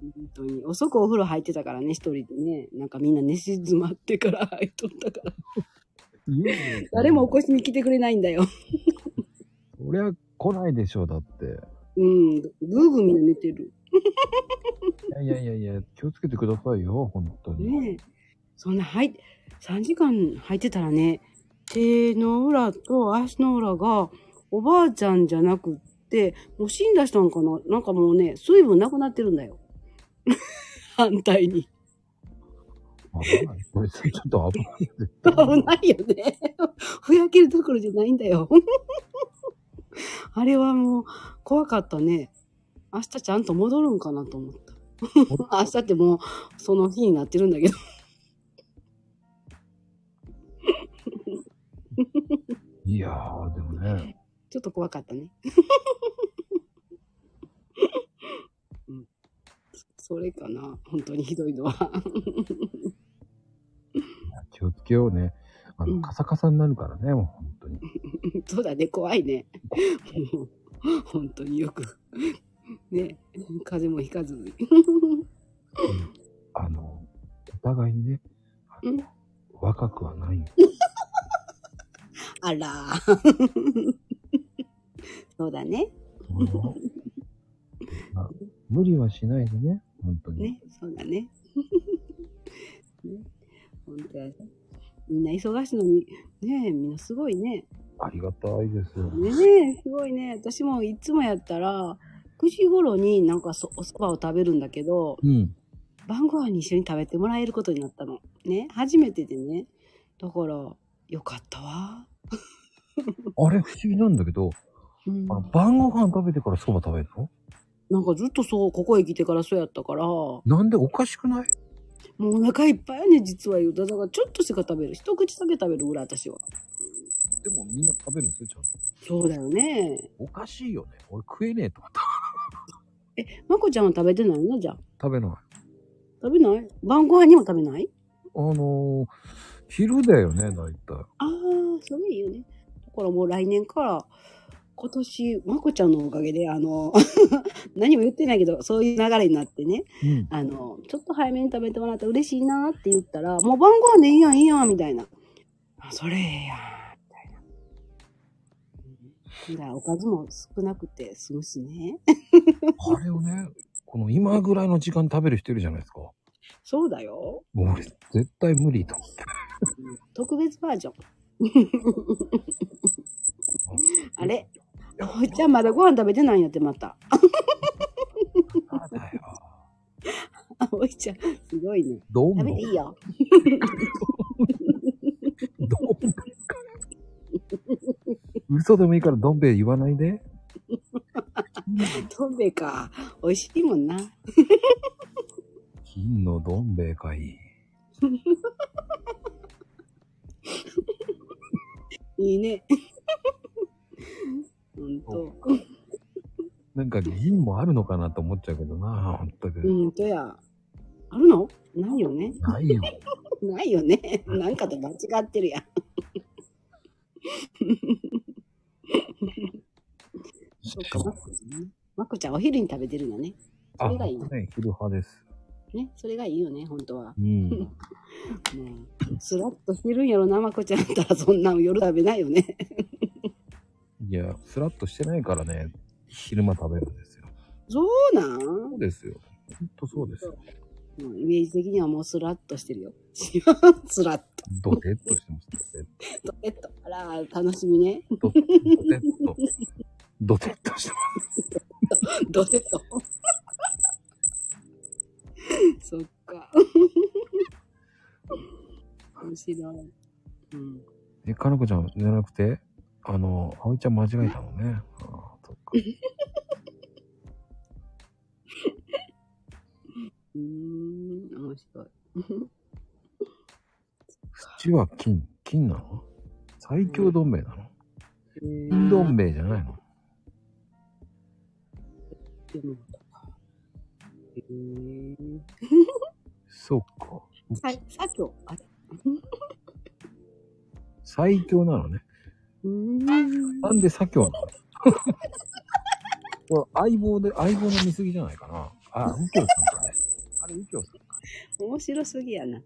R: 本当に。遅くお風呂入ってたからね、一人でね。なんかみんな寝静まってから入っとったから。誰も起こしに来てくれないんだよ。
A: 俺は来ないでしょう、だって。
R: うん、ぐーぐーみんな寝てる。
A: いやいやいやいや、気をつけてくださいよ、本当に。
R: ねえ。そんな入っ、3時間入ってたらね、手の裏と足の裏が、おばあちゃんじゃなくって、もう死んだ人なんかななんかもうね、水分なくなってるんだよ。 反対に。
A: 危ない。これ、ちょっと危ない。
R: 危ないよね。 ふやけるどころじゃないんだよ。 あれはもう怖かったね。明日ちゃんと戻るんかなと思った。明日ってもうその日になってるんだけど。
A: いやー、でもね、
R: ちょっと怖かったね。 うんそれかな本当にひどいのは。
A: 気をつけようね。あの、カサカサになるからね、も
R: そうだね、怖いね。もう、本当によく。ね、風邪もひかずに。
A: う、お互いにね、
R: うん
A: 若くはないよ。
R: あら。そうだね。
A: あ無理はしないでね、本当に。
R: ね、そうだね。ね、本当やねみんな忙しいのに、ねえ、みんなすごいね。
A: ありがたいですよ。
R: ねえ、すごいね。私もいつもやったら、9時頃になんかそお蕎麦を食べるんだけど、
A: うん。
R: 晩ご飯に一緒に食べてもらえることになったの。ね、初めてでね。だから、よかったわ。
A: あれ、不思議なんだけど、
R: うん
A: あの晩ご飯食べてからそば食べるの
R: なんかずっとそう、ここへ来てからそうやったから、も
A: なんでおかしくな
R: いうお腹いっぱいやね、実は言うた。だからちょっとしか食べる。一口だけ食べるぐらい、私は。
A: でもみんな食べるんですよ、ちゃんと。
R: そうだよね。
A: おかしいよね。俺食えねえと思った。
R: まこちゃんは食べてないのじゃあ。
A: 食べない。
R: 食べない晩ご飯にも食べない
A: あのー、昼だよね、大体。
R: ああ、それいいよね。だからもう来年から、今年、まこちゃんのおかげで、あの、 何も言ってないけど、そういう流れになってね、
A: うん
R: あの、ちょっと早めに食べてもらったら嬉しいなって言ったら、もう晩ご飯でいいやん、いいやん、みたいな。あ、それええやん、みたいなうん。だからおかずも少なくて済むしね。
A: あれをね、この今ぐらいの時間食べる人いるじゃないですか。
R: そうだよ。
A: 俺、絶対無理と思って。
R: 特別バー ジョン。あれおいちゃんまだご飯食べてないんやってまた。あおいちゃん、すごいね。
A: どうも
R: 食べていいよ。
A: 嘘でもいいからどん兵衛言わないで。
R: どん兵衛か。美味しいもんな。
A: 金のどん兵衛かい。
R: いいね。本
A: なんか銀もあるのかなと思っちゃうけどな、ほんと
R: 当。う
A: に。
R: んとや。あるのないよね。
A: ないよ。
R: ないよね。なんかと間違ってるや ん。そっか、まこちゃんねまこちゃんお昼に食べてるのね。そ
A: あ、
R: れがいい
A: 僕ね、昼派です。
R: ね、それがいいよね、本当は。
A: うん
R: もうスラッとしてるんやろな、まこちゃんやったらそんなん夜食べないよね。
A: いや、スラッとしてないからね、昼間食べるんですよ。
R: そうなん
A: そうですよ。ほんとそうですよ。
R: もうイメージ的にはもうスラッとしてるよ。 スラッと。
A: ドテッとしてます。
R: ドテッと。あら、楽しみね。
A: ドテッと。ドテッとして
R: ます。 ドテッと。そっか。 面白い。 うん。
A: え、かなこちゃんじゃなくて、あの、葵ちゃん間違えたのね。
R: うーん、面白い。
A: 土は金、金なの最強どん兵衛なの
R: えー
A: 金どん兵衛じゃないの
R: でもえー、
A: そっか。
R: さ、さきょ、あれ
A: 最強なのね。
R: うーん。
A: なんで左 京なのこれ相棒で、相棒の見過ぎじゃないかな。あ、右京さんかね。あれ右京さんか。
R: 面白すぎやな。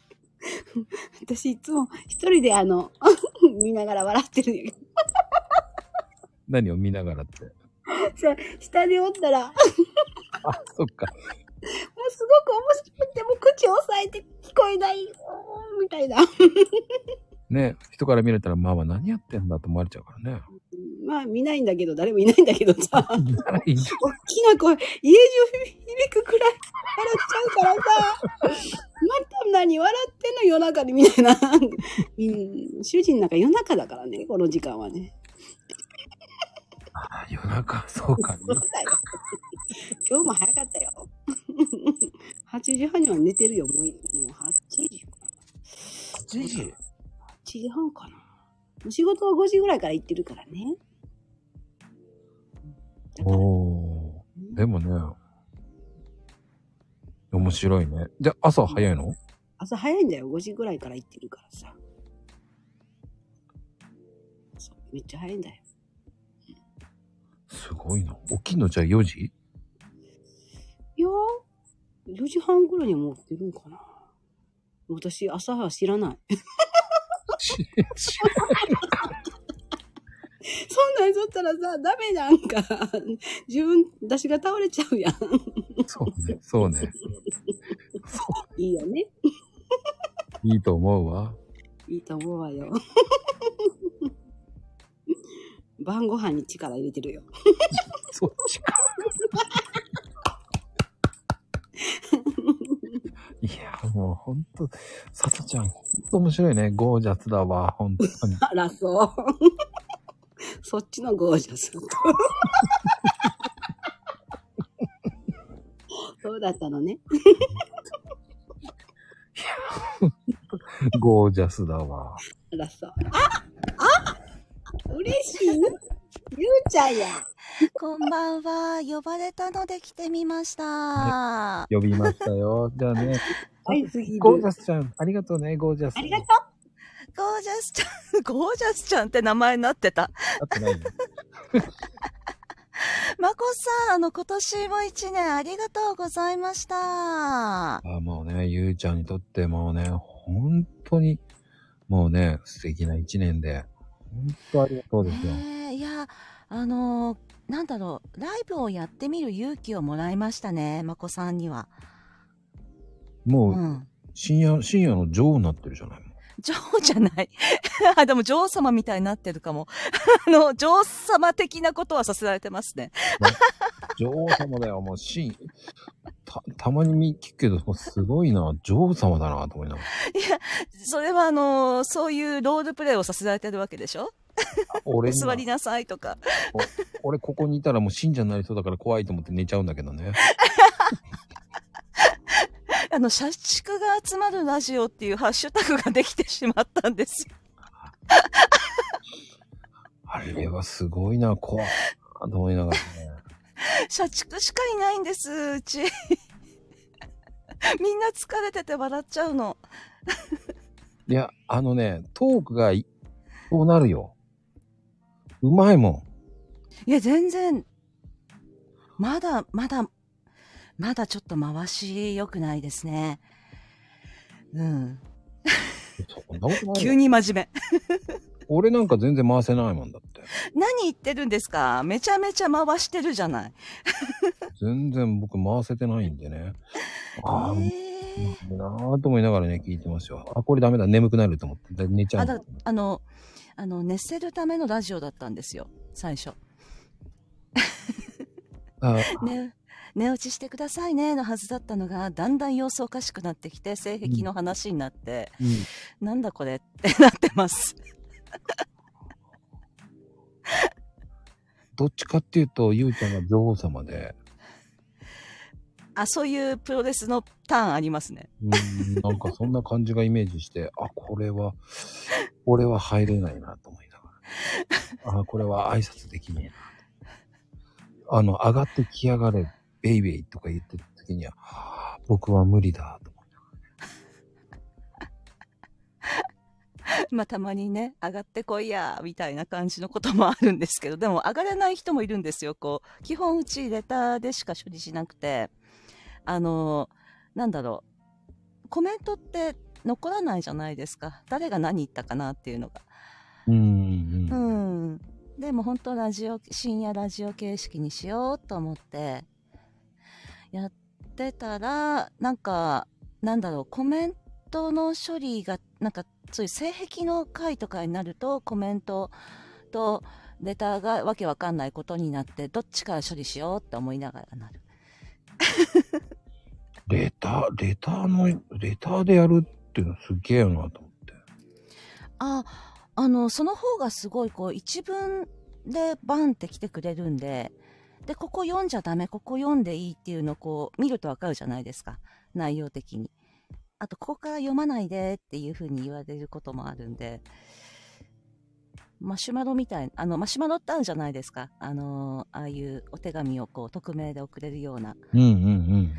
R: 私いつも一人であの、 見ながら笑ってるんやけ
A: 何を見ながらって。
R: ど。そう下でおった ら、もう
A: あ、そっか。
R: すごく面白くて、もう口を押さえて聞こえない、うーんみたいな。
A: ね、人から見られたら、まあまあ何やってんだと思われちゃうから ね。
R: まあ見ないんだけど、誰もいないんだけどさ。 大
A: いい
R: きな声、家中響くくらい笑っちゃうからさ。 また何笑ってんの夜中でみたいな。 うん主人なんか夜中だからね、この時間はね。
A: あ夜中、そうか。
R: そうだよ 今日も早かったよ。8時半には寝てるよ、もう。もう8時か。
A: 8時 ?8
R: 時半かな。お仕事は5時ぐらいから行ってるからね。
A: おー。でもね、面白いね。じゃあ朝早いの
R: 朝早いんだよ、5時ぐらいから行ってるからさ。そうめっちゃ早いんだよ。
A: すごいな。起きんのじゃあ4時
R: いやー、4時半ぐらいにはもう起きてるんかな。私、朝は知らない。そんなんしとったらさ、ダメなんか。自分、私が倒れちゃうやん。
A: そうね、そうね。
R: いいよね。
A: いいと思うわ。
R: いいと思うわよ。晩ご飯に力入れてるよ。
A: そっちか。いや、もうほんと、さとちゃん、ほんと面白いね。ゴージャスだわ、ほんとに。
R: あら、そう。 そっちのゴージャス。 そうだったのね。
A: ゴージャスだわ。
R: あら、そう。ああ嬉しい。ゆうちゃんや。
S: こんばんは。呼ばれたので来てみました。
A: 呼びましたよ。じゃあね。
S: はい次
A: ゴージャスちゃん、ありがとうね、ゴージャス。ありがとう。
S: ゴージャスちゃん、 ゴージャスちゃんって名前になってた。
A: ってないの。
S: まこさん、あの、今年も一年ありがとうございました。
A: あもうね、ゆうちゃんにとってもうね、本当に、もうね、素敵な一年で、本当ありがとうですよ。
S: えーいや、あのーなんだろう、ライブをやってみる勇気をもらいましたね、まこさんには。
A: もう、深夜、深夜の女王になってるじゃない。
S: 女王じゃない。 あ、でも女王様みたいになってるかも。 あの、女王様的なことはさせられてますね。
A: 女王様だよ、もう深夜。た、たまに見聞くけど、すごいな、女王様だな、と思いながら。
S: いや、それはあのーそういうロールプレイをさせられてるわけでしょ
A: 俺
S: お
A: には
S: 座りなさいとか。
A: お俺ここにいたらもう信者になりそうだから怖いと思って寝ちゃうんだけどね。
S: あの、社畜が集まるラジオっていうハッシュタグができてしまったんですよ。
A: あれはすごいな、怖いな、と思いながらね。
S: 社畜しかいないんです、うち。 みんな疲れてて笑っちゃうの。
A: いや、あのね、トークがい、そうなるよ。うまいも
S: いや、全然、まだ、まだ、まだちょっと回し良くないですね。うん。急に真面
A: 俺なんか全然回せないもんだ。
S: 目。 何言ってるんですかめちゃめちゃ回してるじゃない。
A: 全然僕回せてないんで ね。ああ、なあと思いながらね、聞いてますよ。あ、これダメだ。眠くなると思って。で寝ちゃ
S: あ
A: うの
S: だ。あの、あの、寝せるためのラジオだったんですよ。最初。
A: あ
S: ね、寝落ちしてくださいねのはずだったのが、だんだん様子おかしくなってきて、性癖の話になって、なんだこれってなってます。
A: どっちかっていうと、ゆうちゃんが女王様で、
S: あ、そういうプロレスのターンありますね。
A: うーん、なんかそんな感じがイメージして、 あ、これは、俺は入れないなと思いなが ら。あ、これは挨拶できねえな。あの、上がってきやがれ、ベイベイとか言ってる時には、はあ僕は無理だと。
S: まあたまにね、上がってこいや、みたいな感じのこともあるんですけど、でも上がれない人もいるんですよ。こう、基本うちレターでしか処理しなくて、あの、なんだろう、コメントって残らないじゃないですか。誰が何言ったかなっていうのが。
A: うん
S: うん。でも本当ラジオ、深夜ラジオ形式にしようと思って、やってたら、なんか、なんだろう、コメントの処理が、なんか、そういう性癖の回とかになると、コメントとレターがわけわかんないことになって、どっちから処理しようって思いながらなる。
A: レター、レターの、レターでやるっていうのすげえよなと思って。
S: あ、あの、その方がすごい、こう、一文でバンって来てくれるんで、で、ここ読んじゃダメ、ここ読んでいいっていうのをこう、見るとわかるじゃないですか。内容的に。あと、ここから読まないでっていうふうに言われることもあるんで、マシュマロみたいな、あの、マシュマロってあるじゃないですか。あの、ああいうお手紙をこう、匿名で送れるような。
A: うんうんうん。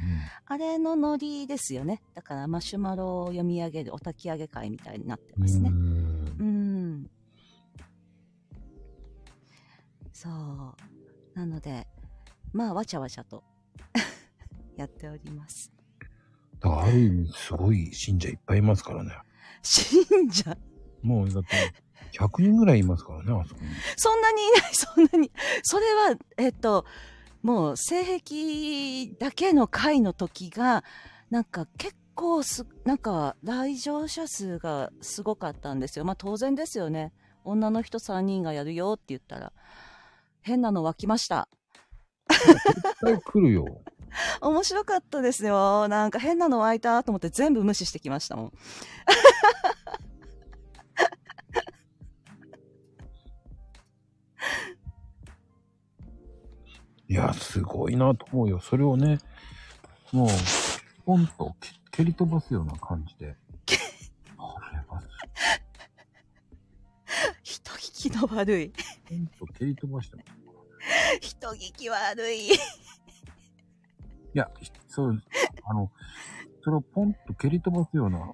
S: あれのノリですよね。だからマシュマロを読み上げるお焚き上げ会みたいになってますね。うん。そう。なので、まあ、わちゃわちゃと やっております。
A: だからある意味すごい信者いっぱいいますからね。
S: 信者
A: もうだって100人ぐらいいますからね、あそこに。
S: そんなにいない、そんなに。それは、えっと、もう、性癖だけの会の時が、なんか結構す、なんか来場者数がすごかったんですよ。まあ当然ですよね。女の人3人がやるよって言ったら、変なの湧きました。
A: 来るよ。
S: 面白かったですよ。なんか変なの湧いたと思って全部無視してきましたもん。
A: いや、すごいなと思うよ。それをね、もう、ポンと蹴蹴り飛ばすような感じで。
S: 人聞きの悪い。
A: ポンと蹴り飛ばしてます。
S: 人聞き悪い。
A: いや、ひそう、あの、それをポンと蹴り飛ばすような、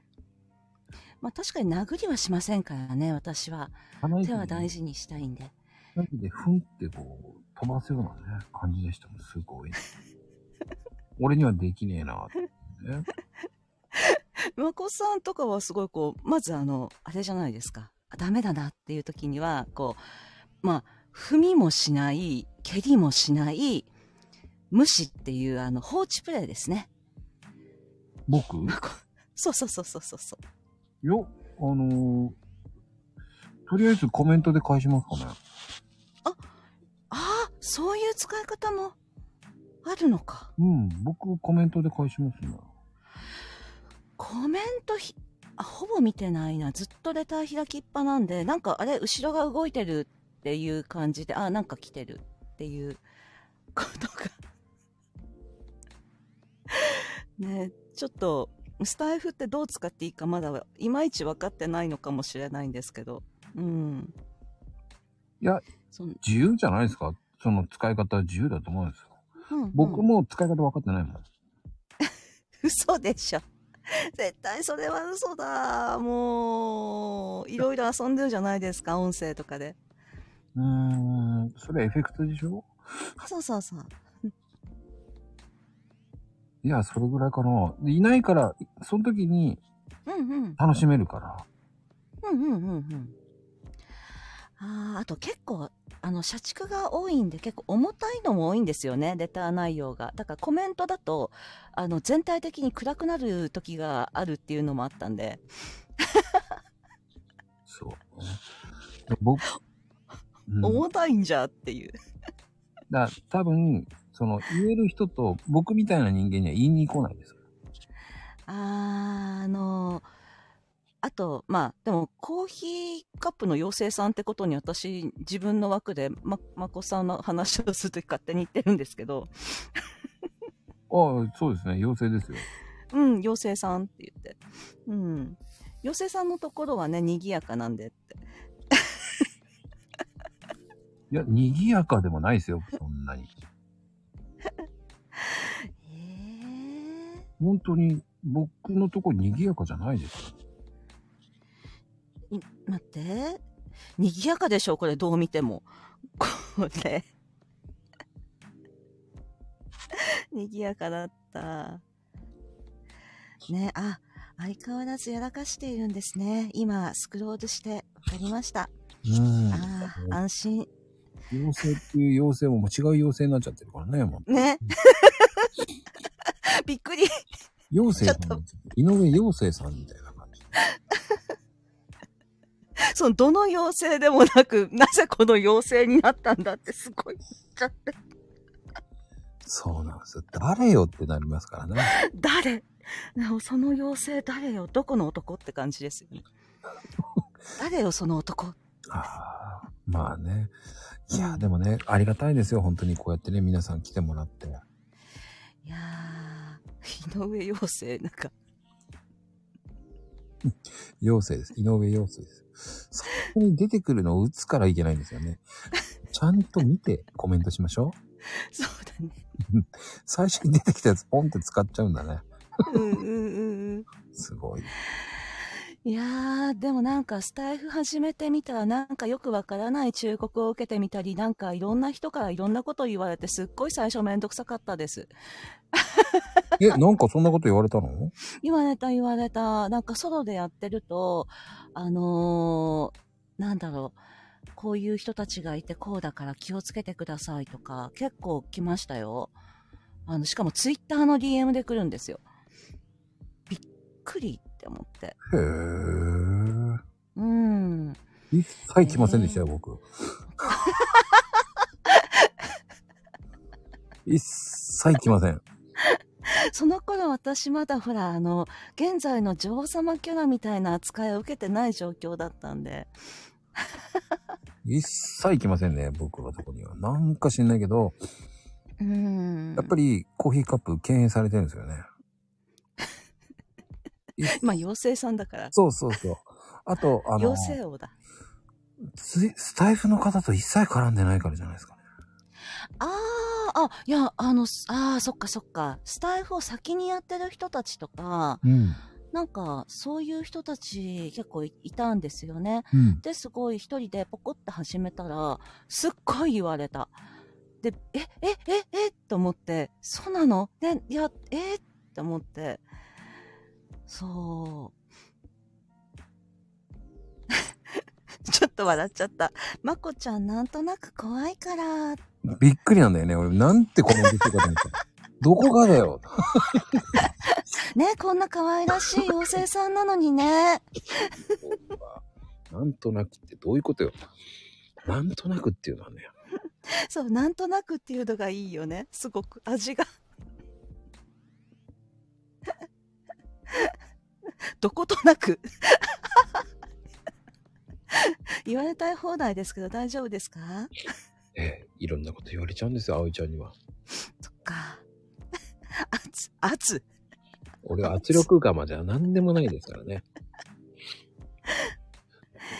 S: まあ確かに殴りはしませんからね、私は
A: 鼻。息
S: 手
A: もね
S: は大事にしたいんで。
A: なでふんってこう、飛ばすようなね、感じでしたもん。す ごい。俺にはできねえな、ね。
S: まこさんとかはすごいこう、まずあの、あれじゃないですか。あダメだなっていう時には、こう、まあ、踏みもしない、蹴りもしない、無視っていうあの、放置プレイですね。
A: 僕い
S: そうそうそうそうそうそう。
A: や、あのーとりあえずコメントで返しますかね。
S: ああ、そういう使い方もあるのか。
A: うん、僕コメントで返しますね。
S: コメントひ、あ、ほぼ見てないな。ずっとレター開きっぱなんで、なんかあれ、後ろが動いてるっていう感じで、あ、なんか来てるっていうことが。 ね、ちょっと、スタイフってどう使っていいかまだいまいち分かってないのかもしれないんですけど。うん。
A: いや、
S: そん
A: 自由じゃないですかその使い方は自由だと思うんですよ。
S: うんうん
A: 僕も使い方分かってないもん。
S: 嘘でしょ。 絶対それは嘘だ。もう、いろいろ遊んでるじゃないですか、音声とかで。
A: うーん、それエフェクトでしょ
S: そうそうそう。
A: いや、それぐらいかな。でいないから、その時に
S: うんうん。
A: 楽しめるから。
S: うんうんうんうん。ああ、あと結構、あの、社畜が多いんで結構重たいのも多いんですよね、レター内容が。だからコメントだと、あの、全体的に暗くなる時があるっていうのもあったんで。
A: そうね。僕、うん
S: 重たいんじゃっていう。
A: だ多分、その、言える人と、僕みたいな人間には言いに来ないです。
S: あーあのあとまあでもコーヒーカップの妖精さんってことに私自分の枠でままこさんの話をするとき勝手に言ってるんですけど
A: ああ、そうですね。妖精ですよ。
S: うん妖精さんって言ってうん妖精さんのところはね賑やかなんでって
A: いや、賑やかでもないですよ、そんなに。本当に、僕のとこ賑やかじゃないですよ。
S: い待って賑やかでしょこれどう見てもこ れ賑やかだったねあ相変わらずやらかしているんですね今スクロールして分かりました
A: うん。
S: あー安心
A: 妖精っていう妖精ももう違う妖精になっちゃってるからね、もう。
S: ねびっくり
A: 妖精さんになっちゃってる、井上妖精さんみたいな。
S: そのどの妖精でもなくなぜこの妖精になったんだってすごい言っちゃって
A: そうなんですよ。誰よってなりますからね。
S: 誰なおその妖精誰よどこの男って感じですよ ね誰よその男
A: まあね。いや、でもね、ありがたいですよ。本当にこうやってね、皆さん来てもらって。
S: 井上妖精なんか
A: 妖精です。井上妖精です。そこに出てくるのを打つからいけないんですよ ね。ちゃんと見てコメントしましょう。
S: そうだ
A: ね。 最初に出てきたやつポンって使っちゃうんだね。
S: うんうんうんうん
A: すごい。
S: いやー、でもなんかスタイフ始めてみたらなんかよくわからない忠告を受けてみたり、なんかいろんな人からいろんなこと言われてすっごい最初めんどくさかったです。
A: え、なんかそんなこと言われたの
S: 言われた言われた。なんかソロでやってると、あのー、なんだろう。こういう人たちがいてこうだから気をつけてくださいとか、結構来ましたよ。あの、しかもツイッターの DM で来るんですよ。びっくりって思って。
A: へー。
S: うん。
A: 一切来ませんでしたよ、僕。一切来ません。
S: その頃私まだほら、あの、現在の女王様キャラみたいな扱いを受けてない状況だったんで。
A: 一切来ませんね、僕のとこには。なんか知んないけど、
S: うん。
A: やっぱりコーヒーカップ敬遠されてるんですよね。
S: まあ、妖精さんだ から。
A: そうそうそう。あと、あの、
S: 妖精王だ。
A: ススタイフの方と一切絡んでないからじゃないですかね。
S: ああ、あ、いや、あの、ああ、そっかそっか。スタイフを先にやってる人たちとか、
A: うん。
S: なんか、そういう人たち結構いいたんですよね。
A: うん
S: で、すごい一人でポコって始めたら、すっごい言われた。で、え、え、え、え、と思って、そうなのね、いや、えって思って、そう。 ちょっと笑っちゃった。まこちゃんなんとなく怖いから、
A: びっくりなんだよね。俺、なんてコメントしてるかと思 った。どこがだよ。
S: ね、こんな可愛らしい妖精さんなのにね。
A: なんとなくってどういうことよ。なんとなくっていうのはね。
S: そう、なんとなくっていうのがいいよね。すごく味が。 どことなく。 言われたい放題ですけど大丈夫ですか
A: ええ、いろんなこと言われちゃうんですよ、葵ちゃんには。
S: 圧、圧。
A: 俺は圧力釜じゃ何でもないですからね。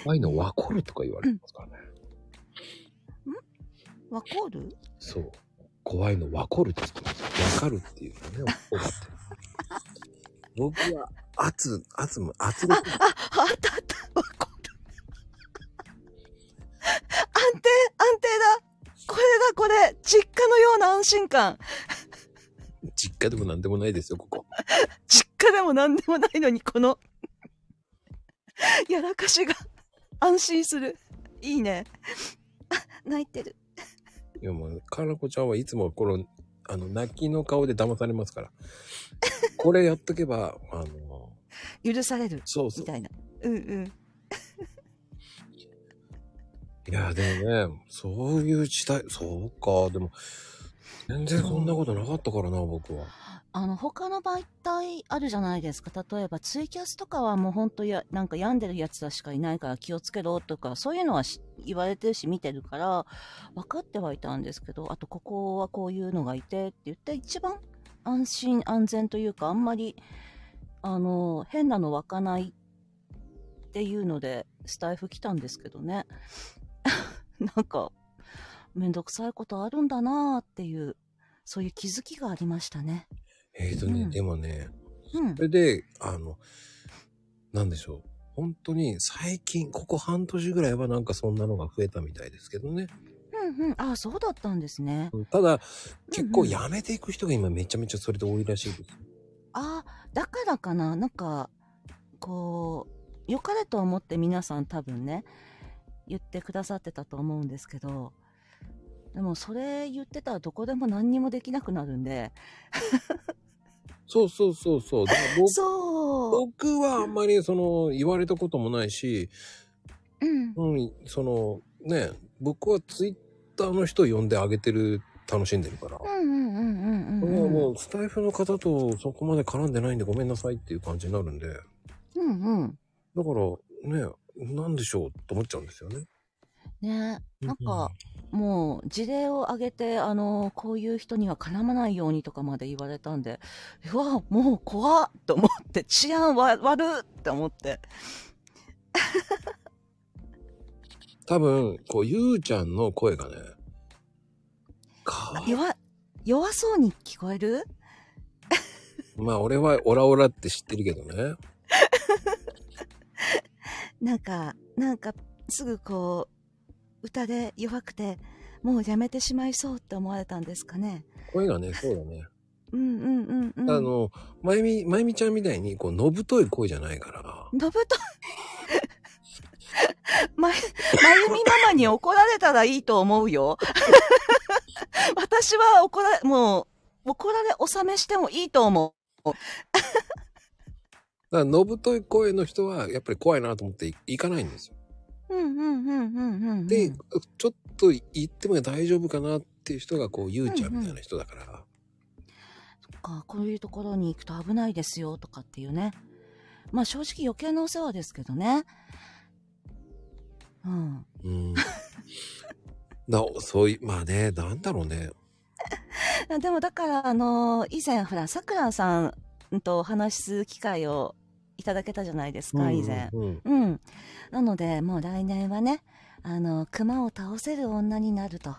A: 怖いの分かるとか言われますからね。
S: わかる
A: そう。怖いの分かるって言ってます。分かるっていうのね、分かるって。僕は圧、圧も、圧力。
S: あ、あったあった。 わかる。安定、安定だ。これだ、これ。実家のような安心感。
A: 実家でも何でもないですよ、ここ。
S: 実家でも何でもないのに、この
M: やらかしが安心する。いいね。あ泣いてる。
A: いやもう、かなこちゃんはいつもこの、あの、泣きの顔で騙されますから。これやっとけば、あの、
M: 許される。
A: そうそう
M: みたいな。うん うん。
A: いや、でもね、そういう時代、そうか、でも、全然そんなことなかったからな、僕は。
S: あの、他の媒体あるじゃないですか。例えば、ツイキャスとかはもうほんとや、なんか病んでるやつらしかいないから気をつけろとか、そういうのはし言われてるし見てるから、分かってはいたんですけど、あと、ここはこういうのがいてって言って、一番安心安全というか、あんまり、あの、変なの湧かないっていうので、スタイフ来たんですけどね。 なんか、めんどくさいことあるんだなーっていう、そういう気づきがありましたね。
A: えーとね、でもね、
S: うん
A: それで、あの、なんでしょう。本当に最近、ここ半年ぐらいはなんかそんなのが増えたみたいですけどね。
S: うんうん。あ、そうだったんですね。
A: ただ、結構やめていく人が今めちゃめちゃそれで多いらしいです。
S: あだからかななんかこう良かれと思って皆さん多分ね言ってくださってたと思うんですけどでもそれ言ってたらどこでも何にもできなくなるんで
A: そうそうそうそう。だから僕
S: そう
A: 僕はあんまりその言われたこともないし、
S: うん、
A: そのね、僕はツイッターの人を呼んであげてる、楽しんでるから。
S: うんうんうんうんうん
A: もう
S: うん
A: もうスタイフの方とそこまで絡んでないんでごめんなさいっていう感じになるんで、だか
S: うんうん
A: らね、なんでしょうと思っちゃうんですよね。
S: ねなん
A: うん
S: かもう事例を挙げてあのこういう人には絡まないようにとかまで言われたんでうわもう怖っと思って治安わ悪っって思って
A: 多分、こう、ゆうちゃんの声がね、
S: 弱弱そうに聞こえる
A: まあ俺はオラオラって知ってるけどね。
S: なんか、なんか、すぐこう、歌で弱くて、もうやめてしまいそうって思われたんですかね。
A: 声がね、そうだね。
S: うんうんうんうん。
A: あ、の、まゆみ、まゆみちゃんみたいに、こう、のぶとい声じゃないから。
S: のぶと、 ま、まゆみママに怒られたらいいと思うよ。 私は怒ら、もう、怒られ納めしてもいいと思う。
A: だから、のぶとい声の人は、やっぱり怖いなと思って行かないんですよ。
S: うんうんうんうんうん。
A: で、ちょっと行っても大丈夫かなっていう人が、こう、ゆうちゃんみたいな人だから。
S: かこういうところに行くと危ないですよとかっていうねまあ正直余計なお世話ですけどねうん
A: うん。だそういう、まあね、なんだろうね。
S: あ でもだからあの以前ほらさくらさんうんとお話しする機会をいただけたじゃないです
F: うん
S: か
F: うんうん
S: 以前うん、なのでもう来年はねあの熊を倒せる女になると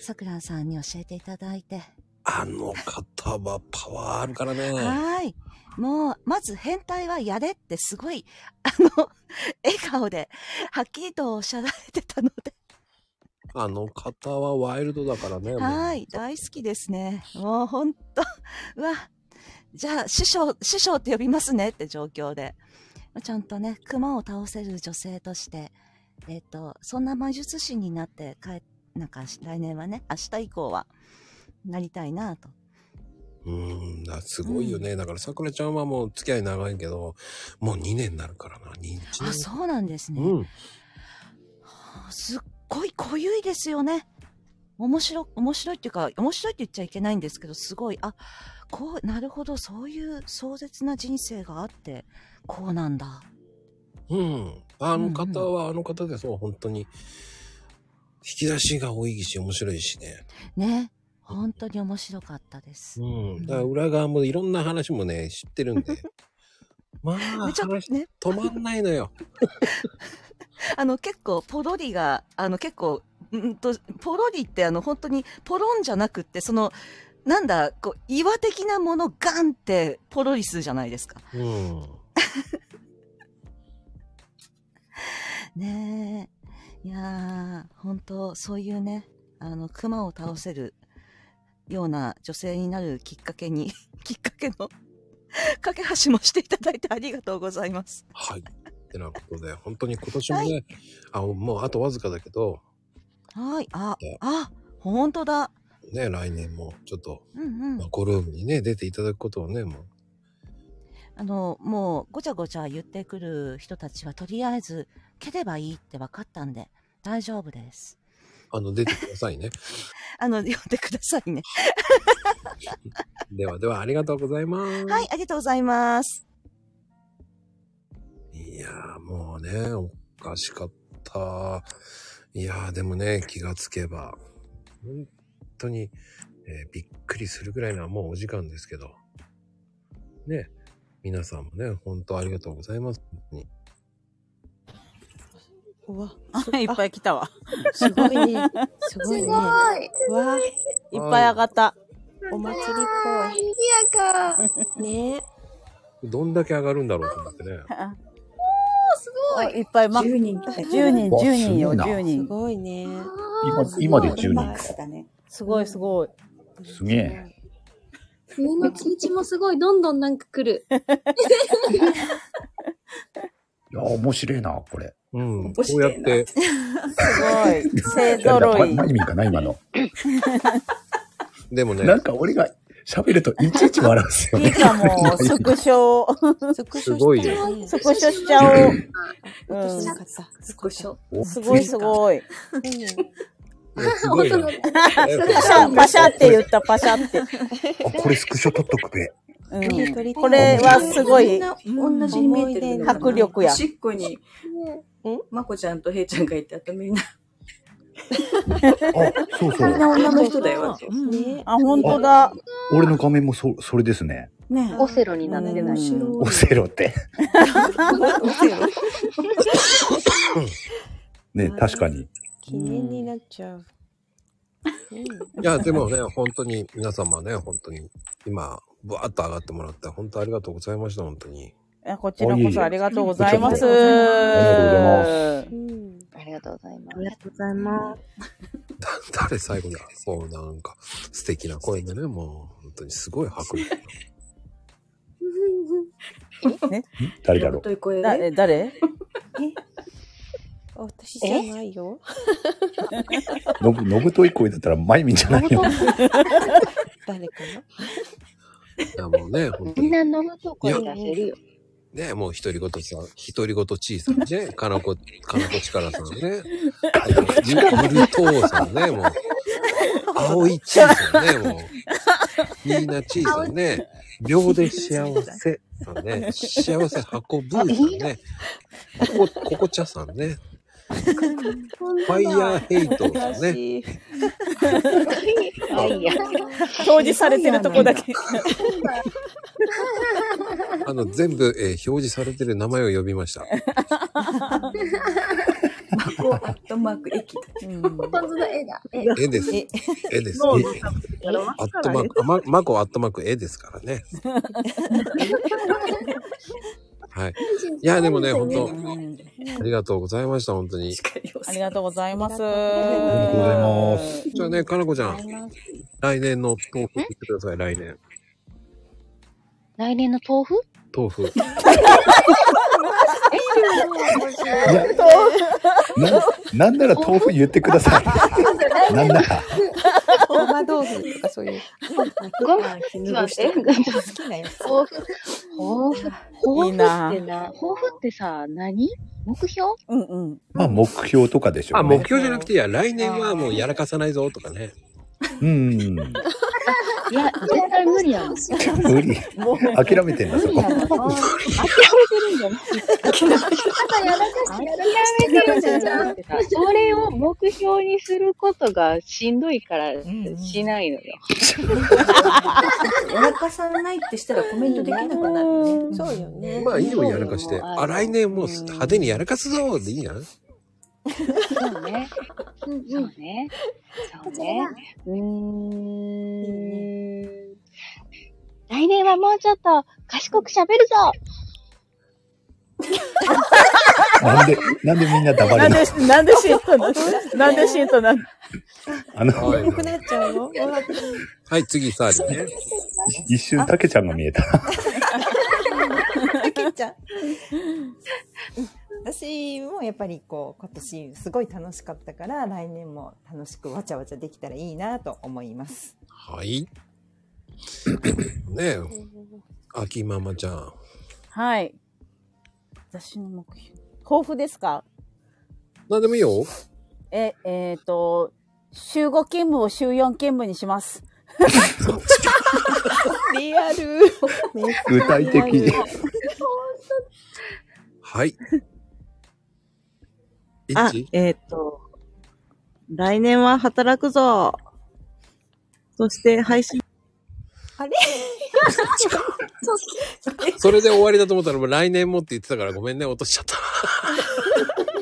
S: さくらさんに教えていただいて
A: あの方はパワーあるからね。
S: はーい。もう、まず変態はやれってすごい、あの、 笑顔で、はっきりとおっしゃられてたので、
A: あの方はワイルドだからね。もう
S: はーい。大好きですね。もうほんと、 うわ、じゃあ、師匠、師匠って呼びますねって状況で。ちゃんとね、熊を倒せる女性として、えっ、と、そんな魔術師になって帰、なんか来年はね、明日以降は、なりたいなと。
A: うん、だすごいよね。だから、さくらちゃんはもう付き合い長いけど、もう2年になるからな、2年。
S: あ、そうなんですね。
A: うん。
S: すっごい濃ゆいですよね。面白、面白いっていうか、面白いって言っちゃいけないんですけど、すごい、あ、こう、なるほど、そういう壮絶な人生があって、こうなんだ。
A: うん。あの方はあの方でそう、本当に。引き出しが多いし、面白いしね。
S: ね。本当に面白かったです。
A: うん。だから裏側もいろんな話もね、知ってるん で。まあ、話止まんないのよ。
S: あの、結構、ポロリが、あの、結構、うんと、ポロリって、あの、本当に、ポロンじゃなくって、その、なんだ、こう、岩的なもの、ガンって、ポロリするじゃないですか。
A: うん。
S: ねえ。いやー、本当そういうね、あの、熊 を倒せるような女性になるきっかけに、きっかけの架け橋もしていただいてありがとうございます。
A: はい。ってなことで、本当に今年もね、あ、もうあとわずかだけど、
S: はい。あ、あ、本当だ。
A: ね、来年もちょっと、
S: うんうん
A: マ。コルームにね、出ていただくことをね、もう、
S: あの、もう、ごちゃごちゃ言ってくる人たちは、とりあえず、蹴ればいいって分かったんで、大丈夫です。
A: あの、出てくだ さいね。
S: あの、読んでくださいね。
A: ではでは、ありがとうございます。
S: はい、ありがとうございます。
A: いやー、もうね、おかしかった。いやー、でもね、気がつけば、本当に、えーびっくりするぐらいのはもうお時間ですけど、ね、皆さんもね、本当ありがとうございます。本当に
E: うわ。
I: いっぱい来たわ。
E: すごいね。すごいね。
I: すごいう
E: わ。
I: いっぱい上がった。
E: お祭りっ
K: あー、賑やか。
E: ぽい。ねえ。
A: どんだけ上がるんだろうと思ってね。
K: おー、すごい。
I: いっぱい、ま、10
K: 人
I: 10人、
A: わ
I: 10人よ、
A: すごいな
I: 10人。す
E: ごいね。
P: 今今で10人か
I: すごい、すごい。
P: すげえ。
K: 冬の通知もすごい、どんどんなんか来る。
P: いや、面白いな、これ。
A: うん、こうやって。す
I: ごい。 勢
P: なんだ
I: 揃い。
P: マイミンかな、今の。
A: でもね。
P: なんか俺が喋るといちいち笑うんですよ
I: いい
P: ね。
I: か も、スクショ。
A: すごいよ。
I: スクショしちゃおう。
E: しなかった。
I: スクショ。すごい、すごい。
A: すごいな。
I: パシャ、パシャって言った、パ シャって。
P: あ、これスクショ撮っとくべ。
I: うん、これはすごい。
O: 同じに見えてるのかな
I: 迫力や
O: おしっこに、まこちゃんとへいちゃんがいて、あとみんな。
P: そうそう
O: みんな女の人だよ。
I: あ、本当だ。
P: 俺の画面もそ、それです ね。
I: ね
N: オセロになってない。
P: オセロって。ね、確かに。
E: 記念になっちゃう。
A: いや、でもね、本当に皆様ね、本当に今、ぶわっと上がってもらって、本当ありがとうございました、本当に。
I: えこちらこそありがとうございます。
A: あ
N: ありがとうございます。
C: ありがとうございます。
A: 誰最後だそう、なんか、素敵な声でね、もう、本当にすごい迫力。
I: ね、
A: 誰だろ
I: う誰誰
E: 私じゃないよ。
P: のぶ、のぶとい声だったらマイミンじゃないよ。
E: 誰か
A: いや、もうね、本当
N: みん
A: に。
N: な飲むとこに出せるよ。
A: ね、もう、独り言さん、独り言ちいさんね、かなこ、かなこちからさんね、ゆるとうさんね、もう、青いちいさんね、もう、みんなちいさんね、秒で幸せさんね、幸せ運ぶさんね、ここ、ここ茶さんね、ファイヤーヘイトさんね、
I: 表示されてるとこだけ。
A: あの、全部、えー表示されてる名前を呼びました。
O: こう、アットマーク駅だ。
K: 本当だ、絵だ。絵
A: 絵です。絵です。
K: もう
A: 絵アットマーク、あま、マコアットマーク絵ですからね。はい。いや、でも ね、本当ありがとうございました、本当に。
I: ありがとうございます。
A: じゃあね、かなこちゃん、来年の豆腐言ってください、来年。
N: 来年の豆腐
A: 豆腐。
P: な、 なんなら豆腐言ってくだ さい。なんなら。
E: ごま豆腐とかそういう。
N: ごめん、ちょっと待って。
E: 好きなやつ。
N: 抱負、抱負、抱負ってな、抱負ってさ、何目標
I: うんうん。
P: まあ目標とかでしょ
A: あ、
P: うね。
A: 目標じゃなくていいや、来年はもうやらかさないぞとかね。
P: うん。
N: いや、絶対無理やもん。
P: 無理。諦めてんだ、そこ。
N: 諦めてるんじゃない
K: あやらかして、やらかして。
N: 諦めてるんじゃなくてさ、それを目標にすることがしんどいからしないのよ。
O: やらかさないってしたらコメントできなくなるよね。そうよね
A: まあいいよ、やらかして。あ、来年もう派手にやらかすぞでいいやん。
N: そうね。そうね。そうね。うーん。来年はもうちょっと賢く喋るぞ
P: なんで、なんでみんな黙
I: な
P: る
I: ん
P: の
I: で、なんでシート ななんでシートな
P: あの、
A: は
E: な
A: い
E: っちゃうよ。
A: はい、次、サーリーね。
P: 一瞬、たけちゃんが見えた。
M: っちゃん。私もやっぱりこう今年すごい楽しかったから来年も楽しくわちゃわちゃできたらいいなと思います。
A: はい。ねえ、秋ママちゃん。
I: はい。私の目標。抱負ですか
A: なんでもいいよ。
I: え、えっ、と、週5勤務を週4勤務に します。
M: リ アル。
A: 具体的はい。
T: あ、えっ、と、来年は働くぞ。そして配信。
M: あれ
A: それで終わりだと思ったら、もう来年もって言ってたからごめんね、落としちゃった。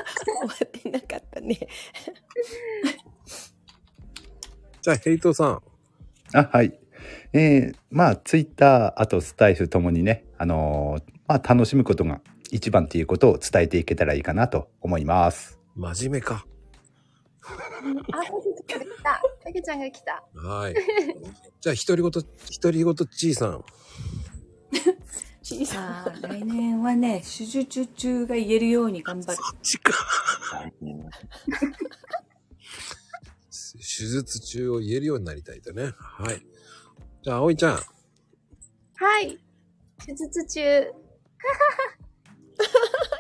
A: じゃあ、ヘイトさん。
P: あ、はい。えーまあ、ツイッター、あとスタイフともにね、あのーまあ、楽しむことが一番ということを伝えていけたらいいかなと思います。
A: 真面目か。
K: あ、たけちゃんが来た。たけちゃんが来た。
A: はい。じゃあ、独り言、独り言ちいさん。
O: 小 さな来年はね、シュシュチュチュが言えるように頑張る。
A: 手術中を言えるようになりたいとね。はい。じゃあ、葵ちゃん。
K: はい。手術中。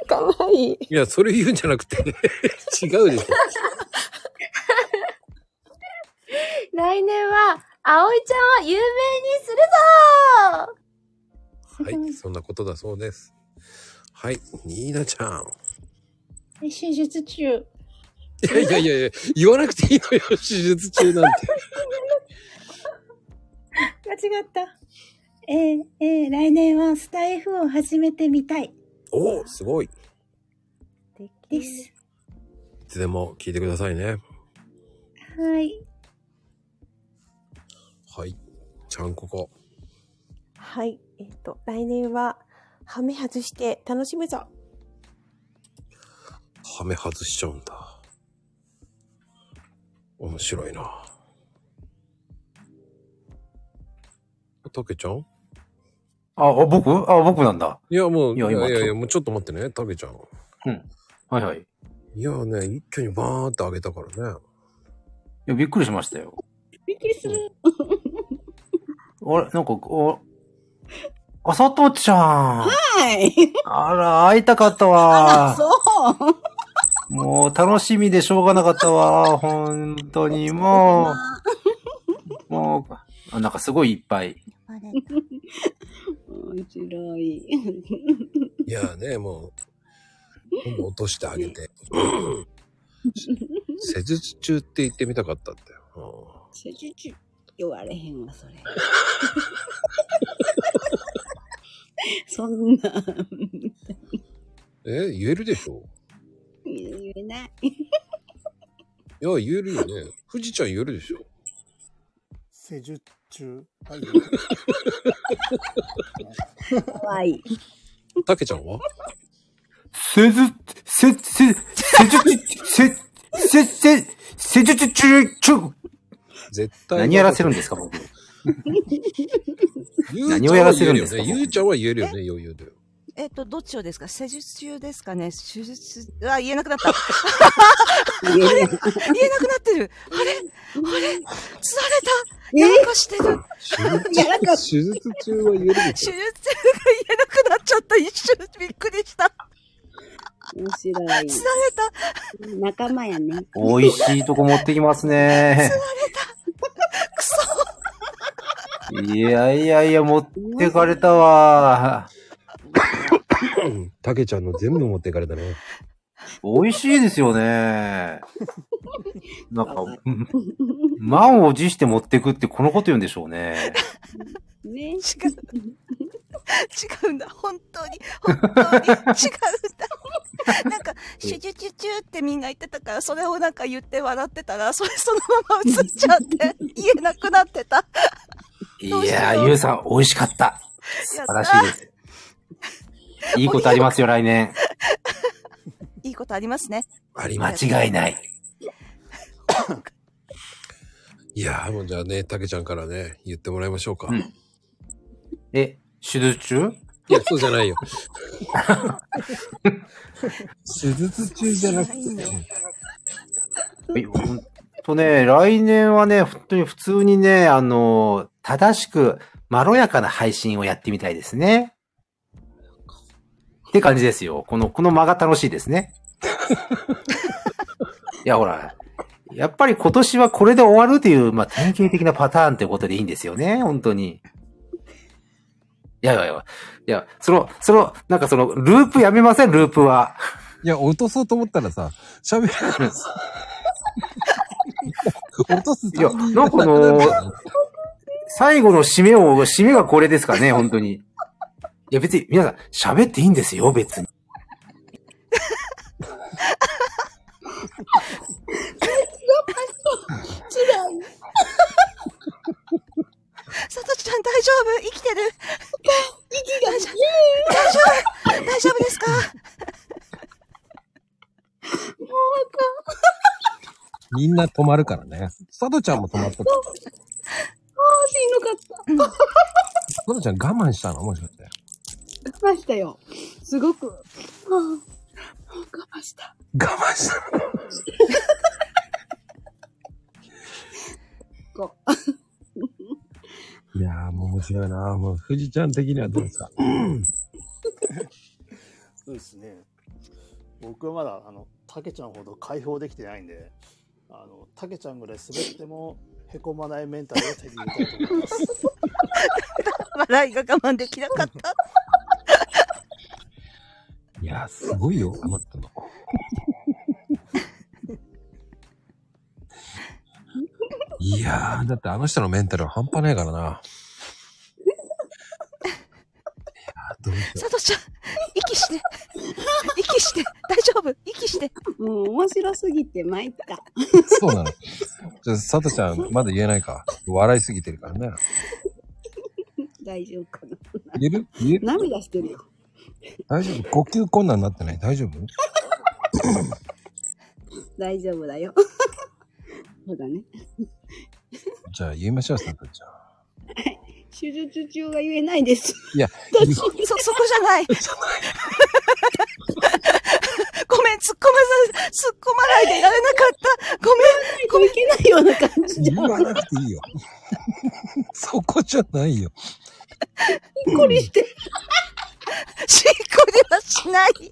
A: かわいい。いや、それ言うんじゃなく て、違うでしょ。
K: 来年は、葵ちゃんを有名にするぞ
A: はい、そんなことだそうです。はい、ニーナちゃん。
N: 手術中。
A: いやいやいやいや、言わなくていいのよ、手術中なん て。
U: 間違った。えー、えー、来年はスタイフを始めてみたい
A: おお、すごい。い
U: です。
A: つでも聞いてくださいね。
U: はい。
A: はい、ちゃんここ。
E: はい。えっ、と、来年は、ハメ外して楽し むぞ。
A: ハメ外しちゃうんだ。面白いな。たけちゃん
D: あ、あ僕あ、僕なんだ。
A: いや、もう、い
D: い
A: や
D: や
A: い
D: 今
A: やい
D: ち
A: や、
D: ょ
A: もうちょっと待ってね、たけちゃん。
D: うん。はいはい。
A: いやね、一挙にバーンって上げたからね。
D: いや、びっくりしましたよ。
U: びっくりする。
D: あれ、なんか、お、あさとちゃん。
H: はい。
D: あら、会いたかったわ。
H: そう。
D: もう楽しみでしょうがなかったわ。本当に、もう。もうあ、なんかすごいいっぱい。
U: 面白い。
A: いやね、もう、今度落としてあげ て。施術中って言ってみたかったって。
U: 手術中。言われへんわ、 それ。そん な、
A: え、言えるでしょ
U: 言えない。
A: いや、言えるよね。富士ちゃん言えるでしょ
J: 施術中。はい。
U: かわいい。
A: たけちゃんは
D: せず、せ、せ、せじゅ、せ、せ、せ、せじゅ、ちゅ、ちゅ。
A: 絶対。
D: 何やらせるんですか、僕。
A: ゆう
D: 何をやらせるんですか
A: ちゃは言えよねゆうちゃんは言えるよね、余裕で。
S: えっと、どっちをですか施術中ですかね手術、あ、言えなくな った。あれ言えなくなってる。あれあれつられたなんかしてる。
A: 手術中は言えるで
S: 手術中が言えなくなっちゃった。一瞬びっくりした。
U: 面白い。
S: つ
U: られた。仲間やね。
D: 美味しいとこ持ってきますね。
S: くそ
D: いやいやいや、持ってかれたわ。
A: たけちゃんの全部持っていかれたね。
D: 美味しいですよね。なんか、満を持して持ってくってこのこと言うんでしょうね。
S: ね違う。違うんだ。本当に。本当に。違うん だ。なんか、シュチュチュチュってみんな言ってたから、それをなんか言って笑ってたら、それそのまま映っちゃ って、言えなくなってた。
D: いやー、ゆうさん、美味しかった。素晴らしいです。いいことありますよ、来年。
S: いいことありますね。
D: 間違いない。
A: いやーもうじゃあね、たけちゃんからね、言ってもらいましょうか。
D: え、手術中
A: いや、そうじゃないよ。 手術中じゃなくて。
D: いやほんとね、来年はね、本当に普通にね、あの、正しく、まろやかな配信をやってみたいですね。って感じですよ。この、この間が楽しいで すね。いや、ほら、やっぱり今年はこれで終わるという、まあ、典型的なパターンということでいいんですよね、本当に。いやいやいや、いや、その、その、なんかその、ループやめません、ループは。
A: いや、落とそうと思ったらさ、喋るからさ。落とす
D: いや、なんかあの最後の締めを、締めがこれですかね、本当に。いや、別に、皆さん、喋っていいんですよ、別に。
S: 違う。さとちゃん大丈夫生きてる息が大丈夫大丈夫大丈夫ですか
R: もうあかん。
A: みんな止まるからね。佐藤ちゃんも止まった。佐
R: ああ、しんどかっ
A: 藤ちゃん我慢したのもしかして。
R: た。我慢したよ。すごく。ああもう我慢 した。
A: 我慢したの
R: こ
A: いやー、もう面白いなもう、富士ちゃん的にはどうですか
J: そうですね。僕はまだ、あの、たけちゃんほど解放できてないんで、あの、たけちゃんぐらい滑っても、へこまないメンタルを手に入れたいと思います。
T: 笑いが我慢できなかった。
A: いやー、すごいよ、あなたの。いやー、だってあの人のメンタルは半端ないからな。
S: さとちゃん息して息して大丈夫息して
R: もう面白すぎて参った。
A: そうなの。じゃあ、佐藤ちゃん、まだ言えないか。笑いすぎてるからね。
R: 大丈夫かな。
A: 言える言える
R: 涙してるよ。
A: 大丈夫呼吸困難になってない大丈夫
R: 大丈夫だよ。 そうだね。
A: じゃあ、言いましょう、佐藤ちゃん。
R: 手術中が言えない です。
A: いや、
R: そ、そこじゃない。
S: ごめん突っ込まさ突っ込まないでいられなかったごめんごめんいけないような感じ
A: 言わなくていいよ。 そこじゃないよ。
S: びっくりして。しっこりはしない。やば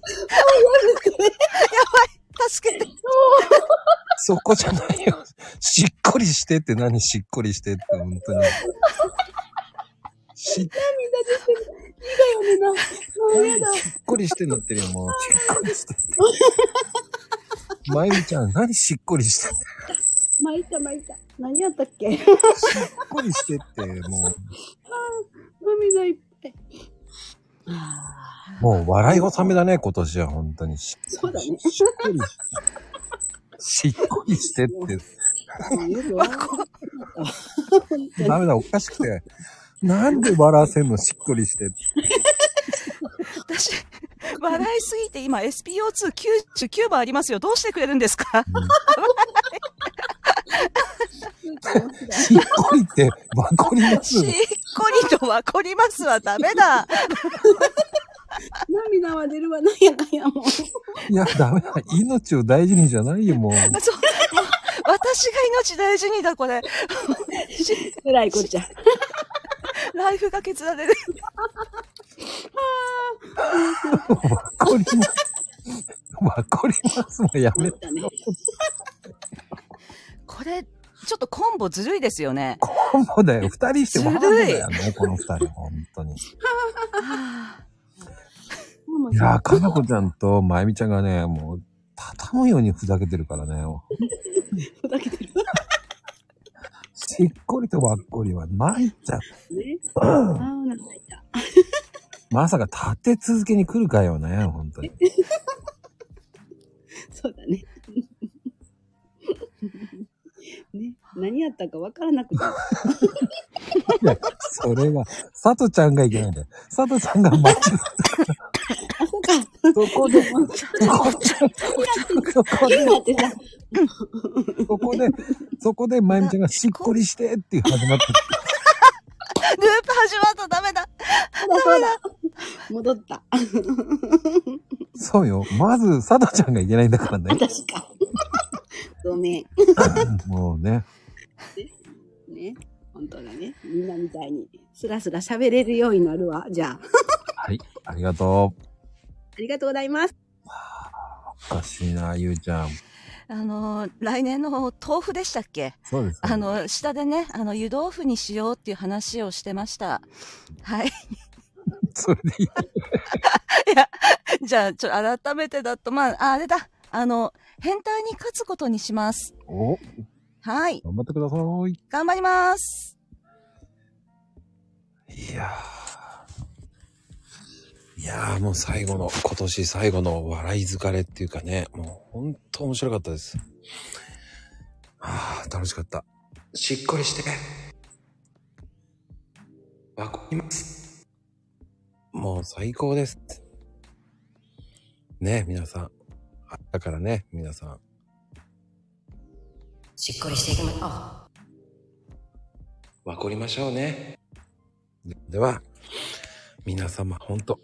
S: い、助けて。
A: そこじゃないよ。しっこりしてって何しっこりしてって、本当に。しっ
R: 涙出てる。いいだよね、な。もうやだ。
A: こりしてになってるよ、もう。しっこりしてって。まゆみちゃん、何しっこりしてって。
R: 参った参った。何やったっけあー
A: しっこりしてって、も
R: 涙いっぱい。
A: う、もう笑い納めだね、今年は、本当に。し
R: そうだね。
A: しっこりしてって。
R: あ
A: ダメだ、おかしくて。なんで笑わせんの、しっこりしてって。
S: 私、笑いすぎて今 SPO299 番ありますよ。どうしてくれるんですか、
A: しっこりって、わかります
S: しっこりとわこりますはダメだ。
R: 涙は出るわ、なんやかんやもう。
A: いや、ダメだ。命を大事にじゃないよ、もう。
S: そう。 私が命大事に だ、これ。
R: えらいこっちゃ。
S: ライフが削られる。
A: わかります。わかりますもんやめて。
S: これ、ちょっとコンボずるいですよね。
A: コンボだよ。二人してわかんないよ
S: ず
A: ね、この二人、本当に。
R: い
A: いやー、かなこちゃんとまゆみちゃんがね、もう、畳むようにふざけてるからね。
R: ふざけてる。
A: しっこりとわっこりは、まいっちゃう。
R: ね。ああ、なんかいた。
A: まさか立て続けに来るかよね、本当に。
R: そうだ ね。ね、何やったかわからなくて。
A: いや、それは、さとちゃんがいけないんだよ。さとちゃんが間違った。そ こで、そこで、そこで、そこで、まゆみちゃんがしっこりしてっていう始まった。
S: ループ始まったダメだ。ダメだ。
U: 戻った。
A: そうよ。まず、佐藤ちゃんがいけないんだからね。
U: 私か。ごめん。
A: もうね。
U: ね。本当だね。みんなみたいに、スラスラ喋れるようになるわ。じゃあ。
A: はい。ありがとう。
U: ありがとうございます。
A: おかしいな、ゆうちゃん。
S: あのー来年の豆腐でしたっけ
A: そうです。
S: あの、下でね、あの、湯豆腐にしようっていう話をしてました。はい。
A: それでいい。
S: じゃあ、ちょ、改めてだと、まあ、ああれだ。あの、変態に勝つことにします。
A: お、
S: はい。
A: 頑張ってください。
S: 頑張ります。
A: いやー。いやーもう最後の、今年最後の笑い疲れっていうかね、もうほんと面白かったです。あー、楽しかった。しっこりして。わかります。もう最高です。ね皆さん。あったからね、皆さん。
B: しっこりしていきましょう。
A: わかりましょうね。では、皆様、ほんと。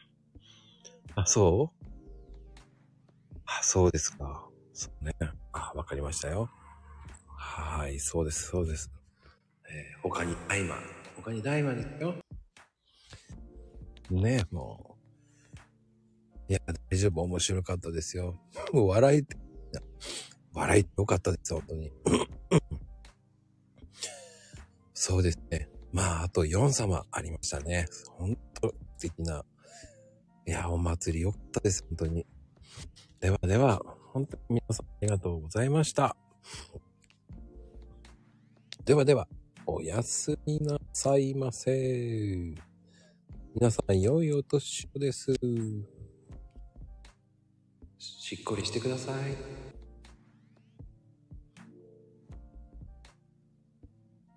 A: あ、そうあ、そうですか。そうね。あ、わかりましたよ。はーい、そうです、そうです。えー他に大麻。他に大麻ですよ。ねえ、もう。いや、大丈夫、面白かったですよ。 もう笑いって、笑いってよかったです、本当に。 そうですね。まあ、あと4様ありましたね。本当素敵な。いや、お祭り良かったです、本当に。ではでは、本当に皆さんありがとうございました。ではでは、おやすみなさいませ。皆さん、良いお年をです。しっこりしてください。